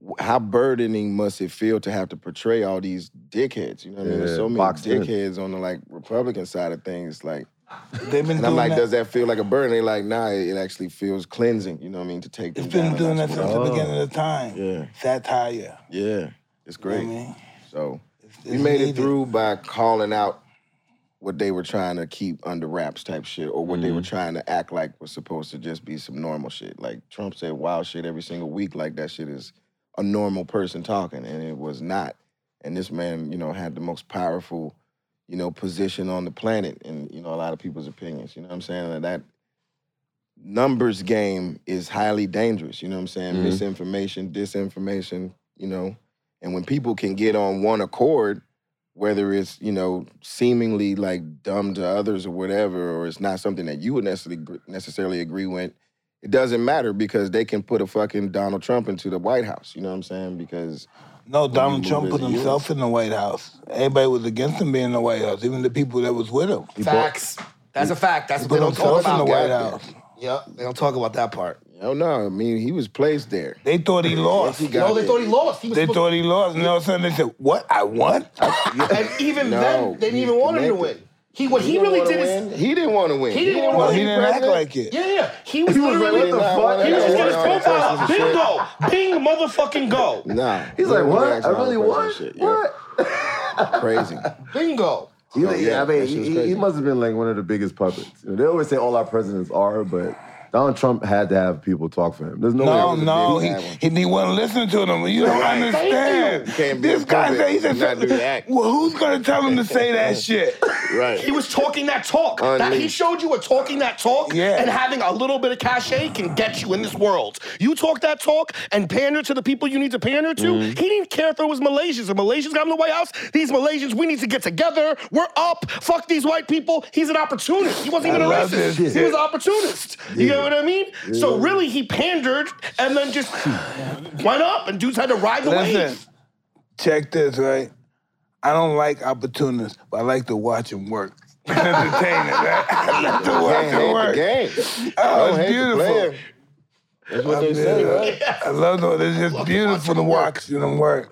Speaker 5: wh- how burdening must it feel to have to portray all these dickheads? You know what I mean? There's
Speaker 3: Yeah,
Speaker 5: so many
Speaker 3: boxed in.
Speaker 5: dickheads on the like Republican side of things. Like,
Speaker 2: They've been
Speaker 5: and
Speaker 2: doing
Speaker 5: I'm like,
Speaker 2: that.
Speaker 5: does that feel like a burden? They're like, nah, it actually feels cleansing. You know what I mean? To take them
Speaker 2: It's been
Speaker 5: down.
Speaker 2: doing that
Speaker 5: That's
Speaker 2: since
Speaker 5: what
Speaker 2: the beginning of time.
Speaker 5: Yeah.
Speaker 2: Satire.
Speaker 5: I- yeah, it's
Speaker 2: You know what
Speaker 5: great.
Speaker 2: I mean?
Speaker 5: So
Speaker 2: It's-
Speaker 5: we
Speaker 2: it's
Speaker 5: made it
Speaker 2: needed.
Speaker 5: through by calling out what they were trying to keep under wraps type shit or what they
Speaker 2: Mm-hmm.
Speaker 5: were trying to act like was supposed to just be some normal shit. Like Trump said wild shit every single week, like that shit is a normal person talking, and it was not. And this man, you know, had the most powerful, you know, position on the planet in, you know, a lot of people's opinions. You know what I'm saying? And that numbers game is highly dangerous. You know what I'm saying? Misinformation, disinformation, you know. And when people can get on one accord, whether it's, you know, seemingly like dumb to others or whatever, or it's not something that you would necessarily gr- necessarily agree with, it doesn't matter because they can put a fucking Donald Trump into the White House. You know what I'm saying? Because
Speaker 2: No, Donald
Speaker 5: you
Speaker 2: Trump
Speaker 5: move
Speaker 2: put
Speaker 5: as a
Speaker 2: himself in the White House. Everybody was against him being in the White House, even the people that was with him.
Speaker 4: Facts. That's a fact. That's what
Speaker 2: Put
Speaker 4: they don't talk
Speaker 2: himself in the
Speaker 4: about.
Speaker 2: White
Speaker 5: goddamn.
Speaker 2: House.
Speaker 4: Yeah, they don't talk about that part.
Speaker 5: I don't know. Oh, I mean, he was placed there.
Speaker 2: They thought he lost.
Speaker 5: He got
Speaker 4: No, they
Speaker 5: there.
Speaker 4: thought he lost. He was
Speaker 2: They
Speaker 4: supposed-
Speaker 2: thought he lost, and all of a sudden they said, "What? I won?
Speaker 4: and even
Speaker 5: No,
Speaker 4: then, they didn't
Speaker 5: he
Speaker 4: even want him to
Speaker 5: connected.
Speaker 4: win. He what he,
Speaker 5: didn't
Speaker 4: really
Speaker 5: wanna
Speaker 4: did
Speaker 5: win.
Speaker 4: is
Speaker 5: he didn't want to win.
Speaker 4: he didn't
Speaker 2: Well,
Speaker 4: want
Speaker 2: he
Speaker 4: to
Speaker 2: didn't act like it.
Speaker 4: Yeah, yeah. He was
Speaker 3: was like,
Speaker 4: literally the
Speaker 3: what the fuck?
Speaker 4: he was
Speaker 3: Yeah,
Speaker 4: on his
Speaker 3: yeah, yeah,
Speaker 4: profile. Bingo, bing, motherfucking go,
Speaker 5: Nah.
Speaker 3: He's like, what? I really
Speaker 5: won.
Speaker 3: what? What?
Speaker 5: Crazy.
Speaker 4: bingo.
Speaker 3: He,
Speaker 5: Oh, yeah,
Speaker 3: I mean,
Speaker 5: that shit was
Speaker 3: he, he
Speaker 5: crazy.
Speaker 3: must have been like one of the biggest puppets. You know, they always say all our presidents are, but Donald Trump had to have people talk for him. There's no,
Speaker 2: No,
Speaker 3: way. it was a
Speaker 2: no,
Speaker 5: big
Speaker 2: he,
Speaker 5: bad one.
Speaker 2: he, he wasn't listening to them. You don't
Speaker 5: Right.
Speaker 2: understand.
Speaker 5: You can't be
Speaker 2: this
Speaker 5: a
Speaker 2: guy
Speaker 5: puppet
Speaker 2: said he said,
Speaker 5: and not do the act.
Speaker 2: "Well, who's gonna tell him to say that shit?"
Speaker 5: Right.
Speaker 4: He was talking that talk. That he
Speaker 5: Unleashed.
Speaker 4: showed you what talking that talk
Speaker 2: Yeah.
Speaker 4: and having a little bit of cachet can get you in this world. You talk that talk and pander to the people you need to pander to. He didn't care if it was Malaysians. If Malaysians got in the White House, these Malaysians, we need to get together. We're up. Fuck these white people. He's an opportunist. He wasn't even a
Speaker 2: love
Speaker 4: racist.
Speaker 2: this
Speaker 4: He
Speaker 2: shit.
Speaker 4: was an opportunist. You know what I mean? So really, he pandered and then just went up, and dudes had to ride the
Speaker 2: Listen,
Speaker 4: wave.
Speaker 2: check this right. I don't like opportunists, but I like to watch them work. It's entertaining, right? I like to watch
Speaker 5: Can't
Speaker 2: them
Speaker 5: hate
Speaker 2: work.
Speaker 5: the game.
Speaker 2: Oh,
Speaker 5: Don't
Speaker 2: it's
Speaker 5: hate the
Speaker 2: beautiful.
Speaker 5: player. That's what they
Speaker 2: Yeah,
Speaker 5: say, right?
Speaker 2: I love those. It's just beautiful to watch them work.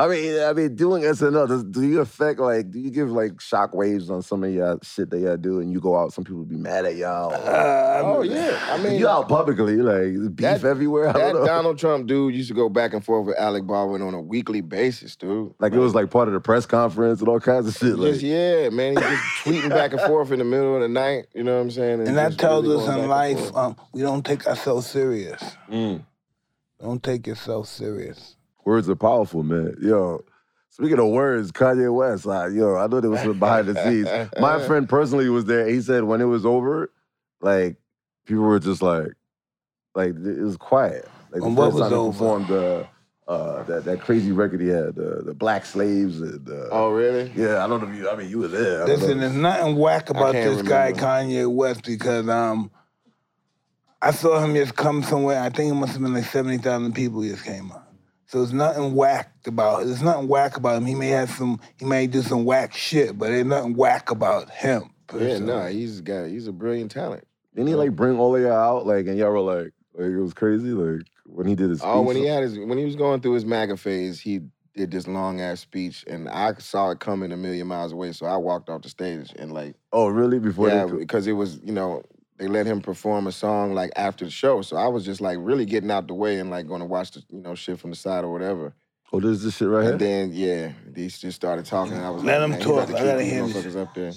Speaker 3: I mean, I mean, doing SNL, does, do you affect like, do you give like shock waves on some of y'all shit that y'all do, and you go out, some people be mad at y'all.
Speaker 5: Oh yeah. I mean,
Speaker 3: you out publicly, like there's beef
Speaker 5: That-
Speaker 3: everywhere. I
Speaker 5: that
Speaker 3: don't know.
Speaker 5: Donald Trump dude used to go back and forth with Alec Baldwin on a weekly basis, dude.
Speaker 3: like it was like part of the press conference and all kinds of shit. Like,
Speaker 5: Just yeah, man. He just tweeting back and forth in the middle of the night. You know what I'm saying?
Speaker 2: And that
Speaker 5: just
Speaker 2: tells
Speaker 5: really
Speaker 2: us
Speaker 5: going
Speaker 2: in
Speaker 5: back and
Speaker 2: life,
Speaker 5: forth.
Speaker 2: um, we don't take ourselves serious. Don't take yourself serious.
Speaker 3: Words are powerful, man. Yo, speaking of words, Kanye West, like, yo, I know there was some behind the scenes.
Speaker 5: Uh-huh.
Speaker 3: My friend personally was there. He said when it was over, like, people were just like, like it was quiet. Like
Speaker 2: When
Speaker 3: the
Speaker 2: what
Speaker 3: first
Speaker 2: was
Speaker 3: time
Speaker 2: over?
Speaker 3: he performed uh, uh, that that crazy record he had, uh, the Black Slaves. And, uh,
Speaker 5: Oh really?
Speaker 3: yeah, I don't know if you. I mean, you were there. I don't
Speaker 2: Listen,
Speaker 3: know.
Speaker 2: there's nothing whack about
Speaker 5: can't
Speaker 2: this guy
Speaker 5: remember.
Speaker 2: Kanye West because um, I saw him just come somewhere. I think it must have been like seventy thousand people he just came on. So there's nothing whacked about. There's nothing whack about him. He may have some. He may do some whack shit, but there's nothing whack about him.
Speaker 5: Yeah,
Speaker 2: personally.
Speaker 5: no, he's got he's a brilliant talent.
Speaker 3: Didn't he like bring all of y'all out? Like, and y'all were like, like it was crazy. Like when he did his.
Speaker 5: Oh,
Speaker 3: speech.
Speaker 5: when he had his when he was going through his MAGA phase, he did this long ass speech, and I saw it coming a million miles away. So I walked off the stage and like,
Speaker 3: Oh, really? Before
Speaker 5: yeah,
Speaker 3: they.
Speaker 5: because it was you know they let him perform a song like after the show. So I was just like really getting out the way and like going to watch the you know shit from the side or whatever.
Speaker 3: Oh, this is this shit right here.
Speaker 5: And then yeah, these just started talking. And I was
Speaker 2: Let
Speaker 5: like,
Speaker 2: him
Speaker 5: "Man, he about
Speaker 2: talk.
Speaker 5: to
Speaker 2: I
Speaker 5: keep
Speaker 2: gotta
Speaker 5: these
Speaker 2: hear this.
Speaker 5: motherfuckers up there.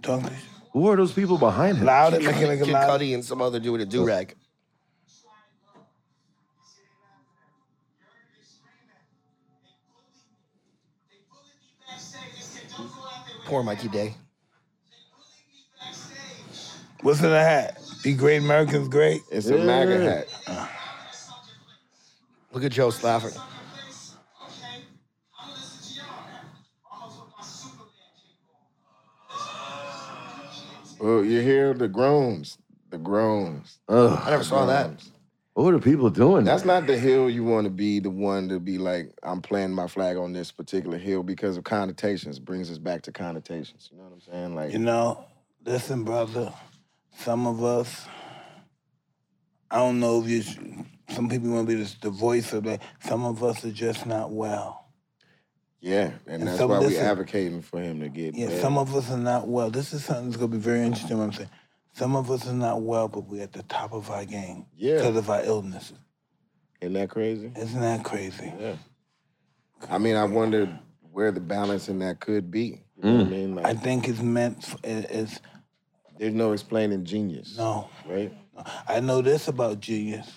Speaker 2: Talk to-
Speaker 3: Who are those people behind him?
Speaker 2: Loud it, make it like a
Speaker 4: Kid
Speaker 2: loud.
Speaker 4: Cudi and some other dude with a do rag. Poor Mikey Day.
Speaker 2: What's in the hat? Be great, Americans great.
Speaker 5: It's a MAGA
Speaker 3: Yeah.
Speaker 5: hat.
Speaker 4: Look at Joe Slafford.
Speaker 5: Oh, you hear the groans, the groans.
Speaker 3: Ugh.
Speaker 4: I never saw that.
Speaker 5: Groans.
Speaker 3: What are people doing?
Speaker 5: That's
Speaker 3: there?
Speaker 5: not the hill you want to be. The one to be like, I'm playing my flag on this particular hill because of connotations. Brings us back to connotations. You know what I'm saying? Like,
Speaker 2: You know, listen, brother. Some of us, I don't know if you. Should, some people want to be the, the voice of that. Some of us are just not well.
Speaker 5: yeah, and,
Speaker 2: And
Speaker 5: that's
Speaker 2: some-
Speaker 5: why we're
Speaker 2: listen.
Speaker 5: advocating for him to get.
Speaker 2: Yeah,
Speaker 5: better.
Speaker 2: some of us are not well. This is something that's gonna be very interesting. What I'm saying. Some of us are not well, but we're at the top of our game
Speaker 5: Yeah.
Speaker 2: because of our illnesses.
Speaker 5: Isn't that crazy?
Speaker 2: Isn't that crazy?
Speaker 5: Yeah. I mean, I wondered where the balance in that could be. You know what I mean? Like,
Speaker 2: I think it's meant. For, it, it's
Speaker 5: there's no explaining genius,
Speaker 2: no.
Speaker 5: right?
Speaker 2: I know this about genius.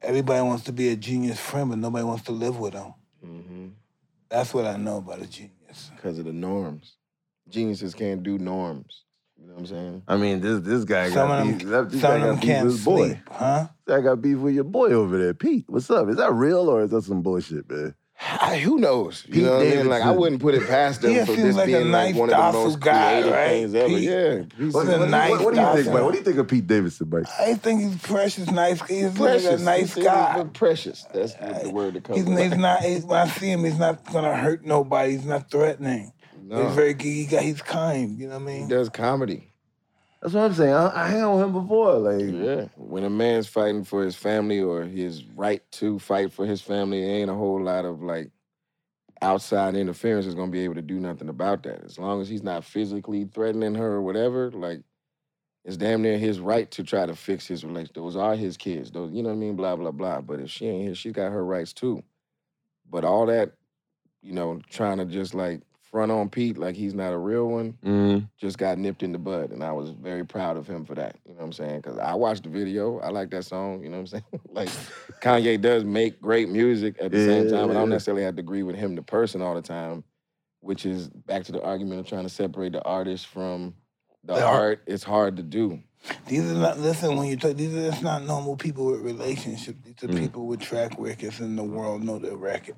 Speaker 2: Everybody wants to be a genius friend, but nobody wants to live with them. Mm-hmm. That's what I know about a genius.
Speaker 5: Because of the norms. Geniuses can't do norms. You know what I'm saying?
Speaker 3: I mean, this this guy
Speaker 2: Some
Speaker 3: got
Speaker 2: of
Speaker 3: beef.
Speaker 2: them,
Speaker 3: That, this
Speaker 2: some
Speaker 3: guy
Speaker 2: of
Speaker 3: got
Speaker 2: them
Speaker 3: beef
Speaker 2: can't
Speaker 3: with his boy.
Speaker 2: sleep, huh?
Speaker 3: I got beef with your boy over there, Pete. What's up? Is that real or is that some bullshit, man?
Speaker 5: I, who knows? You
Speaker 3: Pete
Speaker 5: know what I mean?
Speaker 3: Davidson.
Speaker 5: Like, I wouldn't put it past them
Speaker 2: He
Speaker 5: for
Speaker 2: seems
Speaker 5: this
Speaker 2: like a
Speaker 5: being like
Speaker 2: nice,
Speaker 5: one of the
Speaker 2: docile
Speaker 5: most
Speaker 2: guy,
Speaker 5: creative
Speaker 2: right?
Speaker 5: things ever.
Speaker 2: Pete-
Speaker 5: Yeah. He's
Speaker 2: What- a nice
Speaker 3: what, what do you think,
Speaker 2: guy.
Speaker 3: Mike? What do you think of Pete Davidson, Mike?
Speaker 2: I think he's precious, nice. He's like a nice
Speaker 5: He's
Speaker 2: guy.
Speaker 5: Precious. That's the- the word that comes
Speaker 2: He's,
Speaker 5: up.
Speaker 2: he's not. He's, when I see him, he's not gonna hurt nobody. He's not threatening.
Speaker 5: No.
Speaker 2: He's very. He got. He's kind. You know what I
Speaker 5: He
Speaker 2: mean?
Speaker 5: does comedy.
Speaker 3: That's what I'm saying. I, I hang out with him before. Like,
Speaker 5: Yeah. When a man's fighting for his family or his right to fight for his family, there ain't a whole lot of like outside interference is gonna be able to do nothing about that. As long as he's not physically threatening her or whatever, like it's damn near his right to try to fix his relationship. Those are his kids. Those, you know what I mean? Blah, blah, blah. But if she ain't here, she got her rights too. But all that, you know, trying to just like front on Pete like he's not a real one
Speaker 3: mm,
Speaker 5: just got nipped in the bud, and I was very proud of him for that. You know what I'm saying? Because I watched the video, I like that song. You know what I'm saying? like Kanye does make great music at the same time, and I
Speaker 3: Yeah.
Speaker 5: don't necessarily have to agree with him the person all the time, which is back to the argument of trying to separate the artist from the,
Speaker 4: The art.
Speaker 5: art. It's hard to do.
Speaker 2: These are not. Listen, when you talk, these are just not normal people with relationships. These are people with track records, and the world know their record.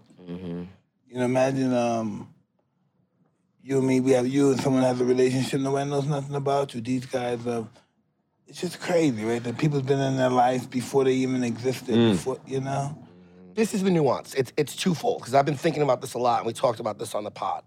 Speaker 2: You know, imagine um, you and me, we have you and someone has a relationship, nobody knows nothing about you. These guys are, it's just crazy, right? That people's been in their lives before they even existed, before, you know?
Speaker 4: This is the nuance. It's it's twofold because I've been thinking about this a lot, and we talked about this on the pod.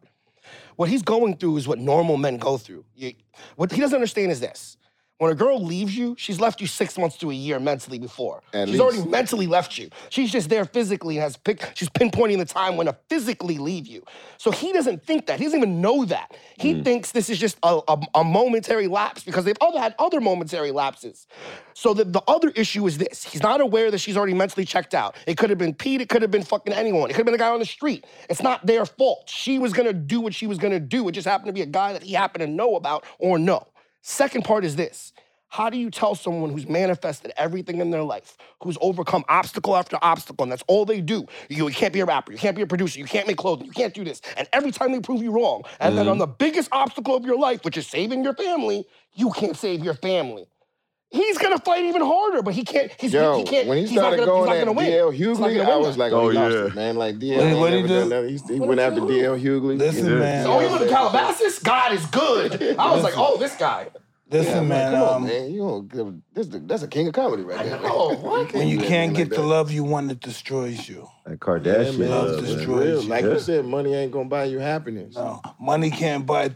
Speaker 4: What he's going through is what normal men go through. You- what he doesn't understand is this: when a girl leaves you, she's left you six months to a year mentally before.
Speaker 5: At
Speaker 4: she's
Speaker 5: least.
Speaker 4: already mentally left you. She's just there physically and has pick, she's pinpointing the time when to physically leave you. So he doesn't think that. He doesn't even know that. He thinks this is just a, a, a momentary lapse because they've all had other momentary lapses. So the, the other issue is this. He's not aware that she's already mentally checked out. It could have been Pete, it could have been fucking anyone. It could have been a guy on the street. It's not their fault. She was gonna do what she was gonna do. It just happened to be a guy that he happened to know about or know. Second part is this. How do you tell someone who's manifested everything in their life, who's overcome obstacle after obstacle, and that's all they do? You, you can't be a rapper, you can't be a producer, you can't make clothing, you can't do this. And every time they prove you wrong, and then
Speaker 5: Mm-hmm.
Speaker 4: on the biggest obstacle of your life, which is saving your family, you can't save your family. He's gonna fight even harder, but he can't. He's,
Speaker 5: Yo,
Speaker 4: he can't.
Speaker 5: when he
Speaker 4: he's not
Speaker 5: started
Speaker 4: gonna,
Speaker 5: going
Speaker 4: he's not
Speaker 5: at
Speaker 4: gonna win.
Speaker 5: DL
Speaker 4: He's not
Speaker 5: Hughley,
Speaker 4: gonna
Speaker 5: I
Speaker 4: win
Speaker 5: was
Speaker 4: that.
Speaker 5: like, oh,
Speaker 3: Oh,
Speaker 5: he lost
Speaker 3: yeah.
Speaker 5: it, man. Like, DL
Speaker 2: What-
Speaker 5: ain't
Speaker 2: what'd he
Speaker 5: never done
Speaker 2: do?
Speaker 5: nothing. He, he went after DL Hughley.
Speaker 2: Listen,
Speaker 5: Yeah.
Speaker 2: man.
Speaker 4: Oh, you live in Calabasas? God is good. I was like, oh, this guy.
Speaker 2: Listen,
Speaker 5: Yeah, I'm like,
Speaker 2: man,
Speaker 5: come on,
Speaker 2: um,
Speaker 5: man. You don't give, this, the- that's a king of comedy right there.
Speaker 4: know, what?
Speaker 5: can't
Speaker 2: when you
Speaker 5: do that
Speaker 2: can't
Speaker 5: like
Speaker 2: get the
Speaker 5: that.
Speaker 2: love you want, it destroys you.
Speaker 3: that Kardashian.
Speaker 5: Mm. man,
Speaker 2: Love
Speaker 3: uh,
Speaker 5: it's
Speaker 2: destroys
Speaker 5: real.
Speaker 2: you.
Speaker 5: Like
Speaker 3: Yeah.
Speaker 5: you said, money ain't gonna buy you happiness.
Speaker 2: No, money can't buy,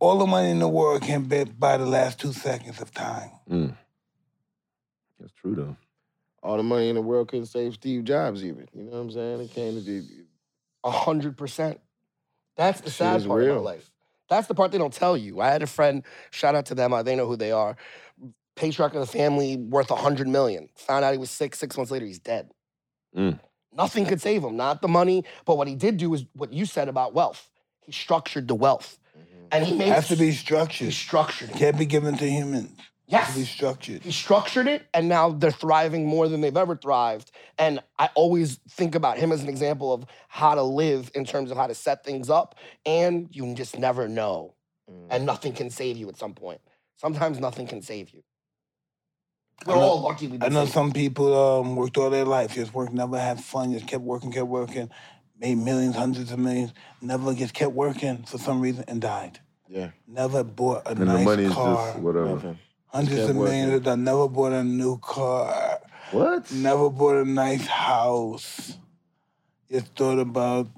Speaker 2: all the money in the world can't be- buy the last two seconds of time.
Speaker 3: That's true though.
Speaker 5: All the money in the world couldn't save Steve Jobs, even. You know what I'm saying? It came to the
Speaker 4: A hundred percent. That's the
Speaker 5: Shit
Speaker 4: sad
Speaker 5: is
Speaker 4: part of my
Speaker 5: real.
Speaker 4: life. That's the part they don't tell you. I had a friend, shout out to them, uh, they know who they are. patriarch of the family worth a hundred million. Found out he was sick six months later, he's dead.
Speaker 3: Mm.
Speaker 4: Nothing could save him, not the money. But what he did do is what you said about wealth. He structured the wealth. And he made
Speaker 2: Mm-hmm. Has to be
Speaker 4: he
Speaker 2: structured.
Speaker 4: structured it.
Speaker 2: Can't be given to humans. Has to be
Speaker 4: Yes.
Speaker 2: structured.
Speaker 4: He structured it and now they're thriving more than they've ever thrived. And I always think about him as an example of how to live in terms of how to set things up. And you just never know.
Speaker 5: mm,
Speaker 2: Mm-hmm.
Speaker 4: And nothing can save you at some point. Sometimes nothing can save you. We're
Speaker 2: I know-
Speaker 4: all lucky we
Speaker 2: I
Speaker 4: did
Speaker 2: know some people um, worked all their life, just worked, never had fun, just kept working, kept working, made millions, hundreds of millions, never just kept working for some reason and died.
Speaker 5: Yeah.
Speaker 2: Never bought a
Speaker 3: And
Speaker 2: nice
Speaker 3: the money's
Speaker 2: car.
Speaker 3: just whatever.
Speaker 5: Nothing.
Speaker 2: hundreds
Speaker 5: kept
Speaker 2: of millions
Speaker 5: working.
Speaker 2: of dollars. Never bought a new car.
Speaker 3: What?
Speaker 2: Never bought a nice house. Just thought about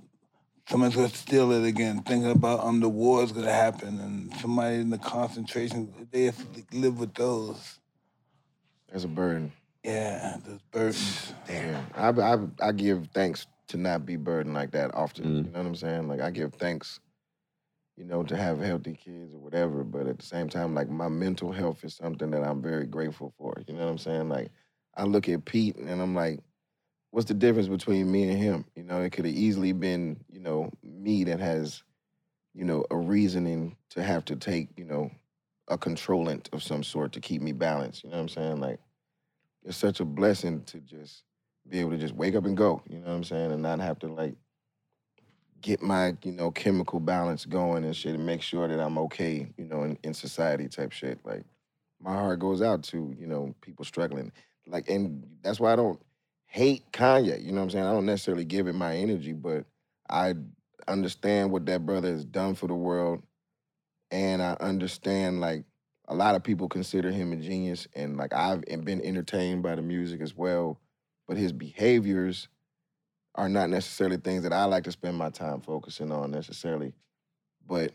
Speaker 2: someone's gonna steal it again. Thinking about um the war's gonna happen and somebody in the concentration they have to live with those.
Speaker 5: That's a burden.
Speaker 2: Yeah, those burdens.
Speaker 5: Yeah. I, I I give thanks to not be burdened like that often. You know what I'm saying? Like I give thanks, you know, to have healthy kids or whatever. But at the same time, like my mental health is something that I'm very grateful for. You know what I'm saying? Like I look at Pete and I'm like, what's the difference between me and him? You know, it could have easily been, you know, me that has, you know, a reasoning to have to take, you know, a controllant of some sort to keep me balanced. You know what I'm saying? Like it's such a blessing to just be able to just wake up and go, you know what I'm saying? And not have to like get my, you know, chemical balance going and shit and make sure that I'm okay, you know, in, in society type shit. Like my heart goes out to, you know, people struggling. Like and that's why I don't hate Kanye, you know what I'm saying? I don't necessarily give it my energy, but I understand what that brother has done for the world and I understand like a lot of people consider him a genius and like I've been entertained by the music as well, but his behaviors are not necessarily things that I like to spend my time focusing on necessarily. But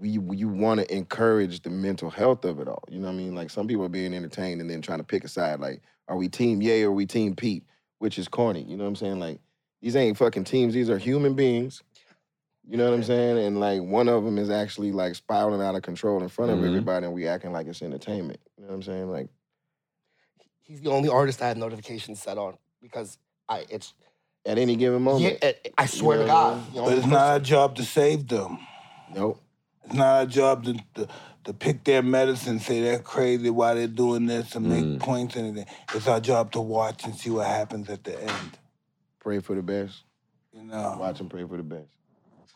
Speaker 5: we we- you want to encourage the mental health of it all. You know what I mean? Like some people are being entertained and then trying to pick a side. Like, are we team Yay or are we team Pete? Which is corny. You know what I'm saying? Like these ain't fucking teams. These are human beings. You know what I'm saying? And like one of them is actually like spiraling out of control in front of
Speaker 3: Mhm.
Speaker 5: everybody, and we acting like it's entertainment. You know what I'm saying? Like
Speaker 4: He's the only artist I had notifications set on because I it's
Speaker 5: at any given
Speaker 4: yeah,
Speaker 5: moment.
Speaker 4: I- I swear to
Speaker 5: know,
Speaker 4: God. the
Speaker 2: But
Speaker 4: only
Speaker 2: it's
Speaker 4: person-
Speaker 2: not our job to save them.
Speaker 5: Nope.
Speaker 2: It's not our job to, to, to pick their medicine, say they're crazy, why they're doing this, and make
Speaker 3: Mm.
Speaker 2: points and anything. It's our job to watch and see what happens at the end.
Speaker 5: Pray for the best.
Speaker 2: You know,
Speaker 5: Watch and pray for the best.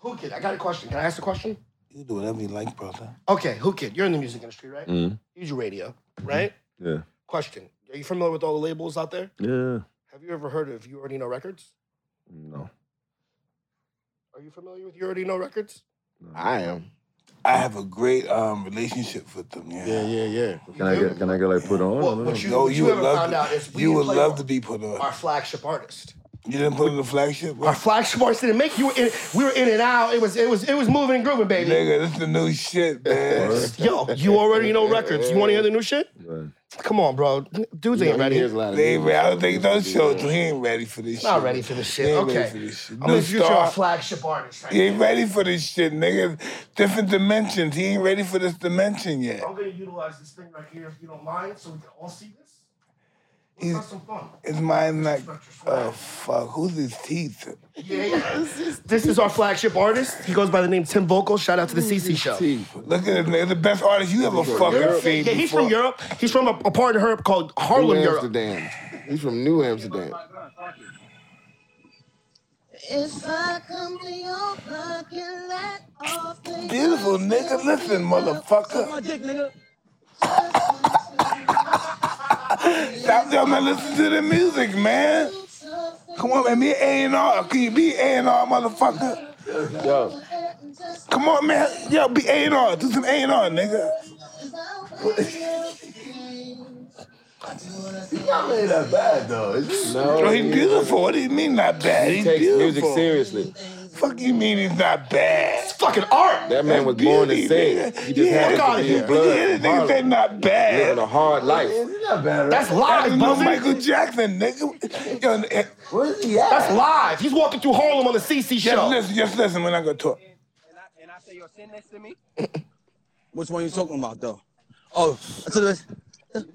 Speaker 4: Who kid? I got a question. Can I ask a question?
Speaker 2: you do whatever you like, brother.
Speaker 4: Okay, who kid? You're in the music industry, right?
Speaker 2: Mm-hmm.
Speaker 3: Mm.
Speaker 4: You do radio, right?
Speaker 3: Yeah.
Speaker 4: Question: Are you familiar with all the labels out there?
Speaker 3: Yeah.
Speaker 4: Have you ever heard of You Already Know Records?
Speaker 3: No.
Speaker 4: Are you familiar with You Already Know Records?
Speaker 5: I am.
Speaker 2: I have a great um, relationship with them. Yeah.
Speaker 5: Yeah, yeah, yeah.
Speaker 3: Can I get can I get like put on?
Speaker 4: Well,
Speaker 3: or no?
Speaker 4: what you,
Speaker 2: No,
Speaker 4: what
Speaker 2: you
Speaker 4: you,
Speaker 2: would
Speaker 4: haven't
Speaker 2: love
Speaker 4: found
Speaker 2: to-
Speaker 4: out is we
Speaker 2: You
Speaker 4: didn't
Speaker 2: would
Speaker 4: play
Speaker 2: love
Speaker 4: our-
Speaker 2: to be put on.
Speaker 4: our flagship artist.
Speaker 2: You didn't put in the flagship?
Speaker 4: Our flagship artist didn't make it. you. Were in, we were in and out. It was it was it was moving and grooving, baby.
Speaker 2: Nigga, this is the new shit, man.
Speaker 4: Yo, you already know records. You want to hear the new shit?
Speaker 3: Right.
Speaker 4: Come on, bro. Dudes
Speaker 5: You know,
Speaker 4: ain't
Speaker 5: he
Speaker 4: ready.
Speaker 5: hears a lot of
Speaker 2: they ain't
Speaker 5: music.
Speaker 2: ready. I don't think those children, he ain't ready for this shit.
Speaker 4: Not ready for this shit.
Speaker 2: They ain't ready for
Speaker 4: Okay,
Speaker 2: this shit.
Speaker 4: I'm
Speaker 2: New
Speaker 4: gonna future
Speaker 2: star.
Speaker 4: our flagship artist. Right
Speaker 2: He ain't ready for this shit, nigga. Different dimensions. He ain't ready for this dimension yet.
Speaker 4: I'm gonna utilize this thing right here if you don't mind, so we can all see this.
Speaker 2: He's,
Speaker 4: Have some fun.
Speaker 2: his mind like, oh fuck, who's his teeth?
Speaker 4: Yeah, yeah. This is our flagship artist. He goes by the name Tim Vocal. Shout out to the CC Show.
Speaker 2: Look at him, nigga. The best artist you ever fucking
Speaker 5: Europe?
Speaker 2: seen.
Speaker 4: Yeah, he's
Speaker 2: before.
Speaker 4: from Europe. He's from a, a part of Europe called
Speaker 5: New
Speaker 4: Harlem, Europe.
Speaker 5: Amsterdam. He's from New Amsterdam.
Speaker 6: If I come to your fucking lot, all things
Speaker 2: Beautiful, nigga. Listen, motherfucker. Stop telling me to listen to the music, man. Come on, man. Be an A&R. Can you be A&R, motherfucker?
Speaker 5: Yo,
Speaker 2: Come on, man. Yo, be A&R. Do some A&R, nigga.
Speaker 6: Y'all ain't that bad though.
Speaker 2: Yo,
Speaker 5: no.
Speaker 2: he's beautiful. What do you mean not bad?
Speaker 5: He
Speaker 2: He's
Speaker 5: takes
Speaker 2: beautiful.
Speaker 5: music seriously.
Speaker 2: Fuck you mean he's not bad?
Speaker 4: It's fucking art.
Speaker 5: That man was born to sing. He just had
Speaker 4: Fuck
Speaker 5: it
Speaker 4: outta
Speaker 5: to be
Speaker 4: here.
Speaker 5: in
Speaker 2: Yeah,
Speaker 5: blood.
Speaker 2: the nigga say
Speaker 5: Harlem.
Speaker 2: not bad.
Speaker 5: Living a hard life.
Speaker 6: It's not bad, right?
Speaker 4: That's
Speaker 2: That's
Speaker 4: live,
Speaker 2: no
Speaker 4: brother.
Speaker 2: Michael Jackson, nigga. Yo, eh,
Speaker 6: Where is he at?
Speaker 4: That's live. He's walking through Harlem on the CC
Speaker 2: just
Speaker 4: Show.
Speaker 2: listen, just listen. We're not gonna talk.
Speaker 7: Which one you talking about though?
Speaker 2: Oh, so this-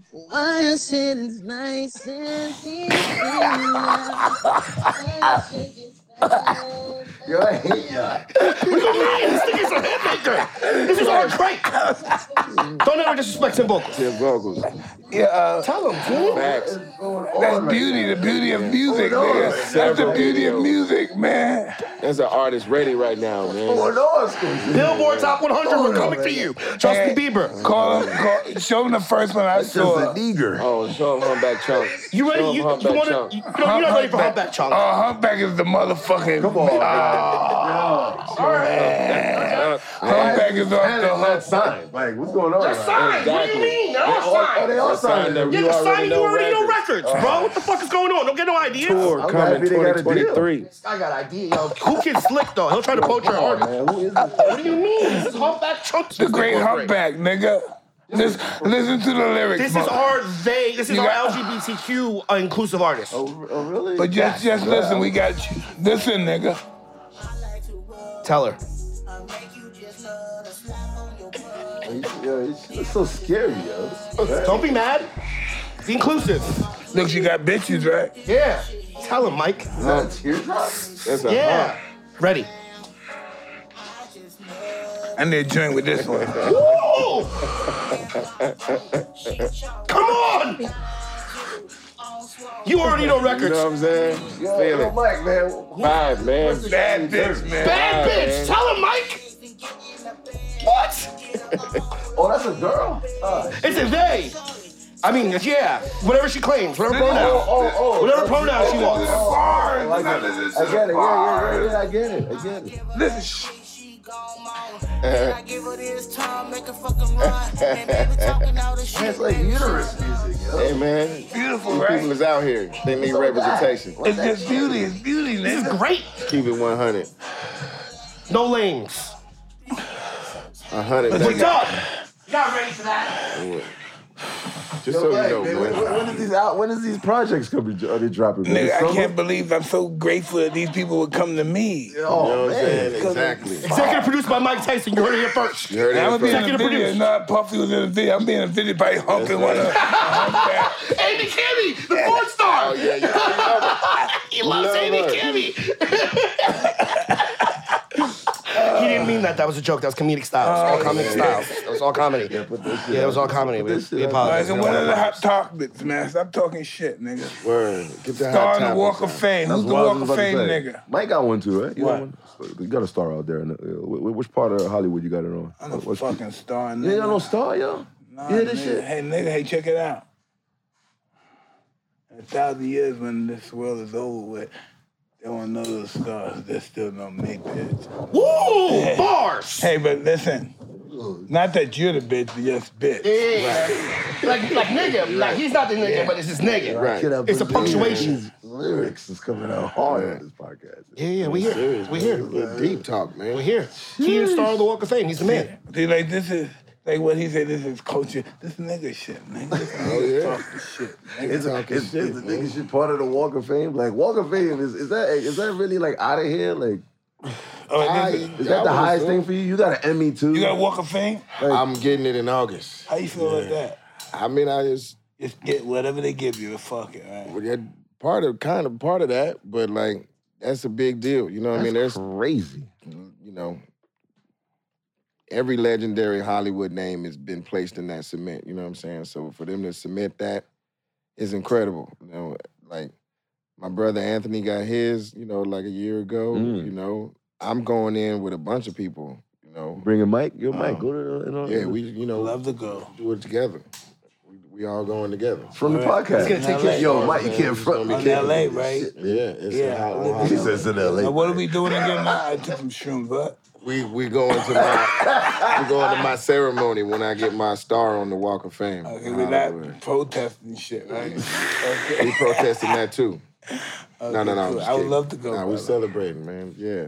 Speaker 6: Why your shit is nice and easy now. Why your shit is nice
Speaker 3: Yo, I hate y'all.
Speaker 4: this thing is a hitmaker. This is our Drake. Don't ever disrespect Tim Vocals.
Speaker 3: Tim vocals.
Speaker 2: yeah, uh,
Speaker 4: Tell him, dude.
Speaker 3: Facts.
Speaker 2: that's beauty, the beauty of music, man. That's the
Speaker 3: Several
Speaker 2: beauty of
Speaker 3: videos.
Speaker 2: music, man.
Speaker 3: That's an artist ready right now, man.
Speaker 2: Going on, Scoop?
Speaker 4: Billboard Top 100, we're
Speaker 2: on,
Speaker 4: coming for you. Justin Bieber.
Speaker 2: Call him, call, show him the first one I saw.
Speaker 5: Eager.
Speaker 3: Oh, show him Humpback Chunk.
Speaker 4: You ready?
Speaker 3: Show
Speaker 4: You,
Speaker 3: him
Speaker 4: you
Speaker 3: Humpback
Speaker 4: want
Speaker 3: Chunk.
Speaker 4: to? You, no, you're not ready for Humpback Chunk.
Speaker 2: Oh, Humpback is the motherfucking. Come on.
Speaker 3: Uh,
Speaker 2: Humpback is off the hook.
Speaker 3: signed. Like, what's going on?
Speaker 4: They're signed. What do you mean? They're all signed.
Speaker 3: Oh, they all signed. them.
Speaker 4: Yeah,
Speaker 3: You
Speaker 4: the signing you
Speaker 3: know
Speaker 4: already know
Speaker 3: records.
Speaker 4: records, bro. What the fuck is going on? Don't get no ideas.
Speaker 3: I'm
Speaker 5: Tour coming
Speaker 3: happy they got a deal.
Speaker 5: 2023.
Speaker 4: I got idea, yo. Who can slick though? He'll try to poach your heart. What do you mean? This is Humpback Chunk.
Speaker 2: The great Humpback, nigga. Listen, listen to the lyrics.
Speaker 4: This is
Speaker 2: mother-
Speaker 4: our they. This is
Speaker 2: You
Speaker 4: our
Speaker 2: got-
Speaker 4: LGBTQ uh, inclusive artist.
Speaker 3: Oh, really?
Speaker 2: But just, just listen. We got you. Listen, nigga.
Speaker 4: Tell her.
Speaker 3: Yo, it's, it's so scary, yo.
Speaker 4: Don't be mad. Be inclusive.
Speaker 2: Look, you got bitches, right?
Speaker 4: Yeah. Tell him, Mike.
Speaker 3: Is that a teardrop? That's a
Speaker 4: Yeah.
Speaker 3: hump.
Speaker 4: Ready.
Speaker 2: I need a joint with this one.
Speaker 4: Woo! Come on! You already know
Speaker 3: You know
Speaker 4: records.
Speaker 3: what I'm saying? Feel it.
Speaker 5: Mike, man.
Speaker 3: Vibe, man.
Speaker 2: Bad bitch, man.
Speaker 4: Bad
Speaker 3: Nah,
Speaker 4: bitch.
Speaker 3: man.
Speaker 4: Tell him, Mike. What?
Speaker 3: Oh, that's a girl? Uh,
Speaker 4: It's a they. I mean, yeah. Whatever she claims. Whatever
Speaker 3: oh,
Speaker 4: pronoun.
Speaker 3: oh, oh.
Speaker 4: Whatever pronoun she wants.
Speaker 2: Bars.
Speaker 3: I get it. I get it. Yeah, yeah, yeah, yeah. I get it. I get it.
Speaker 2: Listen, shh.
Speaker 8: She gone wild. And I give her this time, make her fucking run. And baby talking all the shit.
Speaker 3: It's like uterus music, yo.
Speaker 5: Hey, man.
Speaker 2: beautiful,
Speaker 5: These people
Speaker 2: right?
Speaker 5: is out here. They need representation.
Speaker 2: It's just beauty. It's beauty,
Speaker 4: This is
Speaker 2: nigga.
Speaker 4: great.
Speaker 5: Keep it 100.
Speaker 4: No lanes.
Speaker 5: 100.
Speaker 4: We're
Speaker 5: baby.
Speaker 4: done. Not ready for that.
Speaker 5: Just so you
Speaker 3: Right,
Speaker 5: know,
Speaker 3: man. When,
Speaker 5: man.
Speaker 3: when is these out? When is these projects coming? Are they dropping? man?
Speaker 2: Nigga, I
Speaker 3: Summer?
Speaker 2: can't believe I'm so grateful that these people would come to me.
Speaker 5: you know
Speaker 3: Oh
Speaker 5: what I'm
Speaker 3: man.
Speaker 5: saying? Exactly.
Speaker 4: Executive produced by Mike Tyson. You heard it here first.
Speaker 5: You heard
Speaker 2: And I'm gonna
Speaker 5: it
Speaker 2: be
Speaker 5: here
Speaker 2: in a
Speaker 4: Executive
Speaker 2: video.
Speaker 4: producer.
Speaker 2: Not Puffy was in a video. I'm being in a video by humping one of
Speaker 4: Amy Kimmy, the porn star.
Speaker 5: Oh, yeah, yeah.
Speaker 4: He loves
Speaker 5: Love
Speaker 4: Amy
Speaker 5: her.
Speaker 4: Kimmy. he didn't mean that. That was a joke. That was comedic style. It
Speaker 5: Oh,
Speaker 4: was all comedic style. It was all comedy. Yeah,
Speaker 3: put this shit
Speaker 4: it
Speaker 3: out.
Speaker 4: was all comedy. We,
Speaker 3: this shit
Speaker 4: we
Speaker 3: out.
Speaker 4: apologize.
Speaker 2: Guys, and one of the hot topics, man. Stop talking shit, nigga.
Speaker 5: Word. Get
Speaker 2: Star
Speaker 5: the hot
Speaker 2: on the
Speaker 5: topic,
Speaker 2: Walk
Speaker 5: man.
Speaker 2: of Fame.
Speaker 3: That's
Speaker 2: Who's the
Speaker 3: what I was
Speaker 2: Walk
Speaker 3: just
Speaker 2: of
Speaker 3: about to
Speaker 2: Fame,
Speaker 3: say.
Speaker 2: nigga?
Speaker 3: Mike got one too, right? You
Speaker 2: What?
Speaker 3: got one? You got a star out there. in the- uh, wh- Which part of Hollywood you got it on?
Speaker 2: I'm a
Speaker 3: What's-
Speaker 2: fucking star,
Speaker 3: You ain't got no
Speaker 2: nigga.
Speaker 3: star, yo.
Speaker 2: Nah,
Speaker 3: you hear this
Speaker 2: nigga.
Speaker 3: shit?
Speaker 2: Hey, nigga, hey, check it out. In a thousand years when this world is over with, there won't know those stars that still don't make it.
Speaker 4: Woo! Bars!
Speaker 2: Hey, but listen. Not that you're the bitch, but just bitch.
Speaker 4: Like, like nigga. Like, he's not the nigga, but it's his nigga.
Speaker 5: Right.
Speaker 3: Kid, I
Speaker 4: It's a
Speaker 3: believe
Speaker 4: punctuation.
Speaker 3: these Lyrics is coming out hard in this podcast.
Speaker 4: Yeah, yeah, we here.
Speaker 5: Serious,
Speaker 4: We
Speaker 5: man.
Speaker 4: here.
Speaker 5: Little Deep talk, man.
Speaker 4: We here. He is star of the Walk of Fame. He's the man.
Speaker 2: See, like this is like what he said. This is culture. This nigga shit, man. This nigga
Speaker 5: yeah.
Speaker 2: talking shit.
Speaker 3: It's,
Speaker 2: Nigga.
Speaker 3: it's, it's the nigga shit part of the Walk of Fame. Like Walk of Fame is is that is that really like out of here? Like
Speaker 2: Oh,
Speaker 5: I-
Speaker 2: this is,
Speaker 3: is that
Speaker 5: I
Speaker 3: the
Speaker 5: would
Speaker 3: highest
Speaker 5: assume-
Speaker 3: thing for you? You got an Emmy too.
Speaker 2: you got Walk of Fame?
Speaker 5: I'm getting it in August.
Speaker 2: How you feel about that?
Speaker 5: I mean, I just
Speaker 2: Just get whatever they give you. Fuck it, right?
Speaker 5: well, that part of kind of part of that, but like that's a big deal. You know what I mean? There's
Speaker 3: crazy.
Speaker 5: you know every legendary Hollywood name has been placed in that cement. You know what I'm saying? So for them to submit that is incredible. You know, like my brother Anthony got his. You know, like a year ago.
Speaker 3: Mm.
Speaker 5: You know, I'm going in with a bunch of people. You know,
Speaker 3: Bring a mic. Your mic. Go to the, you know,
Speaker 5: yeah, we you know
Speaker 2: Love to go.
Speaker 5: do it together. We, we all going together.
Speaker 3: from the
Speaker 2: Alright.
Speaker 3: podcast.
Speaker 4: It's gonna take you-
Speaker 3: Yo, Mike, you
Speaker 5: Man,
Speaker 3: can't
Speaker 5: it's
Speaker 3: front me.
Speaker 5: gonna
Speaker 2: I'm
Speaker 5: be
Speaker 2: in
Speaker 5: kicking.
Speaker 2: LA, right?
Speaker 5: Yeah, it's
Speaker 2: Yeah,
Speaker 5: yeah,
Speaker 2: I live in
Speaker 5: how,
Speaker 2: LA.
Speaker 3: He says in LA.
Speaker 2: Now, what are we doing again? Now? I took some shrooms, but
Speaker 5: we we going to my we going to my ceremony when I get my star on the Walk of Fame.
Speaker 2: okay,
Speaker 5: in
Speaker 2: we're
Speaker 5: Hollywood.
Speaker 2: not protesting shit, right?
Speaker 5: We
Speaker 2: Okay.
Speaker 5: protesting that too. no, no, no. I'm
Speaker 2: cool.
Speaker 5: just
Speaker 2: I would
Speaker 5: kidding.
Speaker 2: love to go,
Speaker 5: Nah, we're
Speaker 2: brother.
Speaker 5: celebrating, man. Yeah,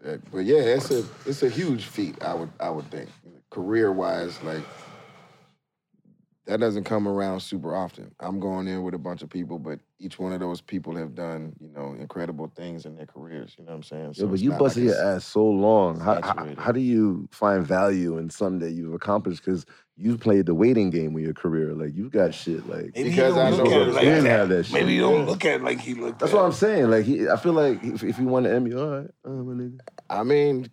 Speaker 5: That- but yeah, it's a it's a huge feat. I would I would think career wise, like that doesn't come around super often. I'm going in with a bunch of people, but each one of those people have done, you know, incredible things in their careers. You know what I'm saying?
Speaker 3: Yeah, but
Speaker 5: it's
Speaker 3: you
Speaker 5: not
Speaker 3: busted
Speaker 5: like
Speaker 3: your
Speaker 5: it's-
Speaker 3: ass so long. How, how,
Speaker 5: saturated.
Speaker 3: how do you find value in something that you've accomplished? Because you've played the waiting game with your career. Like you've got shit. Like
Speaker 2: Maybe
Speaker 5: Because
Speaker 2: he don't
Speaker 5: I
Speaker 2: look
Speaker 5: know
Speaker 2: at it
Speaker 5: those
Speaker 2: like
Speaker 3: men
Speaker 2: that.
Speaker 3: have that shit.
Speaker 2: Maybe you don't look at it like he looked
Speaker 3: that's
Speaker 2: at
Speaker 3: what
Speaker 2: it.
Speaker 3: I'm saying. Like he, I feel like if, if you won an Emmy, all right, uh, my nigga.
Speaker 5: I mean,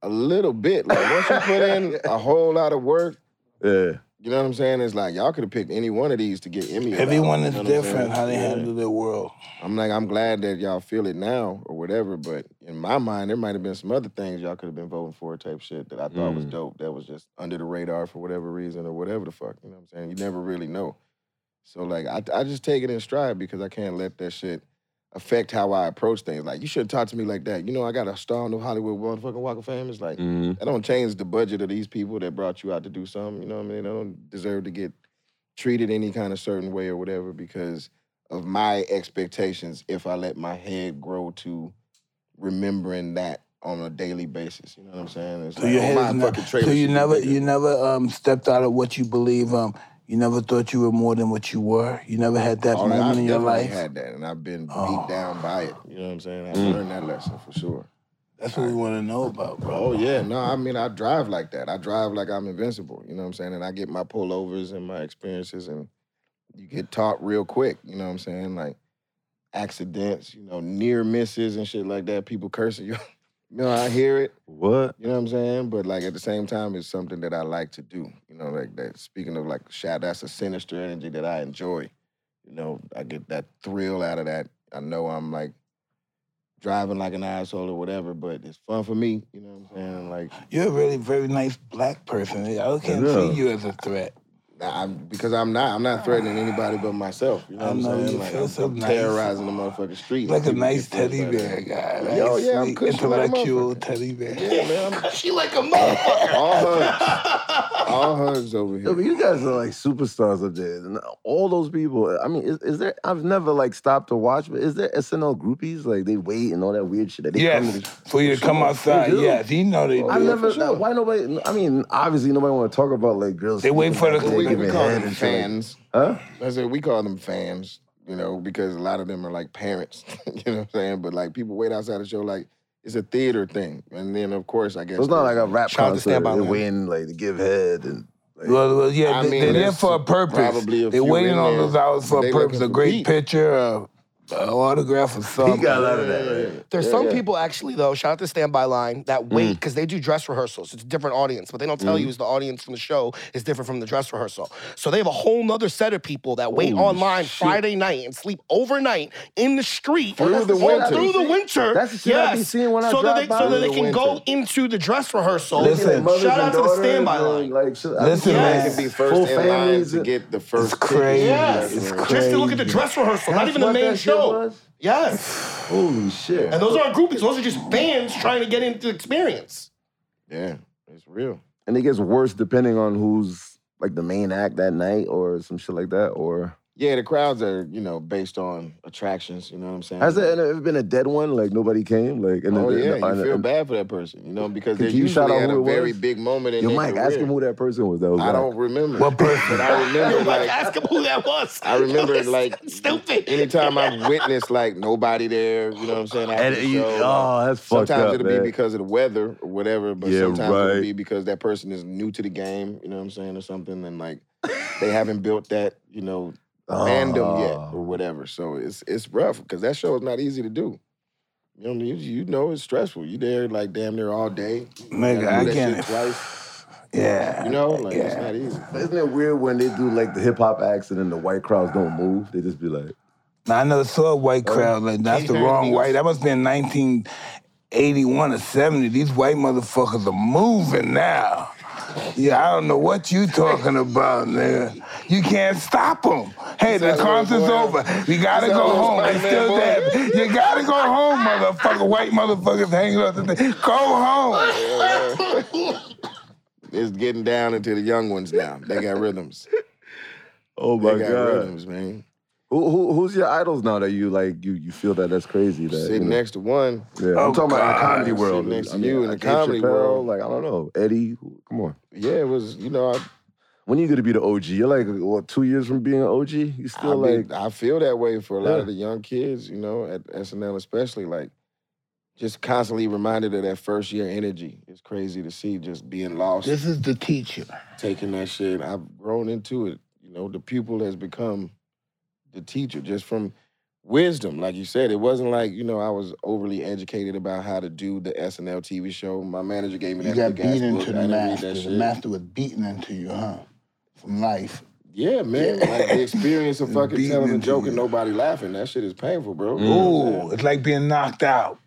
Speaker 5: a little bit. Like once you put in a whole lot of work,
Speaker 3: Yeah,
Speaker 5: you know what I'm saying? It's like y'all could have picked any one of these to get Emmy. about,
Speaker 2: Everyone
Speaker 5: you
Speaker 2: is
Speaker 5: know what I'm saying?
Speaker 2: different how they
Speaker 5: Yeah.
Speaker 2: handle their world.
Speaker 5: I'm like, I'm glad that y'all feel it now or whatever, but in my mind, there might have been some other things y'all could have been voting for type shit that I thought was
Speaker 3: Mm.
Speaker 5: dope that was just under the radar for whatever reason or whatever the fuck. You know what I'm saying? You never really know. So like I, I just take it in stride because I can't let that shit affect how I approach things. Like you shouldn't talk to me like that. You know, I got a star on the Hollywood motherfucking Walk of Fame. It's like
Speaker 2: Mm-hmm.
Speaker 5: that don't change the budget of these people that brought you out to do something. You know what I mean? They don't deserve to get treated any kind of certain way or whatever because of my expectations if I let my head grow to remembering that on a daily basis. You know what I'm saying? It's
Speaker 2: So your
Speaker 5: oh,
Speaker 2: head's
Speaker 5: my
Speaker 2: not-
Speaker 5: fucking trailer
Speaker 2: so you
Speaker 5: should be
Speaker 2: never
Speaker 5: bigger.
Speaker 2: you never um, stepped out of what you believe. Um, you never thought you were more than what you were. You never had that
Speaker 5: Oh,
Speaker 2: moment
Speaker 5: I've
Speaker 2: in your
Speaker 5: definitely
Speaker 2: life.
Speaker 5: had that and I've been
Speaker 2: Oh. Mm.
Speaker 5: beat down by it. You know what I'm saying? I've learned that lesson for sure.
Speaker 2: That's what we want to know about, bro.
Speaker 5: Oh yeah, no, I mean I drive like that. I drive like I'm invincible. You know what I'm saying? And I get my pullovers and my experiences, and you get taught real quick. You know what I'm saying? Like accidents, you know, near misses and shit like that. People cursing you. you know, I hear it.
Speaker 3: what?
Speaker 5: You know what I'm saying? But like at the same time, it's something that I like to do. You know, like that. Speaking of like shadow, that's a sinister energy that I enjoy. You know, I get that thrill out of that. I know I'm like driving like an asshole or whatever, but it's fun for me. You know what I'm saying? Like
Speaker 2: You're a really very nice black person. I can't
Speaker 3: Yeah.
Speaker 2: see you as a threat.
Speaker 5: Nah, I'm because I'm not. I'm not threatening anybody but myself. You
Speaker 2: I
Speaker 5: know what I'm
Speaker 2: know,
Speaker 5: saying?
Speaker 2: you
Speaker 5: like
Speaker 2: feel
Speaker 5: I'm,
Speaker 2: so
Speaker 5: I'm
Speaker 2: nice.
Speaker 5: terrorizing the motherfucking street.
Speaker 2: Like a
Speaker 5: People get
Speaker 2: nice
Speaker 5: feelings
Speaker 2: teddy
Speaker 5: by
Speaker 2: bear
Speaker 5: that.
Speaker 2: guy. Like
Speaker 5: Yo,
Speaker 2: a
Speaker 5: yeah, I'm
Speaker 2: sweet,
Speaker 5: cushy like a
Speaker 2: intellectual
Speaker 5: motherfucker.
Speaker 2: teddy bear.
Speaker 5: Yeah, man. I'm-
Speaker 4: She like a motherfucker.
Speaker 5: all hugs. all hugs over
Speaker 3: Yo,
Speaker 5: here.
Speaker 3: but you guys are like superstars up there, and all those people. I mean, is, is there? I've never like stopped to watch, but is there SNL groupies like they wait and all that weird shit? That they come to
Speaker 2: Yes,
Speaker 3: the-
Speaker 2: for you to come outside.
Speaker 3: They do.
Speaker 2: Yes, you
Speaker 5: Oh,
Speaker 2: know they do.
Speaker 3: I never. Why nobody? I mean, obviously nobody want to talk about like girls.
Speaker 2: They wait for the-
Speaker 3: sleeping,
Speaker 5: we,
Speaker 3: like, they
Speaker 5: we
Speaker 3: giving
Speaker 5: call
Speaker 3: head
Speaker 5: them
Speaker 3: and shit like-
Speaker 5: fans.
Speaker 3: Huh?
Speaker 5: I said we call them fans, you know, because a lot of them are like parents. you know what I'm saying? But like people wait outside the show like it's a theater thing. And then of course I guess
Speaker 3: So it's not like a rap
Speaker 5: Shout out to
Speaker 3: concert.
Speaker 5: Stand By
Speaker 3: They
Speaker 5: Me.
Speaker 3: win like to give head and. Like,
Speaker 2: Well, well, yeah,
Speaker 5: I
Speaker 2: they,
Speaker 5: mean,
Speaker 2: they're there
Speaker 5: there's
Speaker 2: for a purpose.
Speaker 5: probably a
Speaker 2: they're
Speaker 5: few
Speaker 2: waiting
Speaker 5: in
Speaker 2: on
Speaker 5: there,
Speaker 2: those hours for
Speaker 5: they
Speaker 2: a purpose. A
Speaker 5: looking for
Speaker 2: great
Speaker 5: Pete.
Speaker 2: picture, a, a autograph, or something.
Speaker 3: he got a lot of that. right?
Speaker 4: There's some people actually though. Shout out to Standby Line that
Speaker 3: Mm.
Speaker 4: wait because they do dress rehearsals. It's a different audience, but they don't tell you is the audience from the show is different from the dress rehearsal. So they have a whole nother set of people that wait online Friday night and sleep overnight in the street
Speaker 5: Through
Speaker 4: That's
Speaker 5: the
Speaker 4: shit
Speaker 5: winter.
Speaker 4: I be Through the
Speaker 3: seeing.
Speaker 4: winter.
Speaker 3: That's the shit I be seeing when I
Speaker 4: so
Speaker 3: drive
Speaker 4: that they,
Speaker 3: by.
Speaker 4: so
Speaker 5: Through
Speaker 4: that they
Speaker 5: the
Speaker 4: can go
Speaker 5: winter.
Speaker 4: into the dress rehearsal.
Speaker 2: Listen,
Speaker 3: Like, mothers
Speaker 4: shout out
Speaker 3: and
Speaker 4: to the
Speaker 3: daughters
Speaker 4: standby
Speaker 3: and,
Speaker 4: line.
Speaker 3: Like, shit, I-
Speaker 2: Listen,
Speaker 5: They
Speaker 2: man.
Speaker 5: can be
Speaker 3: Full
Speaker 5: first in line
Speaker 3: families
Speaker 5: to
Speaker 3: and-
Speaker 5: get the first ticket.
Speaker 2: crazy.
Speaker 4: Yes.
Speaker 5: That's
Speaker 2: It's
Speaker 5: right.
Speaker 4: Just to look at the dress rehearsal, not
Speaker 3: That's
Speaker 4: even the
Speaker 3: what
Speaker 4: main
Speaker 3: that shit
Speaker 4: show.
Speaker 3: was?
Speaker 4: Yes.
Speaker 3: Holy shit!
Speaker 4: And those aren't groupies. Those are just fans trying to get into the experience.
Speaker 5: Yeah, it's real.
Speaker 3: and it gets worse depending on who's like the main act that night or some shit like that. Or
Speaker 5: Yeah, the crowds are, you know, based on attractions, you know what I'm saying?
Speaker 3: has there ever been a dead one? Like nobody came. Like and
Speaker 5: Oh
Speaker 3: then,
Speaker 5: yeah,
Speaker 3: and,
Speaker 5: you
Speaker 3: and-
Speaker 5: feel
Speaker 3: and-
Speaker 5: bad for that person, you know, because
Speaker 3: Could
Speaker 5: they
Speaker 3: you shout
Speaker 5: usually
Speaker 3: out
Speaker 5: had
Speaker 3: who
Speaker 5: a
Speaker 3: it
Speaker 5: very
Speaker 3: was?
Speaker 5: big moment in
Speaker 3: Yo,
Speaker 5: their
Speaker 3: Mike, ask him
Speaker 5: career.
Speaker 3: who that person was. That was
Speaker 5: I
Speaker 3: black.
Speaker 5: don't remember.
Speaker 2: What person?
Speaker 5: But I remember
Speaker 4: Like,
Speaker 5: like
Speaker 4: ask him who that was.
Speaker 5: I remember
Speaker 4: It's
Speaker 5: like
Speaker 4: stupid.
Speaker 5: anytime I witnessed like nobody there, you know what I'm saying? after
Speaker 3: And
Speaker 5: the
Speaker 3: you,
Speaker 5: show, like,
Speaker 3: oh, that's fucked
Speaker 5: sometimes
Speaker 3: up,
Speaker 5: it'll
Speaker 3: man.
Speaker 5: be because of the weather or whatever, but
Speaker 3: Yeah,
Speaker 5: sometimes
Speaker 3: right.
Speaker 5: it'll be because that person is new to the game, you know what I'm saying, or something, and like they haven't built that, you know, fandom yet
Speaker 3: Oh.
Speaker 5: or whatever. So it's it's rough because that show is not easy to do. You know, you, you know it's stressful. You there like damn near all day. You
Speaker 2: Nigga, I
Speaker 5: gotta do that
Speaker 2: can't-
Speaker 5: shit twice.
Speaker 2: Yeah.
Speaker 5: You know, like it's
Speaker 2: Yeah.
Speaker 5: not easy.
Speaker 3: Isn't it weird when they do like the hip hop acts and then the white crowds don't move? They just be like,
Speaker 2: Now, I never saw a white crowd. Like that's the
Speaker 5: Hey, hey,
Speaker 2: wrong
Speaker 5: niggas.
Speaker 2: white. That must have been 1981 or 70. These white motherfuckers are moving now. Yeah, I don't know what you talking about, nigga. You can't stop them. Hey, the
Speaker 5: that little
Speaker 2: concert's
Speaker 5: boy.
Speaker 2: over. You gotta
Speaker 5: that
Speaker 2: go
Speaker 5: little
Speaker 2: home. They
Speaker 5: Spider-Man
Speaker 2: still
Speaker 5: boy.
Speaker 2: there. You gotta go home, motherfucker. White motherfuckers hanging up. the thing. Go home.
Speaker 5: It's getting down into the young ones now. They got rhythms.
Speaker 3: "Oh
Speaker 5: They
Speaker 3: my
Speaker 5: got
Speaker 3: god."
Speaker 5: rhythms, man.
Speaker 3: Who, who who's your idols now that you like you you feel that that's crazy? That, you
Speaker 5: Sitting
Speaker 3: know?
Speaker 5: next to one,
Speaker 3: Yeah, I'm
Speaker 2: Oh,
Speaker 3: talking about in the
Speaker 2: God.
Speaker 3: comedy
Speaker 5: Shit
Speaker 3: world.
Speaker 5: next to
Speaker 3: I mean,
Speaker 5: you in the
Speaker 3: Dave
Speaker 5: comedy
Speaker 3: Chappelle,
Speaker 5: world.
Speaker 3: Like, I don't know. Eddie, who- come on.
Speaker 5: yeah, it was, you know, I
Speaker 3: When you gonna be the OG? You're like what, two years from being an OG? You
Speaker 5: I,
Speaker 3: still
Speaker 5: mean,
Speaker 3: like
Speaker 5: I feel that way for a lot
Speaker 3: Yeah.
Speaker 5: of the young kids, you know, at SNL especially, like just constantly reminded of that first year energy. It's crazy to see just being lost,
Speaker 9: This is the teacher.
Speaker 5: taking that shit. I've grown into it. You know, the pupil has become the teacher just from wisdom. Like you said, it wasn't like, you know, I was overly educated about how to do the SNL TV show. My manager gave me
Speaker 9: You got
Speaker 5: that big ass
Speaker 9: beat into
Speaker 5: book.
Speaker 9: the
Speaker 5: I didn't read
Speaker 9: master.
Speaker 5: that
Speaker 9: The
Speaker 5: shit.
Speaker 9: master was beating into you, huh? From life.
Speaker 5: Yeah, man. Like the experience of fucking
Speaker 9: Beating
Speaker 5: telling a
Speaker 9: into
Speaker 5: joke and
Speaker 9: you.
Speaker 5: nobody laughing. That shit is painful,
Speaker 3: Mm.
Speaker 5: bro. You know what I'm saying?
Speaker 9: Ooh,
Speaker 2: It's like being knocked out.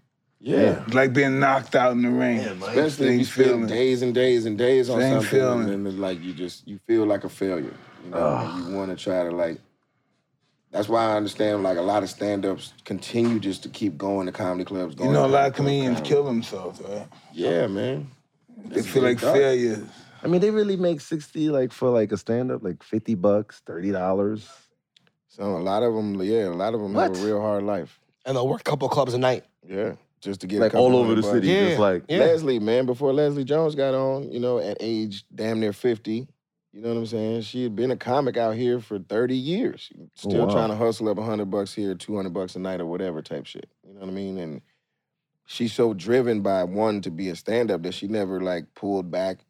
Speaker 5: Yeah.
Speaker 2: It's like being knocked out in the rain.
Speaker 5: Especially if you
Speaker 2: Same
Speaker 5: spend
Speaker 2: feeling.
Speaker 5: days and days and days on
Speaker 2: Same
Speaker 5: something,
Speaker 2: feeling.
Speaker 5: and then it's like you just you feel like a failure. You know, and you want to try to like. That's why I understand like a lot of stand-ups continue just to keep going to comedy clubs. Going
Speaker 2: You know, a
Speaker 5: to
Speaker 2: lot of
Speaker 5: comedy
Speaker 2: comedians
Speaker 5: clubs.
Speaker 2: kill themselves, right?
Speaker 5: Yeah, man.
Speaker 2: They feel like
Speaker 5: dark.
Speaker 2: failures.
Speaker 3: I mean, they really make 60 like for like a stand-up, like 50 bucks, $30.
Speaker 5: So a lot of them, yeah, a lot of them
Speaker 3: What?
Speaker 5: have a real hard life.
Speaker 4: And they'll work a couple clubs a night.
Speaker 5: Yeah, just to get a
Speaker 3: Like
Speaker 5: couple
Speaker 3: all over the
Speaker 5: hundred bucks.
Speaker 3: city. Just like
Speaker 4: Yeah.
Speaker 5: Leslie, man, before Leslie Jones got on, you know, at age damn near 50, you know what I'm saying? She had been a comic out here for 30 years, still
Speaker 3: wow.
Speaker 5: trying to hustle up 100 bucks here, 200 bucks a night or whatever type shit. You know what I mean? And she's so driven by one to be a stand up that she never like pulled back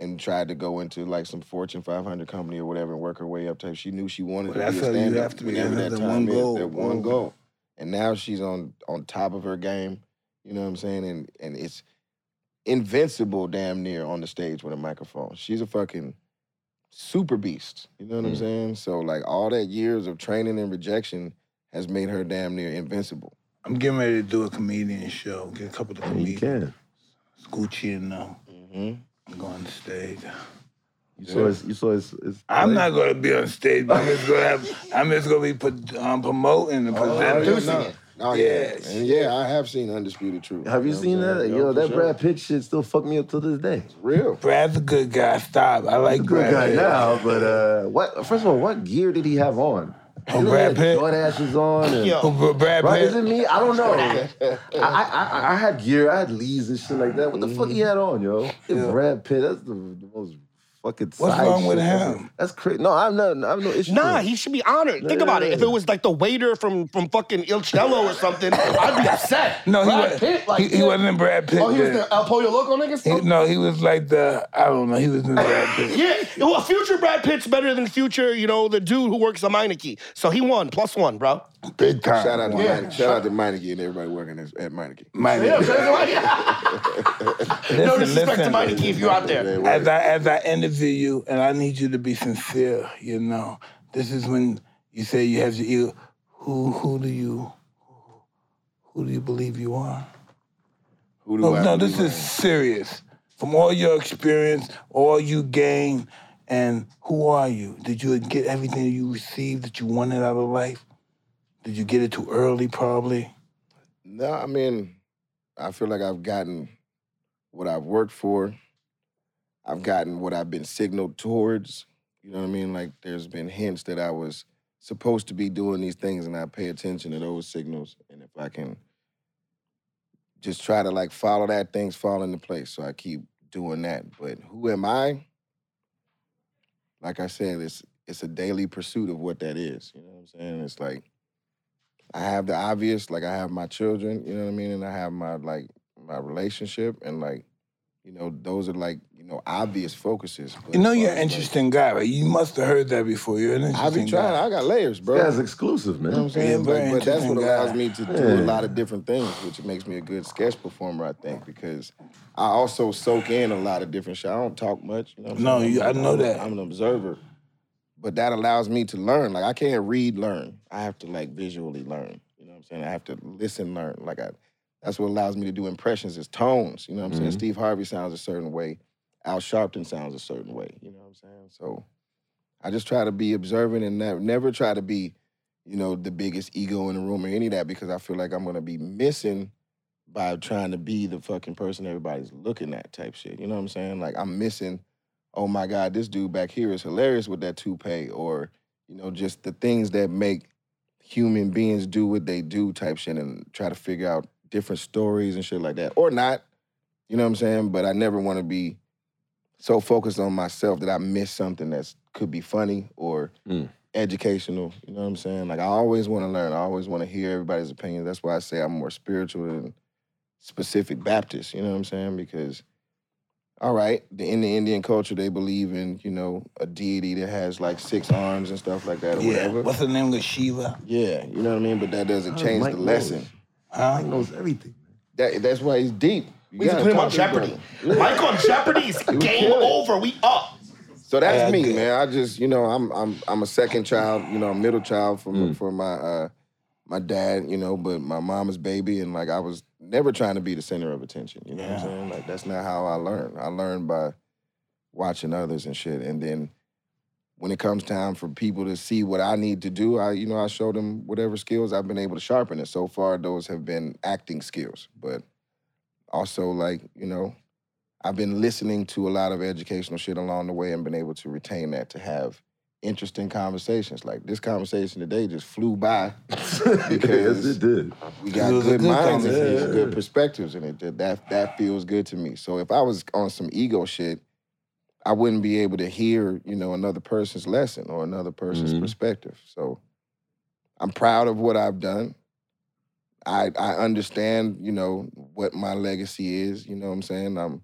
Speaker 5: and tried to go into like some Fortune 500 company or whatever and work her way up type. She knew she wanted
Speaker 2: Well,
Speaker 5: to
Speaker 2: that's
Speaker 5: be
Speaker 2: how
Speaker 5: a
Speaker 2: you
Speaker 5: stand up.
Speaker 2: have to be. That's the one goal. Oh.
Speaker 5: That one goal. And now she's on on top of her game. You know what I'm saying? And and it's invincible damn near on the stage with a microphone. She's a fucking super beast. You know what I'm
Speaker 3: Mm.
Speaker 5: saying? So like all that years of training and rejection has made her damn near invincible.
Speaker 2: I'm getting ready to do a comedian show. Get a couple of
Speaker 3: you
Speaker 2: comedians.
Speaker 3: can.
Speaker 2: Gucci and them.
Speaker 5: Mm-hmm.
Speaker 2: I'm going to stage.
Speaker 3: You saw his you saw his, his
Speaker 2: I'm not going to be on stage, but I'm just going to have, I'm just going to be put, um, promoting and presenting.
Speaker 5: Producing it. Oh yeah.
Speaker 2: Yes.
Speaker 5: And yeah, I have seen Undisputed Truth.
Speaker 3: Have you
Speaker 5: know what
Speaker 3: seen
Speaker 5: I'm saying?
Speaker 3: that?
Speaker 5: Yeah,
Speaker 3: Yo,
Speaker 5: for
Speaker 3: that
Speaker 5: sure.
Speaker 3: Brad Pitt shit still fuck me up to this day.
Speaker 5: real.
Speaker 2: Brad's a good guy. Stop. I like
Speaker 3: Good
Speaker 2: Brad.
Speaker 3: guy
Speaker 2: Pitt.
Speaker 3: now, but uh, what? First of all, what gear did he have on?
Speaker 2: Oh,
Speaker 3: He looked
Speaker 2: Brad
Speaker 3: like
Speaker 2: Pitt?
Speaker 3: Jordan ashes on. And,
Speaker 4: Yo.
Speaker 2: Oh, Brad
Speaker 3: Bro,
Speaker 2: Pitt.
Speaker 3: is it me? I don't know. I, I, I I had gear, I had leaves and shit like that. What the fuck
Speaker 2: Mm-hmm.
Speaker 3: he had on, yo? Look at Brad Pitt, that's the, the most fucking.
Speaker 2: What's
Speaker 3: side
Speaker 2: wrong with
Speaker 3: shit ever.
Speaker 2: him?
Speaker 3: That's crazy. No, I'm not. I'm no issue.
Speaker 4: Nah,
Speaker 3: with it.
Speaker 4: he should be honored. Think about it. If it was like the waiter from from fucking Il Cello or something, I'd be upset.
Speaker 2: No, he,
Speaker 4: Brad
Speaker 2: was,
Speaker 4: Pitt, like,
Speaker 2: he, he wasn't in Brad Pitt.
Speaker 4: Oh, he was
Speaker 2: then.
Speaker 4: the El Pollo Loco nigga.
Speaker 2: He- no, he was like the I don't know. He was in Brad Pitt.
Speaker 4: Yeah, well, future Brad Pitt's better than future, you know, the dude who works at Meineke. So he won, plus one, bro.
Speaker 2: Big time.
Speaker 5: Shout out to
Speaker 4: Yeah.
Speaker 5: Meineke. Shout out to Meineke and everybody working at at Meineke.
Speaker 2: Meineke.
Speaker 4: no
Speaker 2: Listen,
Speaker 4: disrespect
Speaker 2: listen.
Speaker 4: to Meineke if you're out
Speaker 5: They
Speaker 4: there.
Speaker 5: work.
Speaker 2: As I as I interview you, and I need you to be sincere. You know, this is when you say you have your ego. Who who do you who do you believe you are?
Speaker 5: Who do
Speaker 2: No,
Speaker 5: I
Speaker 2: no,
Speaker 5: believe
Speaker 2: this
Speaker 5: in?
Speaker 2: is serious. From all your experience, all you gained, and who are you? Did you get everything you received that you wanted out of life? Did you get it too early? Probably.
Speaker 5: No, I mean, I feel like I've gotten what I've worked for. I've gotten what I've been signaled towards. You know what I mean? Like there's been hints that I was supposed to be doing these things and I pay attention to those signals. And if I can just try to like follow that, things fall into place. So I keep doing that. But who am I? Like I said, it's it's a daily pursuit of what that is. You know what I'm saying? It's like I have the obvious, like I have my children, you know what I mean, and I have my like my relationship, and like you know those are like you know obvious focuses. but
Speaker 2: You know
Speaker 5: as
Speaker 2: you're
Speaker 5: far
Speaker 2: an
Speaker 5: as, like,
Speaker 2: interesting guy, right? You must have heard that before. You're an
Speaker 5: I
Speaker 2: interesting
Speaker 5: be trying.
Speaker 2: guy.
Speaker 5: I got layers, bro.
Speaker 3: This guy's exclusive,
Speaker 5: You know what I'm
Speaker 3: man.
Speaker 5: saying?
Speaker 2: Yeah, very
Speaker 5: But, but that's what
Speaker 2: interesting
Speaker 5: allows
Speaker 2: guy.
Speaker 5: me to do a
Speaker 3: Yeah.
Speaker 5: lot of different things, which makes me a good sketch performer, I think, because I also soak in a lot of different shit. I don't talk much. You know what I'm
Speaker 2: No,
Speaker 5: saying?
Speaker 2: you- I
Speaker 5: I'm-
Speaker 2: know
Speaker 5: I'm-
Speaker 2: that.
Speaker 5: I'm an observer. But that allows me to learn. Like I can't read learn. I have to like visually learn. You know what I'm saying? I have to listen learn. Like I that's what allows me to do impressions is tones. You know what I'm
Speaker 2: Mm-hmm.
Speaker 5: saying? Steve Harvey sounds a certain way. Al Sharpton sounds a certain way. You know what I'm saying? So I just try to be observant and never, never try to be, you know, the biggest ego in the room or any of that because I feel like I'm gonna be missing by trying to be the fucking person everybody's looking at type shit. You know what I'm saying? Like I'm missing, oh my God, this dude back here is hilarious with that toupee or, you know, just the things that make human beings do what they do type shit and try to figure out different stories and shit like that. Or not. You know what I'm saying? But I never wanna be so focused on myself that I miss something that could be funny or
Speaker 3: Mm.
Speaker 5: educational. You know what I'm saying? Like I always want to learn. I always want to hear everybody's opinions. That's why I say I'm more spiritual than specific Baptist. You know what I'm saying? Because all right, the, in the Indian culture, they believe in you know a deity that has like six arms and stuff like that or
Speaker 2: Yeah.
Speaker 5: whatever.
Speaker 2: What's the name of Shiva?
Speaker 5: Yeah, you know what I mean. But that doesn't change
Speaker 3: Mike
Speaker 5: the lesson.
Speaker 2: Huh?
Speaker 3: knows everything.
Speaker 5: That that's why he's deep. You
Speaker 4: We need to
Speaker 5: gotta
Speaker 4: put him on
Speaker 5: talk to this
Speaker 4: Jeopardy.
Speaker 5: brother.
Speaker 4: Mike on Jeopardy is game
Speaker 5: kill it.
Speaker 4: over. We up.
Speaker 5: So that's
Speaker 2: Yeah,
Speaker 5: me,
Speaker 2: good.
Speaker 5: man. I just, you know, I'm I'm I'm a second child, you know, a middle child from for my uh my dad, you know, but my mama's baby and like I was never trying to be the center of attention, you know what
Speaker 2: Yeah.
Speaker 5: I'm saying? Like that's not how I learned. I learned by watching others and shit and then when it comes time for people to see what I need to do, I you know, I show them whatever skills I've been able to sharpen and so far those have been acting skills, but also like, you know, I've been listening to a lot of educational shit along the way and been able to retain that to have interesting conversations. Like this conversation today just flew by.
Speaker 3: yes, it did.
Speaker 5: We got
Speaker 2: It was a
Speaker 5: good,
Speaker 2: good
Speaker 5: minds and
Speaker 2: conversation.
Speaker 5: people, good perspectives in it. That, that that feels good to me. So if I was on some ego shit, I wouldn't be able to hear, you know, another person's lesson or another person's
Speaker 3: Mhm.
Speaker 5: perspective. So I'm proud of what I've done. I I understand, you know, what my legacy is, you know what I'm saying? I'm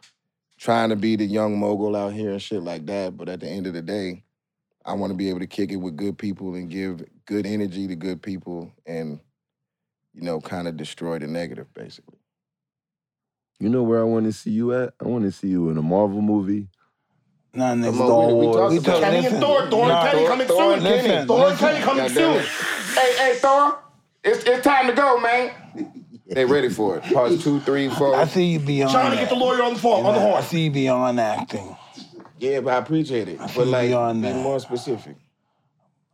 Speaker 5: trying to be the young mogul out here and shit like that, but at the end of the day, I want to be able to kick it with good people and give good energy to good people and you know, kind of destroy the negative, basically.
Speaker 3: You know where I want to see you at? I want to see you in a Marvel movie.
Speaker 2: Nah, nigga.
Speaker 5: Come on, we- we talked
Speaker 2: We
Speaker 5: about
Speaker 2: talk-
Speaker 5: that.
Speaker 4: Kenny and
Speaker 2: listen.
Speaker 4: Thor. Thor
Speaker 2: Nah,
Speaker 4: and Kenny
Speaker 2: Thor-
Speaker 4: coming
Speaker 5: Thor
Speaker 4: soon.
Speaker 5: and Kenny.
Speaker 4: Kenny. Thor and
Speaker 2: Listen.
Speaker 4: Kenny coming
Speaker 5: God
Speaker 4: soon.
Speaker 5: damn it. Hey, hey, Thor, it's, it's time to go, man. They ready for it. Parts two, three, four.
Speaker 2: I see you beyond.
Speaker 4: Johnny, get the
Speaker 2: that.
Speaker 4: lawyer on the phone. On the
Speaker 2: I
Speaker 4: horn.
Speaker 2: see you beyond acting.
Speaker 5: yeah, but I appreciate it. But
Speaker 2: feel
Speaker 5: like,
Speaker 2: beyond
Speaker 5: be
Speaker 2: that.
Speaker 5: more specific.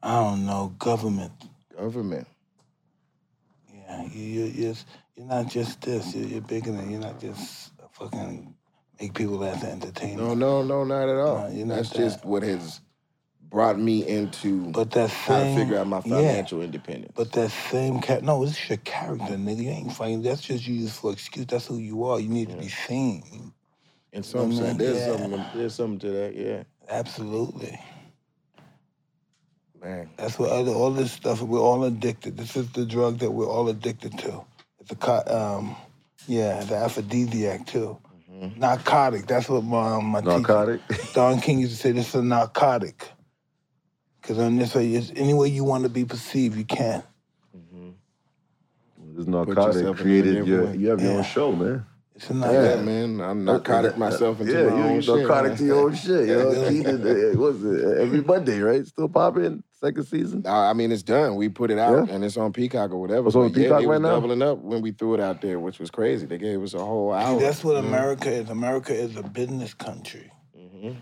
Speaker 2: I don't know government.
Speaker 5: Government.
Speaker 2: Yeah, you, you, you're, you're not just this. You're, you're bigger than. You're not just a fucking make people as entertainment.
Speaker 5: No, no, no, not at all.
Speaker 2: No, you're not
Speaker 5: That's
Speaker 2: that.
Speaker 5: just what has brought me into
Speaker 2: But that
Speaker 5: how
Speaker 2: same.
Speaker 5: to figure out my
Speaker 2: yeah,
Speaker 5: financial independence.
Speaker 2: But that same cat. No, this is your character, nigga. You ain't fighting. That's just you used for excuse. That's who you are. You need to be seen.
Speaker 5: In some
Speaker 2: Mhm,
Speaker 5: sense, there's
Speaker 2: yeah.
Speaker 5: something. There's something to that. Yeah,
Speaker 2: Absolutely.
Speaker 5: man.
Speaker 2: That's what other, all this stuff. We're all addicted. This is the drug that we're all addicted to. It's a co- um, yeah, the aphrodisiac too. Narcotic. That's what my um, my
Speaker 3: Narcotic.
Speaker 2: Teacher, Don King used to say. This is a narcotic. Because on this way, it's any way you want to be perceived, you can.
Speaker 3: This
Speaker 5: yourself in
Speaker 3: narcotic
Speaker 5: it
Speaker 3: created
Speaker 5: every
Speaker 3: your.
Speaker 5: way.
Speaker 3: You have your
Speaker 2: Yeah.
Speaker 3: own show, man.
Speaker 2: It's a
Speaker 5: Yeah,
Speaker 2: narcotic.
Speaker 5: man. I'm narcotic myself into
Speaker 3: yeah,
Speaker 5: my
Speaker 3: you,
Speaker 5: own
Speaker 3: you
Speaker 5: shit.
Speaker 3: narcotic
Speaker 5: man.
Speaker 3: to your own shit. You know, Keaton, uh, what was it every Monday, right? Still popping second season.
Speaker 5: I I mean, it's done. We put it out,
Speaker 3: Yeah.
Speaker 5: and it's on Peacock or whatever.
Speaker 3: It's on
Speaker 5: But yeah,
Speaker 3: Peacock
Speaker 5: they was
Speaker 3: right now?
Speaker 5: doubling up when we threw it out there, which was crazy. They gave us a whole
Speaker 2: See,
Speaker 5: hour. Mm-hmm.
Speaker 2: that's what America is. America is a business country.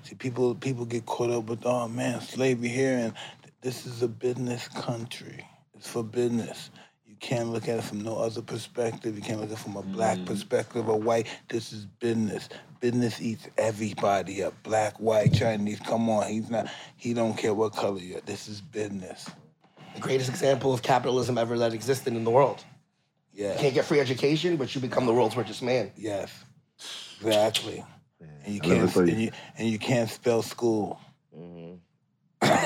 Speaker 2: See, people people get caught up with, oh man, slavery here, and th- this is a business country. It's for business. You can't look at it from no other perspective. You can't look at it from a black perspective or white. This is business. Business eats everybody up. Black, white, Chinese. Come on, he's not. He don't care what color you. are. This is business.
Speaker 4: The greatest example of capitalism ever that existed in the world. You
Speaker 2: Yes.
Speaker 4: can't get free education, but you become the world's richest man.
Speaker 2: Yes. Exactly. And you
Speaker 3: I never
Speaker 2: can't.
Speaker 3: thought you-
Speaker 2: And you, and you can't spell school.
Speaker 5: Mm-hmm.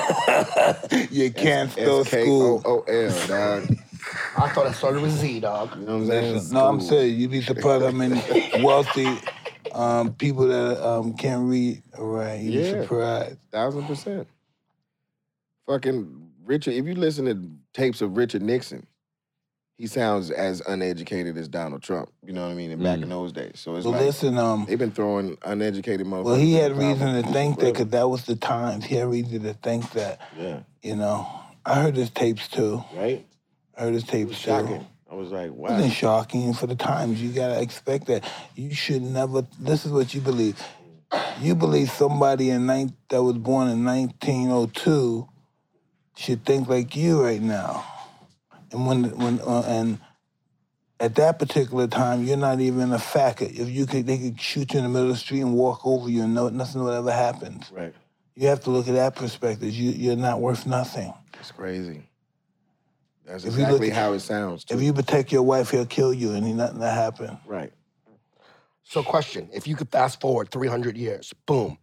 Speaker 2: you can't spell school.
Speaker 5: S-K-O-O-L, dog. You
Speaker 4: I thought it started with Z, dog.
Speaker 5: know what I'm saying?
Speaker 2: No, I'm
Speaker 5: School.
Speaker 2: saying you'd be surprised how many wealthy um, people that um, can't read. All right, you'd
Speaker 5: Yeah.
Speaker 2: be surprised.
Speaker 5: Thousand percent. Fucking Richard, if you listen to tapes of Richard Nixon, he sounds as uneducated as Donald Trump. You know what I mean? And
Speaker 3: Mm.
Speaker 5: back in those days. So it's
Speaker 2: Well,
Speaker 5: like
Speaker 2: listen, um,
Speaker 5: they've been throwing uneducated motherfuckers.
Speaker 2: well, he
Speaker 5: in
Speaker 2: had
Speaker 5: power
Speaker 2: reason to think that
Speaker 5: forever.
Speaker 2: because that was the times. He had reason to think that.
Speaker 5: Yeah.
Speaker 2: You know, I heard his tapes too.
Speaker 5: Right?
Speaker 2: I heard his
Speaker 5: It was
Speaker 2: tapes too.
Speaker 5: shocking. I was like,
Speaker 2: It wasn't
Speaker 5: wow.
Speaker 2: shocking for the times. You gotta expect that. You should never. This is what you believe. You believe somebody in nine, that was born in 1902 should think like you right now, and when when uh, and at that particular time you're not even a factor. If you could, they could shoot you in the middle of the street and walk over you, and no, nothing would ever happen.
Speaker 5: Right.
Speaker 2: You have to look at that perspective. You you're not worth nothing.
Speaker 5: It's crazy. That's
Speaker 2: If you look
Speaker 5: exactly
Speaker 2: at-
Speaker 5: how it sounds. Too.
Speaker 2: If you protect your wife, he'll kill you, and he- nothing will happen.
Speaker 5: right.
Speaker 4: So, question: If you could fast forward 300 years, boom,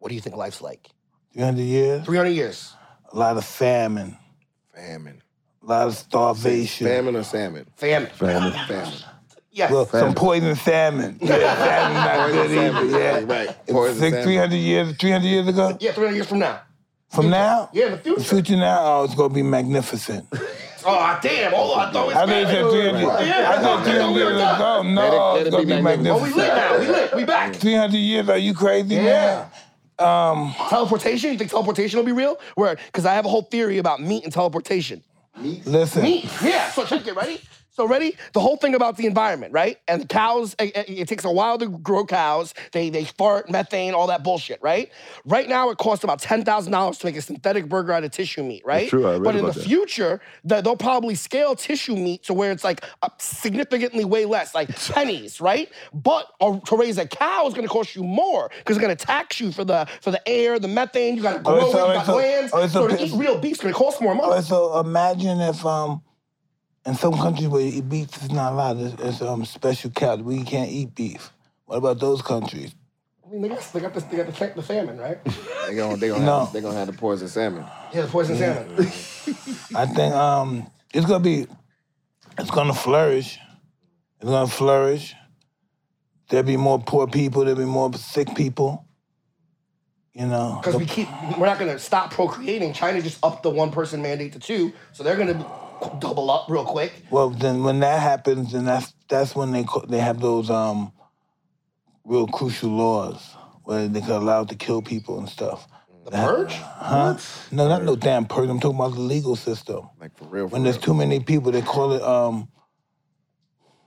Speaker 4: What do you think life's like?
Speaker 2: 300 years,
Speaker 4: 300 years.
Speaker 2: a lot of famine,
Speaker 5: Famine.
Speaker 2: a lot of starvation.
Speaker 5: Famine or salmon?
Speaker 4: Famine.
Speaker 3: Family.
Speaker 5: Famine.
Speaker 4: Yes.
Speaker 2: Well, some poison salmon. Yeah, salmon not good
Speaker 5: salmon.
Speaker 2: either. Yeah.
Speaker 5: Right, right.
Speaker 2: It's
Speaker 5: Poison
Speaker 2: six-
Speaker 5: salmon.
Speaker 2: 300 years, 300 years ago?
Speaker 4: yeah, 300 years from now.
Speaker 2: From now?
Speaker 4: Yeah, in the future.
Speaker 2: The future now, oh, it's going to be magnificent.
Speaker 4: Oh, damn. Hold on. I thought it was
Speaker 2: I think it's
Speaker 4: famine.
Speaker 2: 300
Speaker 4: Yeah,
Speaker 2: I thought 300 years ago. Oh, No,
Speaker 5: Let it- let
Speaker 2: it's
Speaker 5: it
Speaker 2: going
Speaker 5: be
Speaker 2: to be
Speaker 5: magnificent.
Speaker 4: Oh, we lit
Speaker 2: magnificent.
Speaker 4: now. We lit. We back.
Speaker 2: 300 years, are you crazy
Speaker 4: Yeah.
Speaker 2: man?
Speaker 4: Teleportation? You think teleportation will be real? Where? Because I have a whole theory about meat and teleportation.
Speaker 2: Listen.
Speaker 4: Meat. Yeah. So check it. Ready? So ready? The whole thing about the environment, right? And cows. It, it- it takes a while to grow cows. They they fart methane, all that bullshit, right? Right now, it costs about ten thousand dollars to make a synthetic burger out of tissue meat, right?
Speaker 3: true, I read
Speaker 4: but in
Speaker 3: about
Speaker 4: the
Speaker 3: that.
Speaker 4: future, th- they'll probably scale tissue meat to where it's like a significantly way less, like pennies, right? But uh, to raise a cow is going to cost you more because they're going to tax you for the for the air, the methane. You got to
Speaker 2: Oh, it's
Speaker 4: grow it, you
Speaker 2: a-
Speaker 4: got
Speaker 2: it's a-
Speaker 4: glands.
Speaker 2: oh, it's a
Speaker 4: so to
Speaker 2: bit-
Speaker 4: eat real beef's going to cost more money.
Speaker 2: All right, so imagine if um in some countries where you eat beef is not allowed, it's, it's um special cow. We can't eat beef. What about those countries?
Speaker 4: I mean, they got, they got, this, they got the, fa- the famine, right?
Speaker 5: They gonna they gonna
Speaker 2: No. Oh.
Speaker 5: have, they gonna have the poison salmon.
Speaker 4: Yeah, the poison salmon.
Speaker 2: Mm. I think um it's gonna be it's gonna flourish. It's gonna flourish. There'll be more poor people, there'll be more sick people. You know.
Speaker 4: Because we keep, we're not gonna stop procreating. China just upped the one person mandate to two, so they're gonna be- double up real quick.
Speaker 2: Well, then when that happens, then that's that's when they co- they have those um real crucial laws where they can allow to kill people and stuff.
Speaker 4: The purge?
Speaker 2: Huh? No, not no damn purge. I'm talking about the legal system.
Speaker 5: Like for real. For
Speaker 2: When
Speaker 5: real.
Speaker 2: there's too many people, they call it um,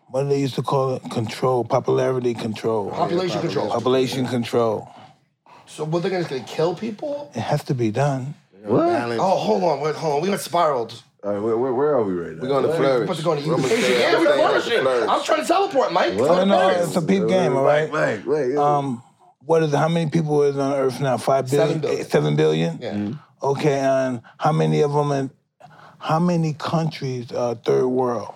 Speaker 2: what do they used to call it? Control, popularity control,
Speaker 4: Population control.
Speaker 2: population control.
Speaker 4: So what they're gonna, gonna kill people?
Speaker 2: It has to be done.
Speaker 5: Balance.
Speaker 4: Oh, hold on, wait, hold on. We got spiraled.
Speaker 3: All right, where, where, where are we right now?
Speaker 5: We're gonna
Speaker 4: We're
Speaker 5: flourish.
Speaker 4: about to go into
Speaker 5: We're gonna
Speaker 4: unification.
Speaker 5: stay-
Speaker 4: Yeah,
Speaker 5: we're
Speaker 4: we're
Speaker 5: staying at the
Speaker 4: flourishing.
Speaker 5: flourish.
Speaker 4: I'm trying to teleport, Mike. It's
Speaker 2: No,
Speaker 4: gonna
Speaker 2: no,
Speaker 4: flourish.
Speaker 2: it's a peep game, all right.
Speaker 5: Wait, wait.
Speaker 2: Um, what is it? How many people is on Earth now? Five billion.
Speaker 4: Seven billion.
Speaker 2: eh, seven billion?
Speaker 4: Yeah.
Speaker 2: Okay, and how many of them? In, how many countries are third world?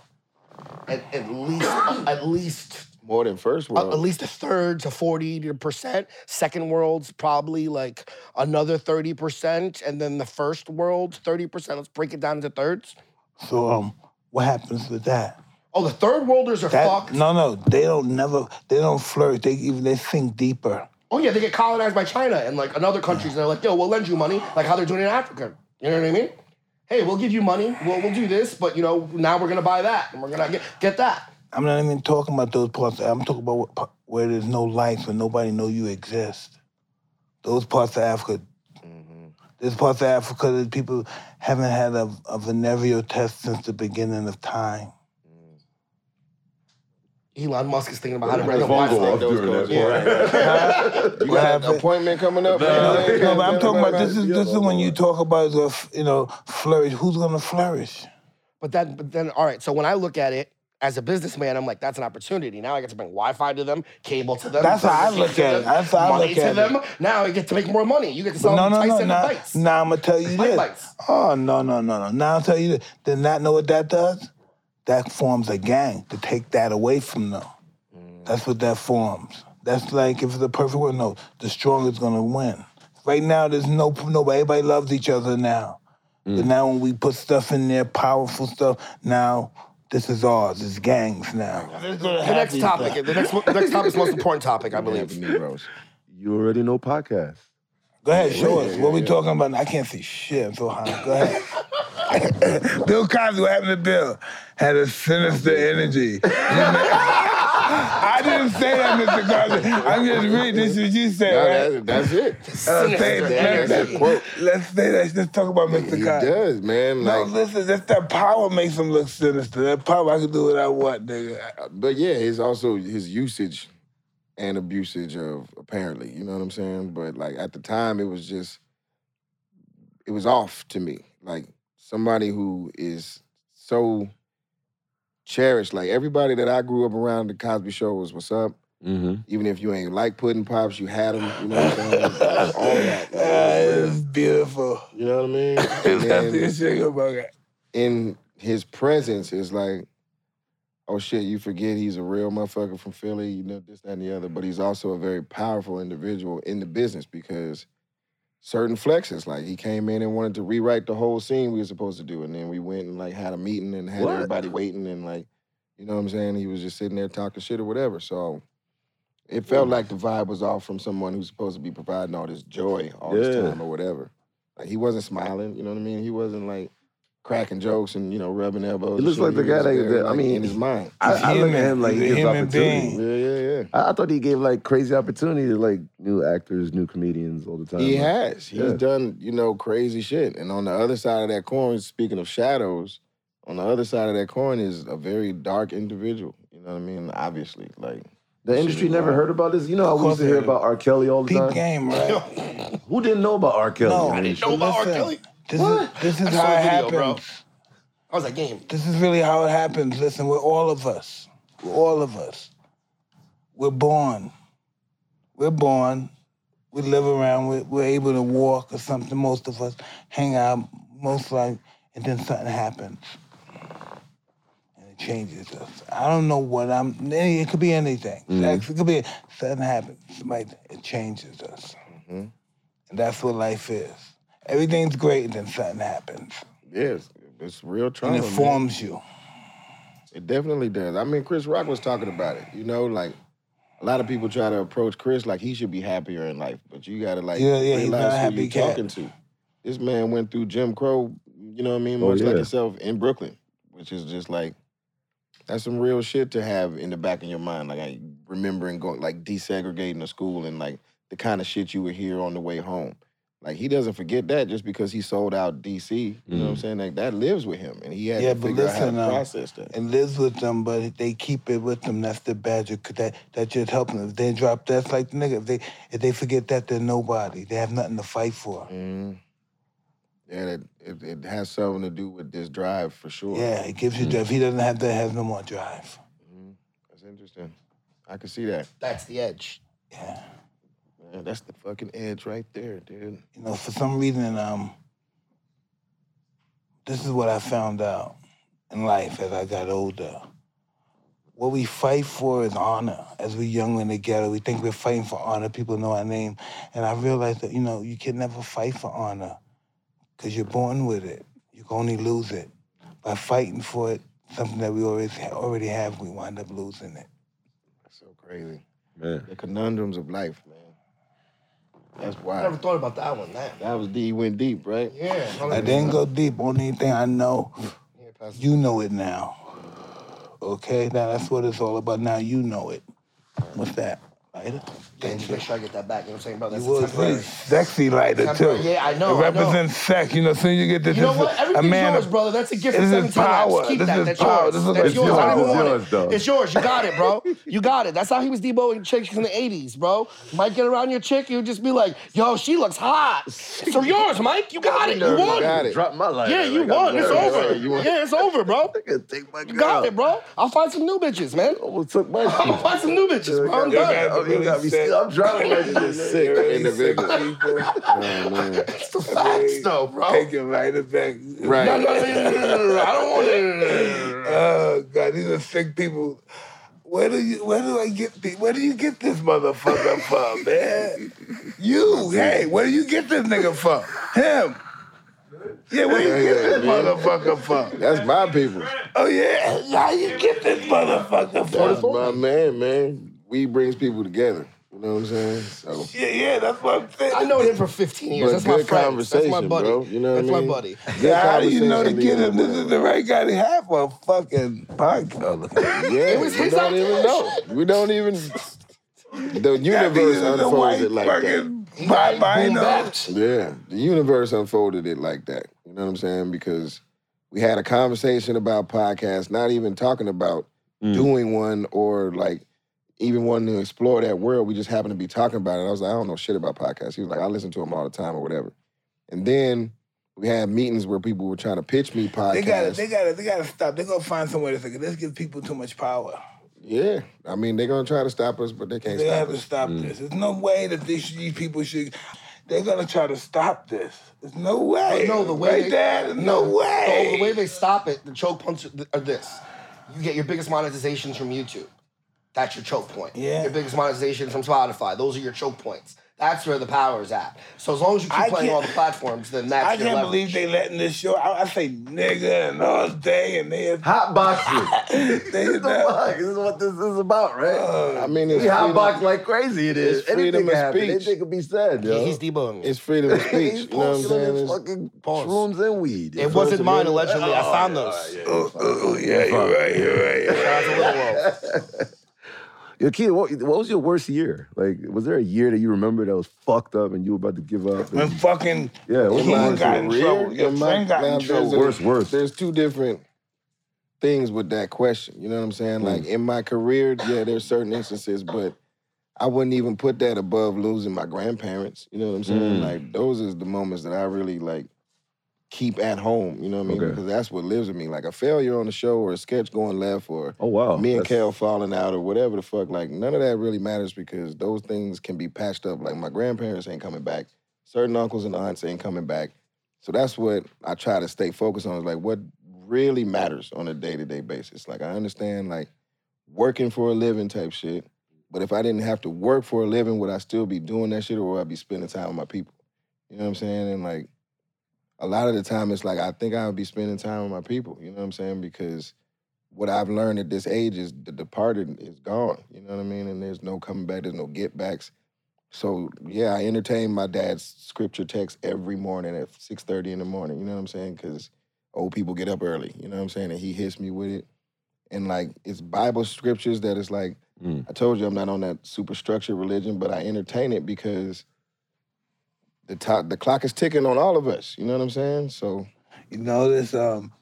Speaker 4: At, at least, at least,
Speaker 5: More than first
Speaker 2: Uh,
Speaker 4: at
Speaker 5: world.
Speaker 4: least a third to forty percent. Second world's probably like another thirty percent, and then the first world thirty percent. Let's break it down into thirds.
Speaker 2: So um, what happens with that?
Speaker 4: Oh, the third worlders are
Speaker 2: That-
Speaker 4: fucked.
Speaker 2: No, no, they don't never. They don't flirt. They even they think deeper.
Speaker 4: Oh yeah, they get colonized by China and like another countries, and they're like, yo, we'll lend you money, like how they're doing in Africa. You know what I mean? Hey, we'll give you money. We'll, we'll do this, but you know now we're gonna buy that and we're gonna get get that.
Speaker 2: I'm not even talking about those parts. I'm talking about what, pa- where there's no lights and nobody know you exist. Those parts of Africa. There's parts of Africa that people haven't had a, a venereal test since the beginning of time.
Speaker 4: Elon Musk is thinking about how to bring
Speaker 3: Phone
Speaker 4: up
Speaker 3: go
Speaker 4: Wi-Fi.
Speaker 3: off
Speaker 5: Those
Speaker 3: during
Speaker 5: goes-
Speaker 3: that.
Speaker 5: yeah. You got an
Speaker 2: happened?
Speaker 5: appointment coming up?
Speaker 2: No,
Speaker 5: man?
Speaker 2: no, but I'm talking about this is
Speaker 5: Yeah.
Speaker 2: this is when you talk about is gonna f- you know flourish. Who's gonna flourish?
Speaker 4: But then, but then, all right. So when I look at it as a businessman, I'm like, that's an opportunity. Now I get to bring Wi-Fi to them, cable to them.
Speaker 2: That's how I
Speaker 4: services
Speaker 2: look
Speaker 4: to
Speaker 2: at it.
Speaker 4: them,
Speaker 2: That's how I
Speaker 4: money
Speaker 2: look
Speaker 4: to
Speaker 2: at
Speaker 4: them. Now I get to make more money. You get to sell
Speaker 2: no,
Speaker 4: them
Speaker 2: no, no,
Speaker 4: Tyson
Speaker 2: now,
Speaker 4: bites.
Speaker 2: now I'm gonna tell you
Speaker 4: Bite
Speaker 2: this.
Speaker 4: bites.
Speaker 2: Oh no, no, no, no. Now I'll tell you this. Then not know what that does? That forms a gang to take that away from them.
Speaker 4: Mm.
Speaker 2: That's what that forms. That's like if it's a perfect world, no, the strongest gonna win. Right now, there's no nobody. Everybody loves each other now.
Speaker 4: Mm.
Speaker 2: But now when we put stuff in there, powerful stuff. Now this is ours. It's gangs now.
Speaker 4: The next topic. The next, the next topic is the most important topic, I believe.
Speaker 5: Negroes.
Speaker 3: You already know podcast.
Speaker 2: Go ahead, show us. what we talking about? I can't see shit. I'm so high. Go ahead.
Speaker 10: Bill Cosby, what happened to Bill? Had a sinister energy. You may- I didn't say that, Mr. Cosby. I'm just reading. This is what you said,
Speaker 5: No,
Speaker 10: right?
Speaker 5: that- That's it.
Speaker 10: Uh, say-
Speaker 4: Sinister
Speaker 10: let's-
Speaker 5: energy. Quote.
Speaker 10: Let's say that. Let's talk about Mr.
Speaker 5: He
Speaker 10: Cosby.
Speaker 5: does, man.
Speaker 10: No,
Speaker 5: Like,
Speaker 10: listen, that's that power makes him look sinister. That power, I can do what I want, nigga.
Speaker 5: but yeah, it's also his usage and abusage of apparently, you know what I'm saying? But like at the time, it was just, it was off to me. Like somebody who is so cherished, like everybody that I grew up around the Cosby Show was what's up.
Speaker 3: Mm-hmm.
Speaker 5: Even if you ain't like pudding pops, you had them. You know what I'm saying? Like, all that. like, it was real.
Speaker 10: It's beautiful.
Speaker 5: you know what I mean?
Speaker 10: It's
Speaker 5: And
Speaker 10: nothing
Speaker 5: then
Speaker 10: to shake about it.
Speaker 5: in his presence is like, oh shit, you forget he's a real motherfucker from Philly, you know, this, that, and the other. But he's also a very powerful individual in the business because certain flexes, like he came in and wanted to rewrite the whole scene we were supposed to do. And then we went and like had a meeting and had
Speaker 3: What?
Speaker 5: everybody waiting and like, you know what I'm saying? He was just sitting there talking shit or whatever. So it felt like the vibe was off from someone who's supposed to be providing all this joy all this
Speaker 3: Yeah.
Speaker 5: time or whatever. Like he wasn't smiling, you know what I mean? He wasn't like cracking jokes and you know rubbing elbows. and
Speaker 3: looks
Speaker 5: shit.
Speaker 3: like the
Speaker 5: He
Speaker 3: guy
Speaker 5: was
Speaker 3: that-
Speaker 5: very,
Speaker 3: that- I
Speaker 5: like,
Speaker 3: mean,
Speaker 5: in his mind.
Speaker 3: I,
Speaker 2: He's
Speaker 3: I look at
Speaker 2: human.
Speaker 3: him like he
Speaker 2: He's a
Speaker 3: gives
Speaker 2: human
Speaker 3: opportunity.
Speaker 2: being.
Speaker 5: Yeah, yeah, yeah.
Speaker 3: I, I thought he gave like crazy opportunity to like new actors, new comedians all the time.
Speaker 5: He
Speaker 3: Like,
Speaker 5: has. He's
Speaker 3: Yeah.
Speaker 5: done, you know, crazy shit. And on the other side of that coin, speaking of shadows, on the other side of that coin is a very dark individual. You know what I mean? Obviously, like
Speaker 3: The industry never heard about this. You know how we
Speaker 2: course
Speaker 3: used to
Speaker 2: they
Speaker 3: hear
Speaker 2: did.
Speaker 3: about R. Kelly all the
Speaker 2: Peep
Speaker 3: time.
Speaker 2: game, right?
Speaker 3: Who didn't know about R. Kelly?
Speaker 2: No,
Speaker 3: I mean,
Speaker 4: know about R. Kelly.
Speaker 2: This
Speaker 3: What?
Speaker 2: is this is
Speaker 4: I saw
Speaker 2: how
Speaker 4: the
Speaker 2: it
Speaker 4: video,
Speaker 2: happens.
Speaker 4: bro. I was like, game.
Speaker 2: This is really how it happens. Listen, we're all of us. We're all of us. We're born. We're born. We live around. We're, we're able to walk or something. Most of us hang out. Most like, and then something happens, and it changes us. I don't know what I'm. any- It could be anything. Sex, It could be something happens. Like it changes us, and that's what life is. Everything's great, and then something happens,
Speaker 5: yes, it's real trauma.
Speaker 2: and it
Speaker 5: man.
Speaker 2: forms you.
Speaker 5: It definitely does. I mean, Chris Rock was talking about it. You know, like a lot of people try to approach Chris like he should be happier in life, but you gotta like
Speaker 2: Yeah, yeah, he's
Speaker 5: realize
Speaker 2: not a
Speaker 5: who
Speaker 2: happy
Speaker 5: you're
Speaker 2: cat.
Speaker 5: talking to. This man went through Jim Crow, you know what I mean,
Speaker 3: Oh,
Speaker 5: much like
Speaker 3: yeah.
Speaker 5: yourself in Brooklyn, which is just like that's some real shit to have in the back of your mind. Like I remembering going like desegregating the school and like the kind of shit you would hear on the way home. Like he doesn't forget that just because he sold out DC. You
Speaker 3: Mm.
Speaker 5: know what I'm saying? Like that lives with him, and he had
Speaker 2: Yeah,
Speaker 5: to
Speaker 2: but
Speaker 5: figure out how
Speaker 2: listen,
Speaker 5: to
Speaker 2: uh,
Speaker 5: process that.
Speaker 2: It lives with them, but they keep it with them. That's the badger. 'cause That that just helps them. If they drop, that's like nigga. If they if they forget that, they're nobody. They have nothing to fight for.
Speaker 5: Mm. Yeah, it, it, it has something to do with this drive for sure.
Speaker 2: Yeah, it gives you. drive. If he doesn't have that, he has no more drive.
Speaker 5: That's interesting. I can see that.
Speaker 4: That's the edge.
Speaker 2: Yeah,
Speaker 5: Man, that's the fucking edge right there, dude.
Speaker 2: you know, for some reason, um, this is what I found out in life as I got older. What we fight for is honor. As we're young in the ghetto, we think we're fighting for honor. People know our name. And I realized that, you know, you can never fight for honor because you're born with it. You can only lose it. By fighting for it, something that we always already have, we wind up losing it.
Speaker 5: That's so crazy.
Speaker 3: man.
Speaker 5: The conundrums of life, man. That's
Speaker 4: I never
Speaker 5: wild.
Speaker 4: thought about that one. That.
Speaker 5: That was D. He went deep, right?
Speaker 4: Yeah. I
Speaker 2: I
Speaker 4: like
Speaker 2: didn't go deep. Only thing I know,
Speaker 4: Yeah, pass it.
Speaker 2: you know it now. Okay, now that's what it's all about. Now you know it. What's that? Lighter?
Speaker 4: Yeah, just make sure I get that back. You know what I'm saying, bro? That's
Speaker 2: You was
Speaker 4: temporary.
Speaker 2: right.
Speaker 11: Sexy lighter too.
Speaker 4: Temporary. Yeah, I
Speaker 11: It
Speaker 4: know, I know.
Speaker 11: represents sex. You know, soon you get this.
Speaker 4: You know
Speaker 11: this-
Speaker 4: what?
Speaker 11: A
Speaker 4: Everything's
Speaker 11: man
Speaker 4: yours,
Speaker 11: of-
Speaker 4: brother. That's a gift
Speaker 11: This
Speaker 4: from
Speaker 11: is
Speaker 4: 17
Speaker 11: power.
Speaker 4: laps. Keep
Speaker 11: This
Speaker 4: that.
Speaker 11: is
Speaker 4: That's
Speaker 11: power.
Speaker 4: yours.
Speaker 11: This is
Speaker 4: That's
Speaker 11: like
Speaker 4: yours. I don't
Speaker 3: yours.
Speaker 4: even want
Speaker 3: It's
Speaker 4: it.
Speaker 3: yours, dog.
Speaker 4: It's yours. You got it, bro. You got it. That's how he was deboing chicks in the 80s, bro. Mike get around your chick, you'd just be like, yo, she looks hot. So yours, Mike. You got it. You won.
Speaker 5: Got it.
Speaker 3: Drop my life.
Speaker 4: Yeah, you won. It's over. Yeah, it's over, bro.
Speaker 3: Take my
Speaker 4: You got it, bro. I'll find some new bitches, man.
Speaker 3: Almost took my
Speaker 4: I'll
Speaker 3: shit.
Speaker 4: find some new bitches, bro. I'm done.
Speaker 3: Oh, you got me sick. I'm driving like this.
Speaker 5: Sick individual. Oh, man.
Speaker 4: That's the facts, though, bro.
Speaker 11: Take your lighter back.
Speaker 4: No,
Speaker 5: Right.
Speaker 4: no, no, no, no, no, no. I don't want it.
Speaker 11: Oh God, these are sick people. Where do you? Where do I get? The, where do you get this motherfucker from, man? You, hey, where do you get this nigga from? Him. Yeah, where you get this motherfucker from?
Speaker 5: That's my people.
Speaker 11: Oh yeah, how you get this motherfucker
Speaker 5: That's
Speaker 11: from?
Speaker 5: my man, man. We brings people together. You know what I'm saying? So
Speaker 11: Yeah, yeah, that's what I'm saying.
Speaker 4: I know him for 15 years.
Speaker 5: But
Speaker 4: That's my
Speaker 5: good
Speaker 4: friend.
Speaker 5: conversation,
Speaker 4: That's my buddy.
Speaker 5: bro. You know what
Speaker 4: That's
Speaker 5: I mean?
Speaker 4: my buddy.
Speaker 5: Good
Speaker 11: Yeah, how do you know to
Speaker 5: conversation
Speaker 11: get him?
Speaker 5: leads
Speaker 11: This
Speaker 5: to
Speaker 11: is
Speaker 5: whatever.
Speaker 11: the right guy to have a fucking podcast. Oh, look at
Speaker 5: Yeah,
Speaker 4: was
Speaker 5: we
Speaker 4: his
Speaker 5: don't
Speaker 4: idea.
Speaker 5: even know. We don't even. The
Speaker 11: that
Speaker 5: universe
Speaker 11: nigga is a
Speaker 5: unfolds
Speaker 11: white
Speaker 5: it like that.
Speaker 11: fucking bambino.
Speaker 4: Baps.
Speaker 5: Yeah, the universe unfolded it like that. You know what I'm saying? Because we had a conversation about podcasts, not even talking about doing one or like even wanting to explore that world. We just happened to be talking about it. I was like, I don't know shit about podcasts. He was like, I listen to them all the time or whatever. And then we had meetings where people were trying to pitch me podcasts.
Speaker 11: They gotta, they gotta, they gotta stop. They gonna find somewhere to say, let's give people too much power.
Speaker 5: yeah, I mean, they're gonna try to stop us, but they can't
Speaker 11: They
Speaker 5: stop
Speaker 11: have to
Speaker 5: us.
Speaker 11: stop Mm. this. There's no way that these, these people should. They're gonna try to stop this. There's no way.
Speaker 4: No, the
Speaker 11: right
Speaker 4: way they- Oh,
Speaker 11: there, there's no way.
Speaker 4: So the way they stop it, the choke punch are uh, this. you get your biggest monetizations from YouTube. That's your choke point.
Speaker 2: Yeah.
Speaker 4: Your biggest monetization from Spotify. Those are your choke points. That's where the power is at. So as long as you keep
Speaker 2: I
Speaker 4: playing
Speaker 2: can't-
Speaker 4: all the platforms, then that's
Speaker 2: I
Speaker 4: your
Speaker 2: can't believe
Speaker 4: leverage.
Speaker 2: they letting this show. I, I say nigga and all day, and they
Speaker 3: Hot boxing.
Speaker 2: they
Speaker 3: What the fuck? This is what this is about, right?
Speaker 5: I mean, it's
Speaker 3: We hot box
Speaker 5: freedom,
Speaker 3: like crazy. It is.
Speaker 5: it's freedom
Speaker 3: Anything
Speaker 5: of
Speaker 3: can happen.
Speaker 5: speech.
Speaker 3: Anything can be said, yo.
Speaker 4: Yeah, he's debugging.
Speaker 5: it's freedom of speech.
Speaker 3: He's
Speaker 5: you know what I'm
Speaker 3: posting
Speaker 5: saying?
Speaker 3: his
Speaker 5: It's-
Speaker 3: fucking shrooms and weed.
Speaker 4: it wasn't mine allegedly. I
Speaker 3: Oh,
Speaker 4: found
Speaker 3: yeah,
Speaker 4: those.
Speaker 12: Oh, oh, oh, yeah, you're right, you're right, you're right.
Speaker 4: That's a little world.
Speaker 3: Yo, Keith, what, what was your worst year? Like, was there a year that you remember that was fucked up and you were about to give up?
Speaker 2: when fucking
Speaker 3: yeah, what was
Speaker 2: Keith
Speaker 3: mine?
Speaker 2: got in
Speaker 5: Career?
Speaker 2: trouble. Your
Speaker 5: Yeah,
Speaker 2: friend
Speaker 5: mine-
Speaker 2: got
Speaker 5: now,
Speaker 2: in
Speaker 5: there's
Speaker 2: trouble.
Speaker 5: a-
Speaker 3: Worse, worse.
Speaker 5: There's two different things with that question. You know what I'm saying? Like
Speaker 3: Mm.
Speaker 5: in my career, yeah, there's certain instances, but I wouldn't even put that above losing my grandparents. You know what I'm
Speaker 3: Mm.
Speaker 5: saying? Like those is the moments that I really like keep at home. You know what I mean?
Speaker 3: Okay.
Speaker 5: Because that's what lives with me. Like a failure on the show or a sketch going left or
Speaker 3: Oh wow,
Speaker 5: me and
Speaker 3: That's-
Speaker 5: Kel falling out or whatever the fuck, like none of that really matters because those things can be patched up. Like my grandparents ain't coming back, certain uncles and aunts ain't coming back. So that's what I try to stay focused on is like what really matters on a day to day basis. Like I understand like working for a living type shit, but if I didn't have to work for a living, would I still be doing that shit or would I be spending time with my people? You know what I'm saying? And like a lot of the time it's like I think I would be spending time with my people, you know what I'm saying? Because what I've learned at this age is the departed is gone. You know what I mean? And there's no coming back. There's no get backs. So yeah, I entertain my dad's scripture text every morning at 6:30 in the morning. You know what I'm saying? Because old people get up early. You know what I'm saying? And he hits me with it. And like it's Bible scriptures that it's like
Speaker 3: Mm.
Speaker 5: I told you I'm not on that superstructure religion, but I entertain it because the top, the clock is ticking on all of us. You know what I'm saying? So
Speaker 2: You notice um,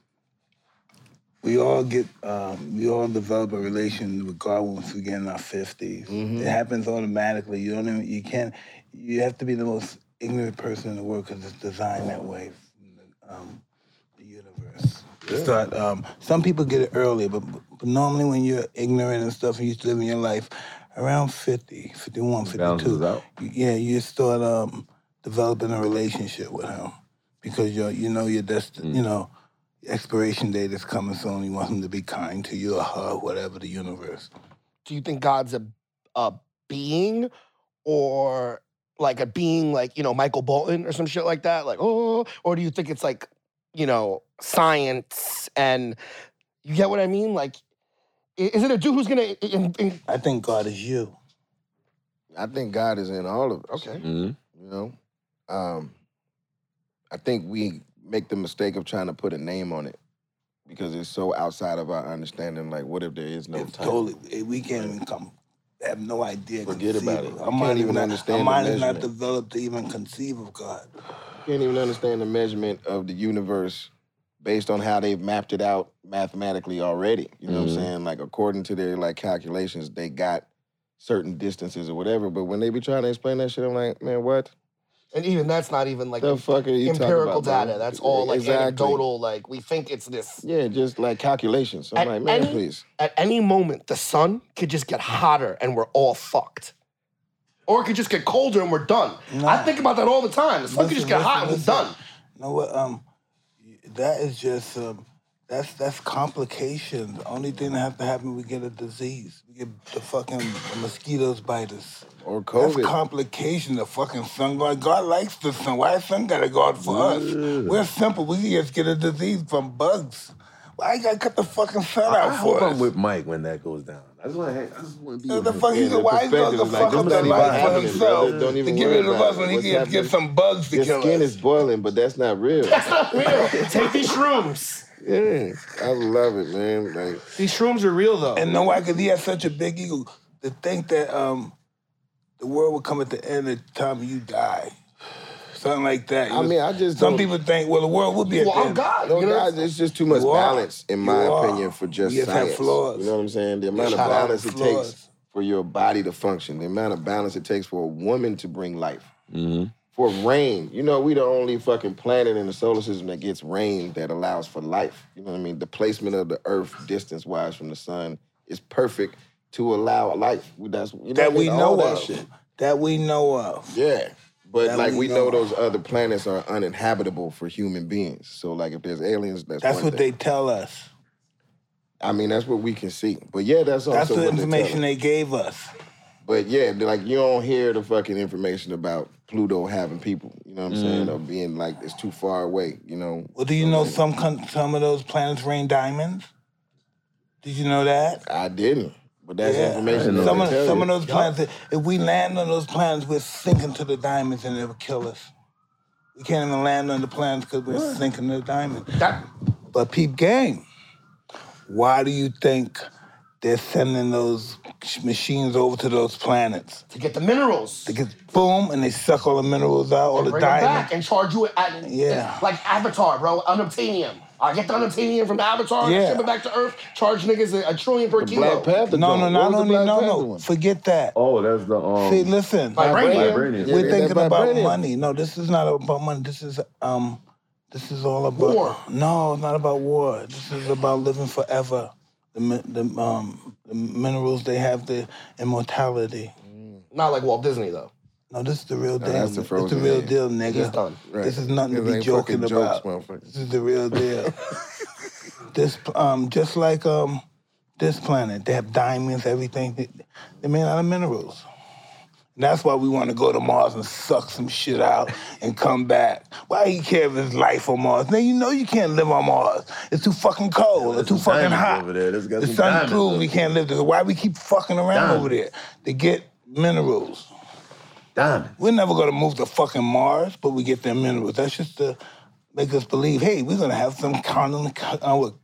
Speaker 2: we all get, um, we all develop a relation with God once we get in our 50s.
Speaker 5: Mhm.
Speaker 2: It happens automatically. You don't even, you can't, you have to be the most ignorant person in the world because it's designed that way. Um, the universe. To start, um, some people get it earlier, but, but normally when you're ignorant and stuff and you're living your life around 50, 51, 52,
Speaker 3: Balances out.
Speaker 2: you- yeah, you start um, developing a relationship with him because you you know your desti-
Speaker 5: Mm.
Speaker 2: you know expiration date is coming soon. You want him to be kind to you or her, whatever the universe.
Speaker 4: do you think God's a a being or like a being like, you know, Michael Bolton or some shit like that? Like, oh, or do you think it's like, you know, science and you get what I mean? Like, i- is it a dude who's gonna i- in, in,
Speaker 2: I think God is you.
Speaker 5: I think God is in all of us.
Speaker 4: Okay.
Speaker 3: Mhm.
Speaker 5: You know, um, I think we make the mistake of trying to put a name on it because it's so outside of our understanding. Like, what if there is no
Speaker 2: It's
Speaker 5: time?
Speaker 2: totally eh, we can't even come. Have no idea.
Speaker 5: Forget about
Speaker 2: conceive of-
Speaker 5: it. You
Speaker 2: Our mind
Speaker 5: can't
Speaker 2: is
Speaker 5: even
Speaker 2: not-
Speaker 5: understand
Speaker 2: Our
Speaker 5: the
Speaker 2: mind is not
Speaker 5: measurement.
Speaker 2: developed to even conceive of God.
Speaker 5: can't even understand the measurement of the universe based on how they've mapped it out mathematically already. You know
Speaker 3: Mhm.
Speaker 5: what I'm saying? Like according to their like calculations, they got certain distances or whatever. But when they be trying to explain that shit, I'm like, man, what
Speaker 4: and even that's not even like
Speaker 5: the fuck are you
Speaker 4: empirical
Speaker 5: talking about?
Speaker 4: data.
Speaker 5: man?
Speaker 4: That's all like
Speaker 5: Exactly.
Speaker 4: anecdotal, like we think it's this.
Speaker 5: Yeah, just like calculations. I'm
Speaker 4: At
Speaker 5: like, man,
Speaker 4: any-
Speaker 5: please.
Speaker 4: At any moment the sun could just get hotter and we're all fucked. Or it could just get colder and we're done. I
Speaker 2: Nah.
Speaker 4: think about that all the time. The sun could just
Speaker 2: Listen,
Speaker 4: get hot and
Speaker 2: listen,
Speaker 4: we're done.
Speaker 2: listen. You know what? Um, that is just um, that's that's complications. The only thing that have to happen, we get a disease. We get the fucking mosquitoes bite us.
Speaker 5: Or
Speaker 2: That's
Speaker 5: COVID.
Speaker 2: complication. The fucking sun God. God likes the sun. Why the sun gotta go out for us? We're simple. We can just get a disease from bugs. Why you gotta cut the fucking sun
Speaker 3: I
Speaker 2: out
Speaker 3: hope
Speaker 2: for
Speaker 3: I'm
Speaker 2: us?
Speaker 3: with Mike when that goes down. I just want to. I just want to be.
Speaker 2: What
Speaker 3: with
Speaker 2: the
Speaker 3: him.
Speaker 2: fuck? He's
Speaker 5: Yeah,
Speaker 2: a
Speaker 5: the
Speaker 2: wise dog to
Speaker 5: perspective is
Speaker 2: fuck
Speaker 5: like,
Speaker 2: up
Speaker 5: this is
Speaker 2: that
Speaker 5: not
Speaker 2: life
Speaker 5: even
Speaker 2: for
Speaker 5: happening,
Speaker 2: himself
Speaker 5: brother. Don't
Speaker 2: to
Speaker 5: even
Speaker 2: get
Speaker 5: worry
Speaker 2: rid of
Speaker 5: about
Speaker 2: us
Speaker 5: it.
Speaker 2: when he
Speaker 5: What's
Speaker 2: can just get
Speaker 5: happening?
Speaker 2: some bugs to
Speaker 5: Your
Speaker 2: kill
Speaker 5: skin
Speaker 2: us.
Speaker 5: is boiling, but that's not real.
Speaker 4: real. Take these shrooms.
Speaker 5: yeah, I love it, man. Like,
Speaker 4: These shrooms are real though.
Speaker 2: And no, why? Because he had such a big ego to think that um, the world would come at the end of the time you die. Something like that.
Speaker 5: I mean, I just
Speaker 2: Some
Speaker 5: don't-
Speaker 2: people think, well, the world will be at
Speaker 4: well,
Speaker 2: the
Speaker 4: I'm
Speaker 2: end.
Speaker 4: God.
Speaker 5: No,
Speaker 4: you know?
Speaker 5: God, it's just too much
Speaker 2: You are.
Speaker 5: balance, in my
Speaker 2: You are.
Speaker 5: opinion, for just
Speaker 2: You just have
Speaker 5: science.
Speaker 2: flaws.
Speaker 5: You know what I'm saying? The amount of
Speaker 2: have
Speaker 5: balance it
Speaker 2: flaws.
Speaker 5: takes for your body to function, the amount of balance it takes for a woman to bring life, for rain. You know, we the only fucking planet in the solar system that gets rain that allows for life. You know what I mean? The placement of the Earth, distance-wise from the sun, is perfect to allow life. That's you know
Speaker 2: That we
Speaker 5: what I mean?
Speaker 2: know
Speaker 5: All that
Speaker 2: of.
Speaker 5: Shit.
Speaker 2: That we know of.
Speaker 5: Yeah. But
Speaker 2: That
Speaker 5: like
Speaker 2: we
Speaker 5: we know
Speaker 2: know.
Speaker 5: those other planets are uninhabitable for human beings. So like if there's aliens, that's
Speaker 2: That's
Speaker 5: one
Speaker 2: what
Speaker 5: thing.
Speaker 2: they tell us.
Speaker 5: I mean, that's what we can see. But yeah, that's also
Speaker 2: That's
Speaker 5: what
Speaker 2: the
Speaker 5: they're
Speaker 2: information
Speaker 5: telling.
Speaker 2: they gave us.
Speaker 5: But yeah, they're like you don't hear the fucking information about Pluto having people. You know what I'm
Speaker 3: Mm.
Speaker 5: saying? Or being like it's too far away. You know?
Speaker 2: Well, do you know
Speaker 5: Mm-hmm.
Speaker 2: some con- some of those planets rain diamonds? Did you know that?
Speaker 5: I didn't. But that's
Speaker 2: Yeah.
Speaker 5: information. that
Speaker 2: Some
Speaker 5: they
Speaker 2: of,
Speaker 5: tell
Speaker 2: some
Speaker 5: you.
Speaker 2: of those planets, if we land on those planets, we're sinking to the diamonds and it'll kill us. We can't even land on the planets because we're sinking to the diamonds. But peep game, why do you think they're sending those sh- machines over to those planets?
Speaker 4: to get the minerals.
Speaker 2: They get boom and they suck all the minerals out, all the
Speaker 4: Bring them back
Speaker 2: diamonds.
Speaker 4: and charge you at,
Speaker 2: Yeah.
Speaker 4: like Avatar, bro. Unobtainium. I get the unobtainium from Avatar
Speaker 2: Yeah.
Speaker 4: and ship it back to Earth. Charge niggas a, a trillion per kilo.
Speaker 3: Black Panther.
Speaker 2: No,
Speaker 3: joint.
Speaker 2: no,
Speaker 3: What
Speaker 2: not
Speaker 3: was the
Speaker 2: only,
Speaker 3: Black
Speaker 2: no,
Speaker 3: Panther
Speaker 2: no.
Speaker 3: one?
Speaker 2: Forget that.
Speaker 3: Oh, that's the um.
Speaker 2: See, listen.
Speaker 4: Vibranium.
Speaker 3: Vibranium.
Speaker 2: We're
Speaker 5: Yeah,
Speaker 2: thinking
Speaker 5: that
Speaker 2: about
Speaker 5: vibranium.
Speaker 2: money. No, this is not about money. This is um, this is all about
Speaker 4: War.
Speaker 2: No, it's not about war. This is about living forever. The mi- the um the minerals they have the immortality.
Speaker 4: Not like Walt Disney though.
Speaker 2: No, this is the real deal.
Speaker 5: that's the
Speaker 2: it's the
Speaker 5: frozen
Speaker 2: real
Speaker 5: egg.
Speaker 2: deal, nigga.
Speaker 4: It's done.
Speaker 2: This is nothing to
Speaker 5: These
Speaker 2: be
Speaker 5: ain't
Speaker 2: joking
Speaker 5: fucking jokes,
Speaker 2: about.
Speaker 5: motherfucker.
Speaker 2: This is the real deal. this um just like um this planet, they have diamonds, everything. They, they made out of minerals. And that's why we want to go to Mars and suck some shit out and come back. Why you care if it's life on Mars? Now you know you can't live on Mars. It's too fucking cold or
Speaker 3: there's
Speaker 2: too
Speaker 3: some
Speaker 2: fucking
Speaker 3: diamonds
Speaker 2: hot.
Speaker 3: over there. There's got
Speaker 2: the
Speaker 3: some
Speaker 2: sun
Speaker 3: diamonds
Speaker 2: proves
Speaker 3: over
Speaker 2: we can't live there. Why we keep fucking around over there
Speaker 3: Diamonds.
Speaker 2: to get minerals?
Speaker 3: Diamond.
Speaker 2: We're never gonna move to fucking Mars, but we get them minerals. That's just to make us believe, hey, we're gonna have some colon, uh, what,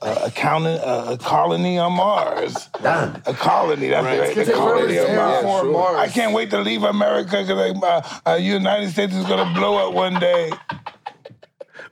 Speaker 2: uh, a, colon, uh, a colony on Mars.
Speaker 3: Diamond.
Speaker 2: A colony, that's right.
Speaker 4: It's
Speaker 2: A colony on Mars.
Speaker 4: terraform Mars.
Speaker 2: I can't wait to leave America because uh, uh, United States is gonna blow up one day.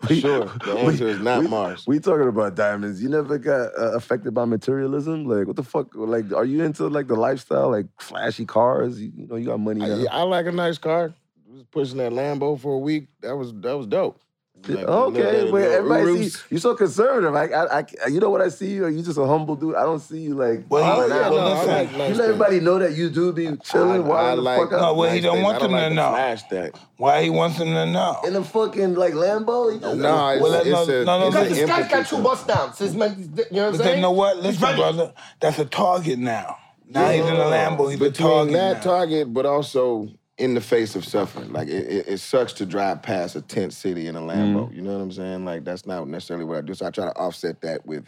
Speaker 5: Sure. The answer is not
Speaker 3: we,
Speaker 5: Mars.
Speaker 3: We talking about diamonds. You never got uh, affected by materialism. Like what the fuck? Like are you into like the lifestyle? Like flashy cars. You, you know you got money.
Speaker 5: I,
Speaker 3: Now.
Speaker 5: yeah, I like a nice car. Was pushing that Lambo for a week. That was that was dope. Like,
Speaker 3: okay, but
Speaker 5: little- little
Speaker 3: everybody
Speaker 5: Urus.
Speaker 3: see you so conservative. I, I, I, you know what I see you? Are you just a humble dude? I don't see you like.
Speaker 2: Well,
Speaker 3: oh,
Speaker 2: he-
Speaker 3: nah,
Speaker 2: well,
Speaker 3: nah,
Speaker 5: I
Speaker 2: listen.
Speaker 3: nah.
Speaker 5: like nice
Speaker 3: you
Speaker 5: things.
Speaker 3: let everybody know that you do be chilling, wilding the fuck out.
Speaker 2: No, well, he
Speaker 5: nice
Speaker 2: don't
Speaker 5: things.
Speaker 2: want
Speaker 5: I don't
Speaker 2: them to
Speaker 5: like
Speaker 2: know.
Speaker 5: Flash that.
Speaker 2: Why he wants them to know?
Speaker 3: in a fucking like Lambo. You just-
Speaker 5: No, it's,
Speaker 2: Well, that's
Speaker 5: it's
Speaker 2: not-
Speaker 5: a,
Speaker 2: no, no,
Speaker 5: it's
Speaker 2: no.
Speaker 4: Because this
Speaker 5: an
Speaker 4: guy's got
Speaker 5: empathy
Speaker 4: two
Speaker 5: thing.
Speaker 4: bust downs. His men- you know what I'm
Speaker 2: But
Speaker 4: saying?
Speaker 2: you know what?
Speaker 4: He's
Speaker 2: Listen,
Speaker 4: ready.
Speaker 2: brother, that's a target now. Now he's in the Lambo. He's a
Speaker 5: between
Speaker 2: target
Speaker 5: that
Speaker 2: now.
Speaker 5: target, but also in the face of suffering. Like it, it, it sucks to drive past a tent city in a Lambo.
Speaker 2: Mm.
Speaker 5: You know what I'm saying? Like that's not necessarily what I do. So I try to offset that with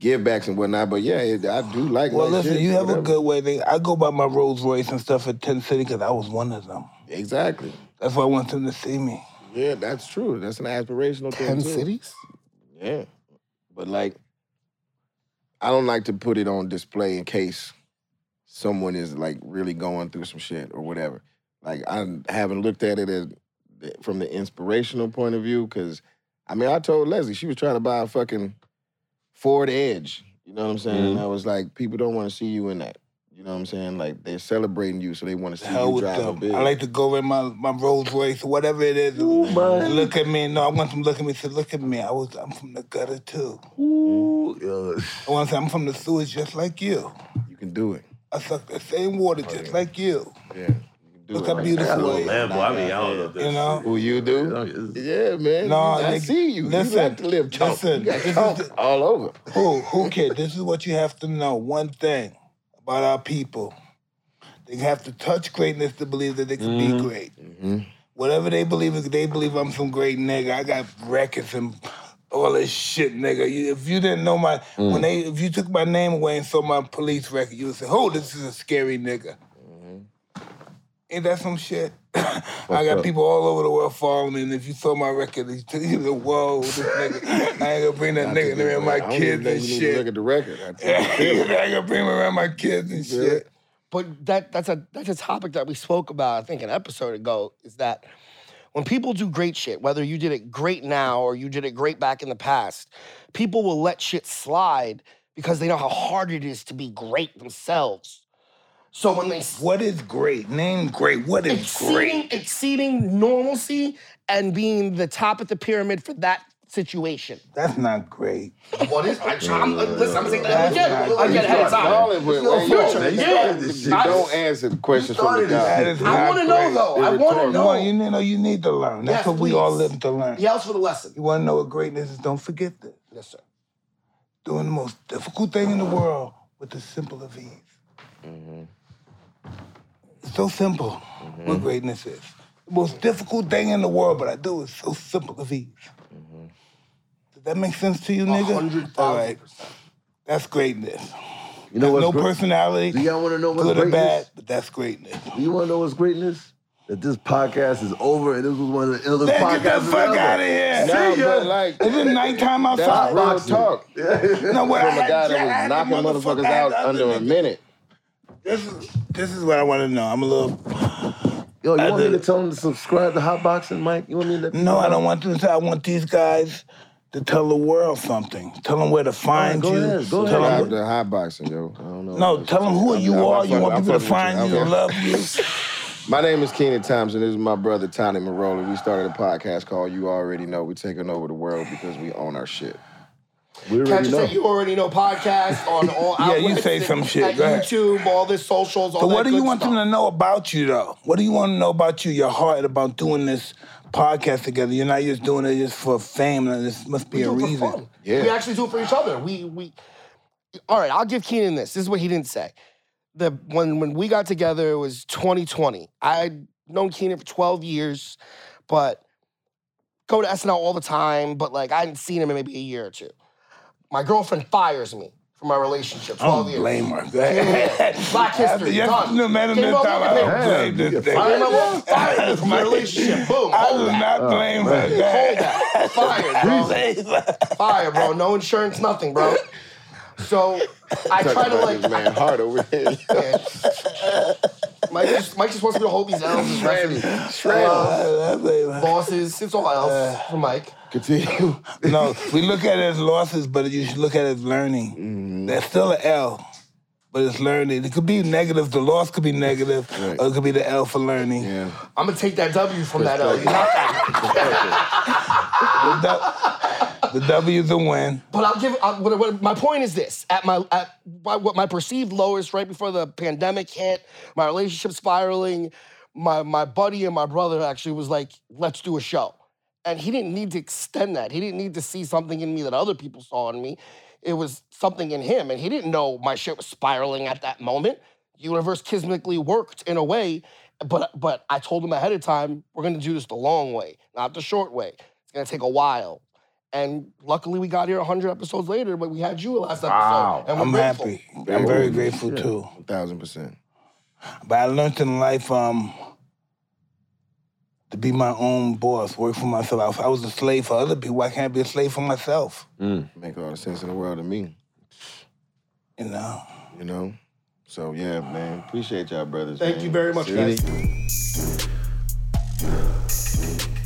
Speaker 5: give backs and whatnot. But yeah, it, I do like.
Speaker 2: Well,
Speaker 5: nice
Speaker 2: listen,
Speaker 5: shit,
Speaker 2: you have a
Speaker 5: whatever.
Speaker 2: good way. They, I go by my Rolls Royce and stuff at Tent City because I was one of them.
Speaker 5: Exactly.
Speaker 2: That's why I want them to see me.
Speaker 5: Yeah, that's true. That's an aspirational thing. too. Yeah. But like, I don't like to put it on display in case someone is like really going through some shit or whatever. Like I haven't looked at it as from the inspirational point of view because I mean I told Leslie she was trying to buy a fucking Ford Edge. You know what I'm saying? And I was like, people don't want to see you in that. You know what I'm saying? Like they're celebrating you, so they want to see
Speaker 2: Hell
Speaker 5: you
Speaker 2: with
Speaker 5: drive a
Speaker 2: them.
Speaker 5: big.
Speaker 2: I like to go in my, my Rolls Royce, whatever it is, and look at me. No, I want them to look at me. Say, look at me. I was I'm from the gutter too.
Speaker 13: Mm.
Speaker 3: Ooh,
Speaker 2: I want to say I'm from the sewers just like you.
Speaker 5: you can do it.
Speaker 2: I suck the same water
Speaker 5: Oh,
Speaker 2: just like you.
Speaker 5: Yeah, you can do
Speaker 2: Look
Speaker 5: it.
Speaker 2: how
Speaker 5: Like,
Speaker 2: beautiful
Speaker 5: that's
Speaker 2: it
Speaker 5: what-
Speaker 2: is.
Speaker 13: Lambo, I mean, I don't know. if
Speaker 2: You
Speaker 13: that's-
Speaker 2: know.
Speaker 5: Who you do?
Speaker 3: yeah.
Speaker 5: Yeah, man.
Speaker 2: No,
Speaker 5: you, I
Speaker 2: nigga,
Speaker 5: see you. you
Speaker 2: listen,
Speaker 5: like to live chalk.
Speaker 2: listen,
Speaker 5: you got
Speaker 2: this is
Speaker 5: chalk
Speaker 2: the-
Speaker 5: all over.
Speaker 2: Who, who kid? This is what you have to know. One thing about our people. They have to touch greatness to believe that they can be
Speaker 5: Mm-hmm.
Speaker 2: great. Whatever they believe, if they believe I'm some great nigga. I got records and all this shit, nigga. You, if you didn't know my
Speaker 5: Mm.
Speaker 2: when they if you took my name away and saw my police record, you would say, "Oh, this is a scary nigga."
Speaker 5: Mm-hmm.
Speaker 2: Ain't that some shit? I got people all over the world following me, and if you saw my record, you would say, "Whoa, this nigga!" I ain't gonna bring that nigga around my
Speaker 5: I don't even
Speaker 2: kids
Speaker 5: think
Speaker 2: and
Speaker 5: you need to
Speaker 2: shit.
Speaker 5: Look at the record. I think-
Speaker 2: I ain't gonna bring him around my kids and shit.
Speaker 4: but that that's a that's a topic that we spoke about I think an episode ago is that when people do great shit whether you did it great now or you did it great back in the past people will let shit slide because they know how hard it is to be great themselves so when they s-
Speaker 2: What is great? Name great. What is great?
Speaker 4: exceeding exceeding normalcy and being the top of the pyramid for that situation
Speaker 2: That's not great.
Speaker 4: what is I, I'm, listen I'm saying
Speaker 2: That's
Speaker 4: that again
Speaker 2: not-
Speaker 4: again ahead of
Speaker 5: All
Speaker 4: time
Speaker 5: of it.
Speaker 3: your
Speaker 5: Wait,
Speaker 3: fault,
Speaker 5: you-
Speaker 3: man. You
Speaker 4: yeah.
Speaker 3: started this shit.
Speaker 5: you
Speaker 4: I-
Speaker 5: Don't answer the question from the
Speaker 3: started this
Speaker 2: That
Speaker 5: guy.
Speaker 2: is
Speaker 4: I
Speaker 2: not
Speaker 4: want to know
Speaker 2: great.
Speaker 4: though I want to
Speaker 2: No, you
Speaker 4: know
Speaker 2: know, you need to learn. That's
Speaker 4: Yes,
Speaker 2: what we all
Speaker 4: please.
Speaker 2: live to learn.
Speaker 4: yells for the lesson
Speaker 2: You want to know what greatness is? Don't forget this.
Speaker 4: yes sir
Speaker 2: doing the most difficult thing in the world with the simple of ease.
Speaker 3: Mm-hmm.
Speaker 2: It's so simple what greatness is. The most difficult thing in the world, but I do is so simple of ease.
Speaker 3: Mm-hmm.
Speaker 2: Does that make sense to you, nigga? All right. That's greatness.
Speaker 3: You know what's
Speaker 2: no
Speaker 3: great?
Speaker 2: personality.
Speaker 3: Do y'all want to know what's
Speaker 2: good or
Speaker 3: greatness?
Speaker 2: bad, but that's greatness.
Speaker 3: Do you want to know what's greatness? That this podcast is over and this was one of the illest
Speaker 2: Man,
Speaker 3: podcasts
Speaker 2: get the fuck
Speaker 3: ever.
Speaker 2: out of here.
Speaker 5: Nah,
Speaker 3: See ya.
Speaker 5: but like
Speaker 2: Is it nighttime
Speaker 5: that's
Speaker 2: outside?
Speaker 5: real
Speaker 3: boxing.
Speaker 5: talk.
Speaker 2: No, what I
Speaker 5: From
Speaker 2: had, I
Speaker 5: a guy that was
Speaker 2: had the
Speaker 5: knocking motherfuckers
Speaker 2: I had
Speaker 5: out
Speaker 2: the other
Speaker 5: under a
Speaker 2: nigga.
Speaker 5: minute.
Speaker 2: This is, this is what I want to know. I'm a little.
Speaker 3: Yo, you
Speaker 2: I
Speaker 3: want me
Speaker 2: did
Speaker 3: to
Speaker 2: it.
Speaker 3: tell them to subscribe to Hotboxing, Mike? You want me to? let people
Speaker 2: No, I
Speaker 3: know?
Speaker 2: don't want them to. I want these guys to tell the world something. Tell them where to find
Speaker 3: go
Speaker 2: you.
Speaker 3: ahead, go
Speaker 2: tell
Speaker 3: ahead.
Speaker 5: Subscribe
Speaker 2: Them,
Speaker 5: to hot boxing, yo. I don't know.
Speaker 2: no, tell them who
Speaker 5: I'm-
Speaker 2: you
Speaker 5: I'm
Speaker 2: are. You
Speaker 5: fucking-
Speaker 2: want
Speaker 5: I'm
Speaker 2: people to
Speaker 5: fucking with
Speaker 2: find you,
Speaker 5: you.
Speaker 2: to
Speaker 5: Okay.
Speaker 2: love you.
Speaker 5: My name is Keenan Thompson. This is my brother Tony Marola. We started a podcast called You Already Know. We're taking over the world because we own our shit.
Speaker 3: We
Speaker 4: Catch
Speaker 3: already
Speaker 4: us
Speaker 3: know.
Speaker 4: at You Already Know podcast on all
Speaker 2: Yeah, you
Speaker 4: outlets
Speaker 2: say
Speaker 4: and-
Speaker 2: some shit.
Speaker 4: At
Speaker 2: Go ahead.
Speaker 4: YouTube, all the socials, all
Speaker 2: So
Speaker 4: that
Speaker 2: what do
Speaker 4: good
Speaker 2: you want
Speaker 4: stuff.
Speaker 2: them to know about you, though? What do you want to know about you, your heart, about doing this podcast together? You're not just doing it just for fame. and This must be
Speaker 4: We
Speaker 2: a
Speaker 4: do it
Speaker 2: reason.
Speaker 4: for fun.
Speaker 5: Yeah.
Speaker 4: We actually do it for each other. We we all right, I'll give Keenan this. This is what he didn't say. The when when we got together, it was 2020. I'd known Keenan for 12 years, but go to SNL all the time, but like I hadn't seen him in maybe a year or two. My girlfriend fires me from my relationship. 12
Speaker 2: I don't
Speaker 4: years.
Speaker 2: blame her.
Speaker 4: Black history,
Speaker 2: Yes,
Speaker 4: done.
Speaker 2: no matter
Speaker 4: Came
Speaker 2: the
Speaker 4: out
Speaker 2: time, I
Speaker 4: with
Speaker 2: don't
Speaker 4: it.
Speaker 2: blame
Speaker 3: Damn, you
Speaker 2: this
Speaker 3: get fired.
Speaker 4: Fired my
Speaker 2: thing.
Speaker 4: woman, fired from my relationship. Boom.
Speaker 2: I
Speaker 4: hold
Speaker 2: do
Speaker 4: that.
Speaker 2: not blame her.
Speaker 4: Hold that. Fired, bro.
Speaker 2: That-
Speaker 4: Fire, bro. No insurance, nothing, bro. So I try to
Speaker 5: About
Speaker 4: like
Speaker 5: this man hard over here.
Speaker 4: Yeah. Mike just, Mike just wants me to hold these L's as revenue. Bosses, it's all L's for Mike.
Speaker 5: Continue.
Speaker 2: no, we look at it as losses, but you should look at it as learning. That's still an L, but it's learning. It could be negative. The loss could be negative,
Speaker 5: Right.
Speaker 2: or it could be the L for learning.
Speaker 5: Yeah.
Speaker 4: I'm gonna take that W from that L. You got that.
Speaker 2: The, du- the W is a win.
Speaker 4: But I'll give. I'll, what, what, my point is this: at my at my- what my perceived lowest, right before the pandemic hit, my relationship spiraling. My my buddy and my brother actually was like, "Let's do a show," and he didn't need to extend that. He didn't need to see something in me that other people saw in me. It was something in him, and he didn't know my shit was spiraling at that moment. Universe kismically worked in a way, but but I told him ahead of time, we're gonna do this the long way, not the short way. It's gonna take a while. And luckily, we got here 100 episodes later, but we had you last episode.
Speaker 5: Wow.
Speaker 4: And we're
Speaker 2: I'm
Speaker 4: grateful.
Speaker 2: happy. I'm very
Speaker 5: Holy
Speaker 2: grateful
Speaker 5: shit.
Speaker 2: too.
Speaker 5: thousand percent.
Speaker 2: But I learned in life um, to be my own boss, work for myself. I was a slave for other people. I can't be a slave for myself.
Speaker 5: Make all the sense in the world to me.
Speaker 2: You know.
Speaker 5: You know? So yeah, man. Appreciate y'all brothers.
Speaker 4: Thank
Speaker 5: man.
Speaker 4: you very much,
Speaker 5: Seriously.
Speaker 4: guys.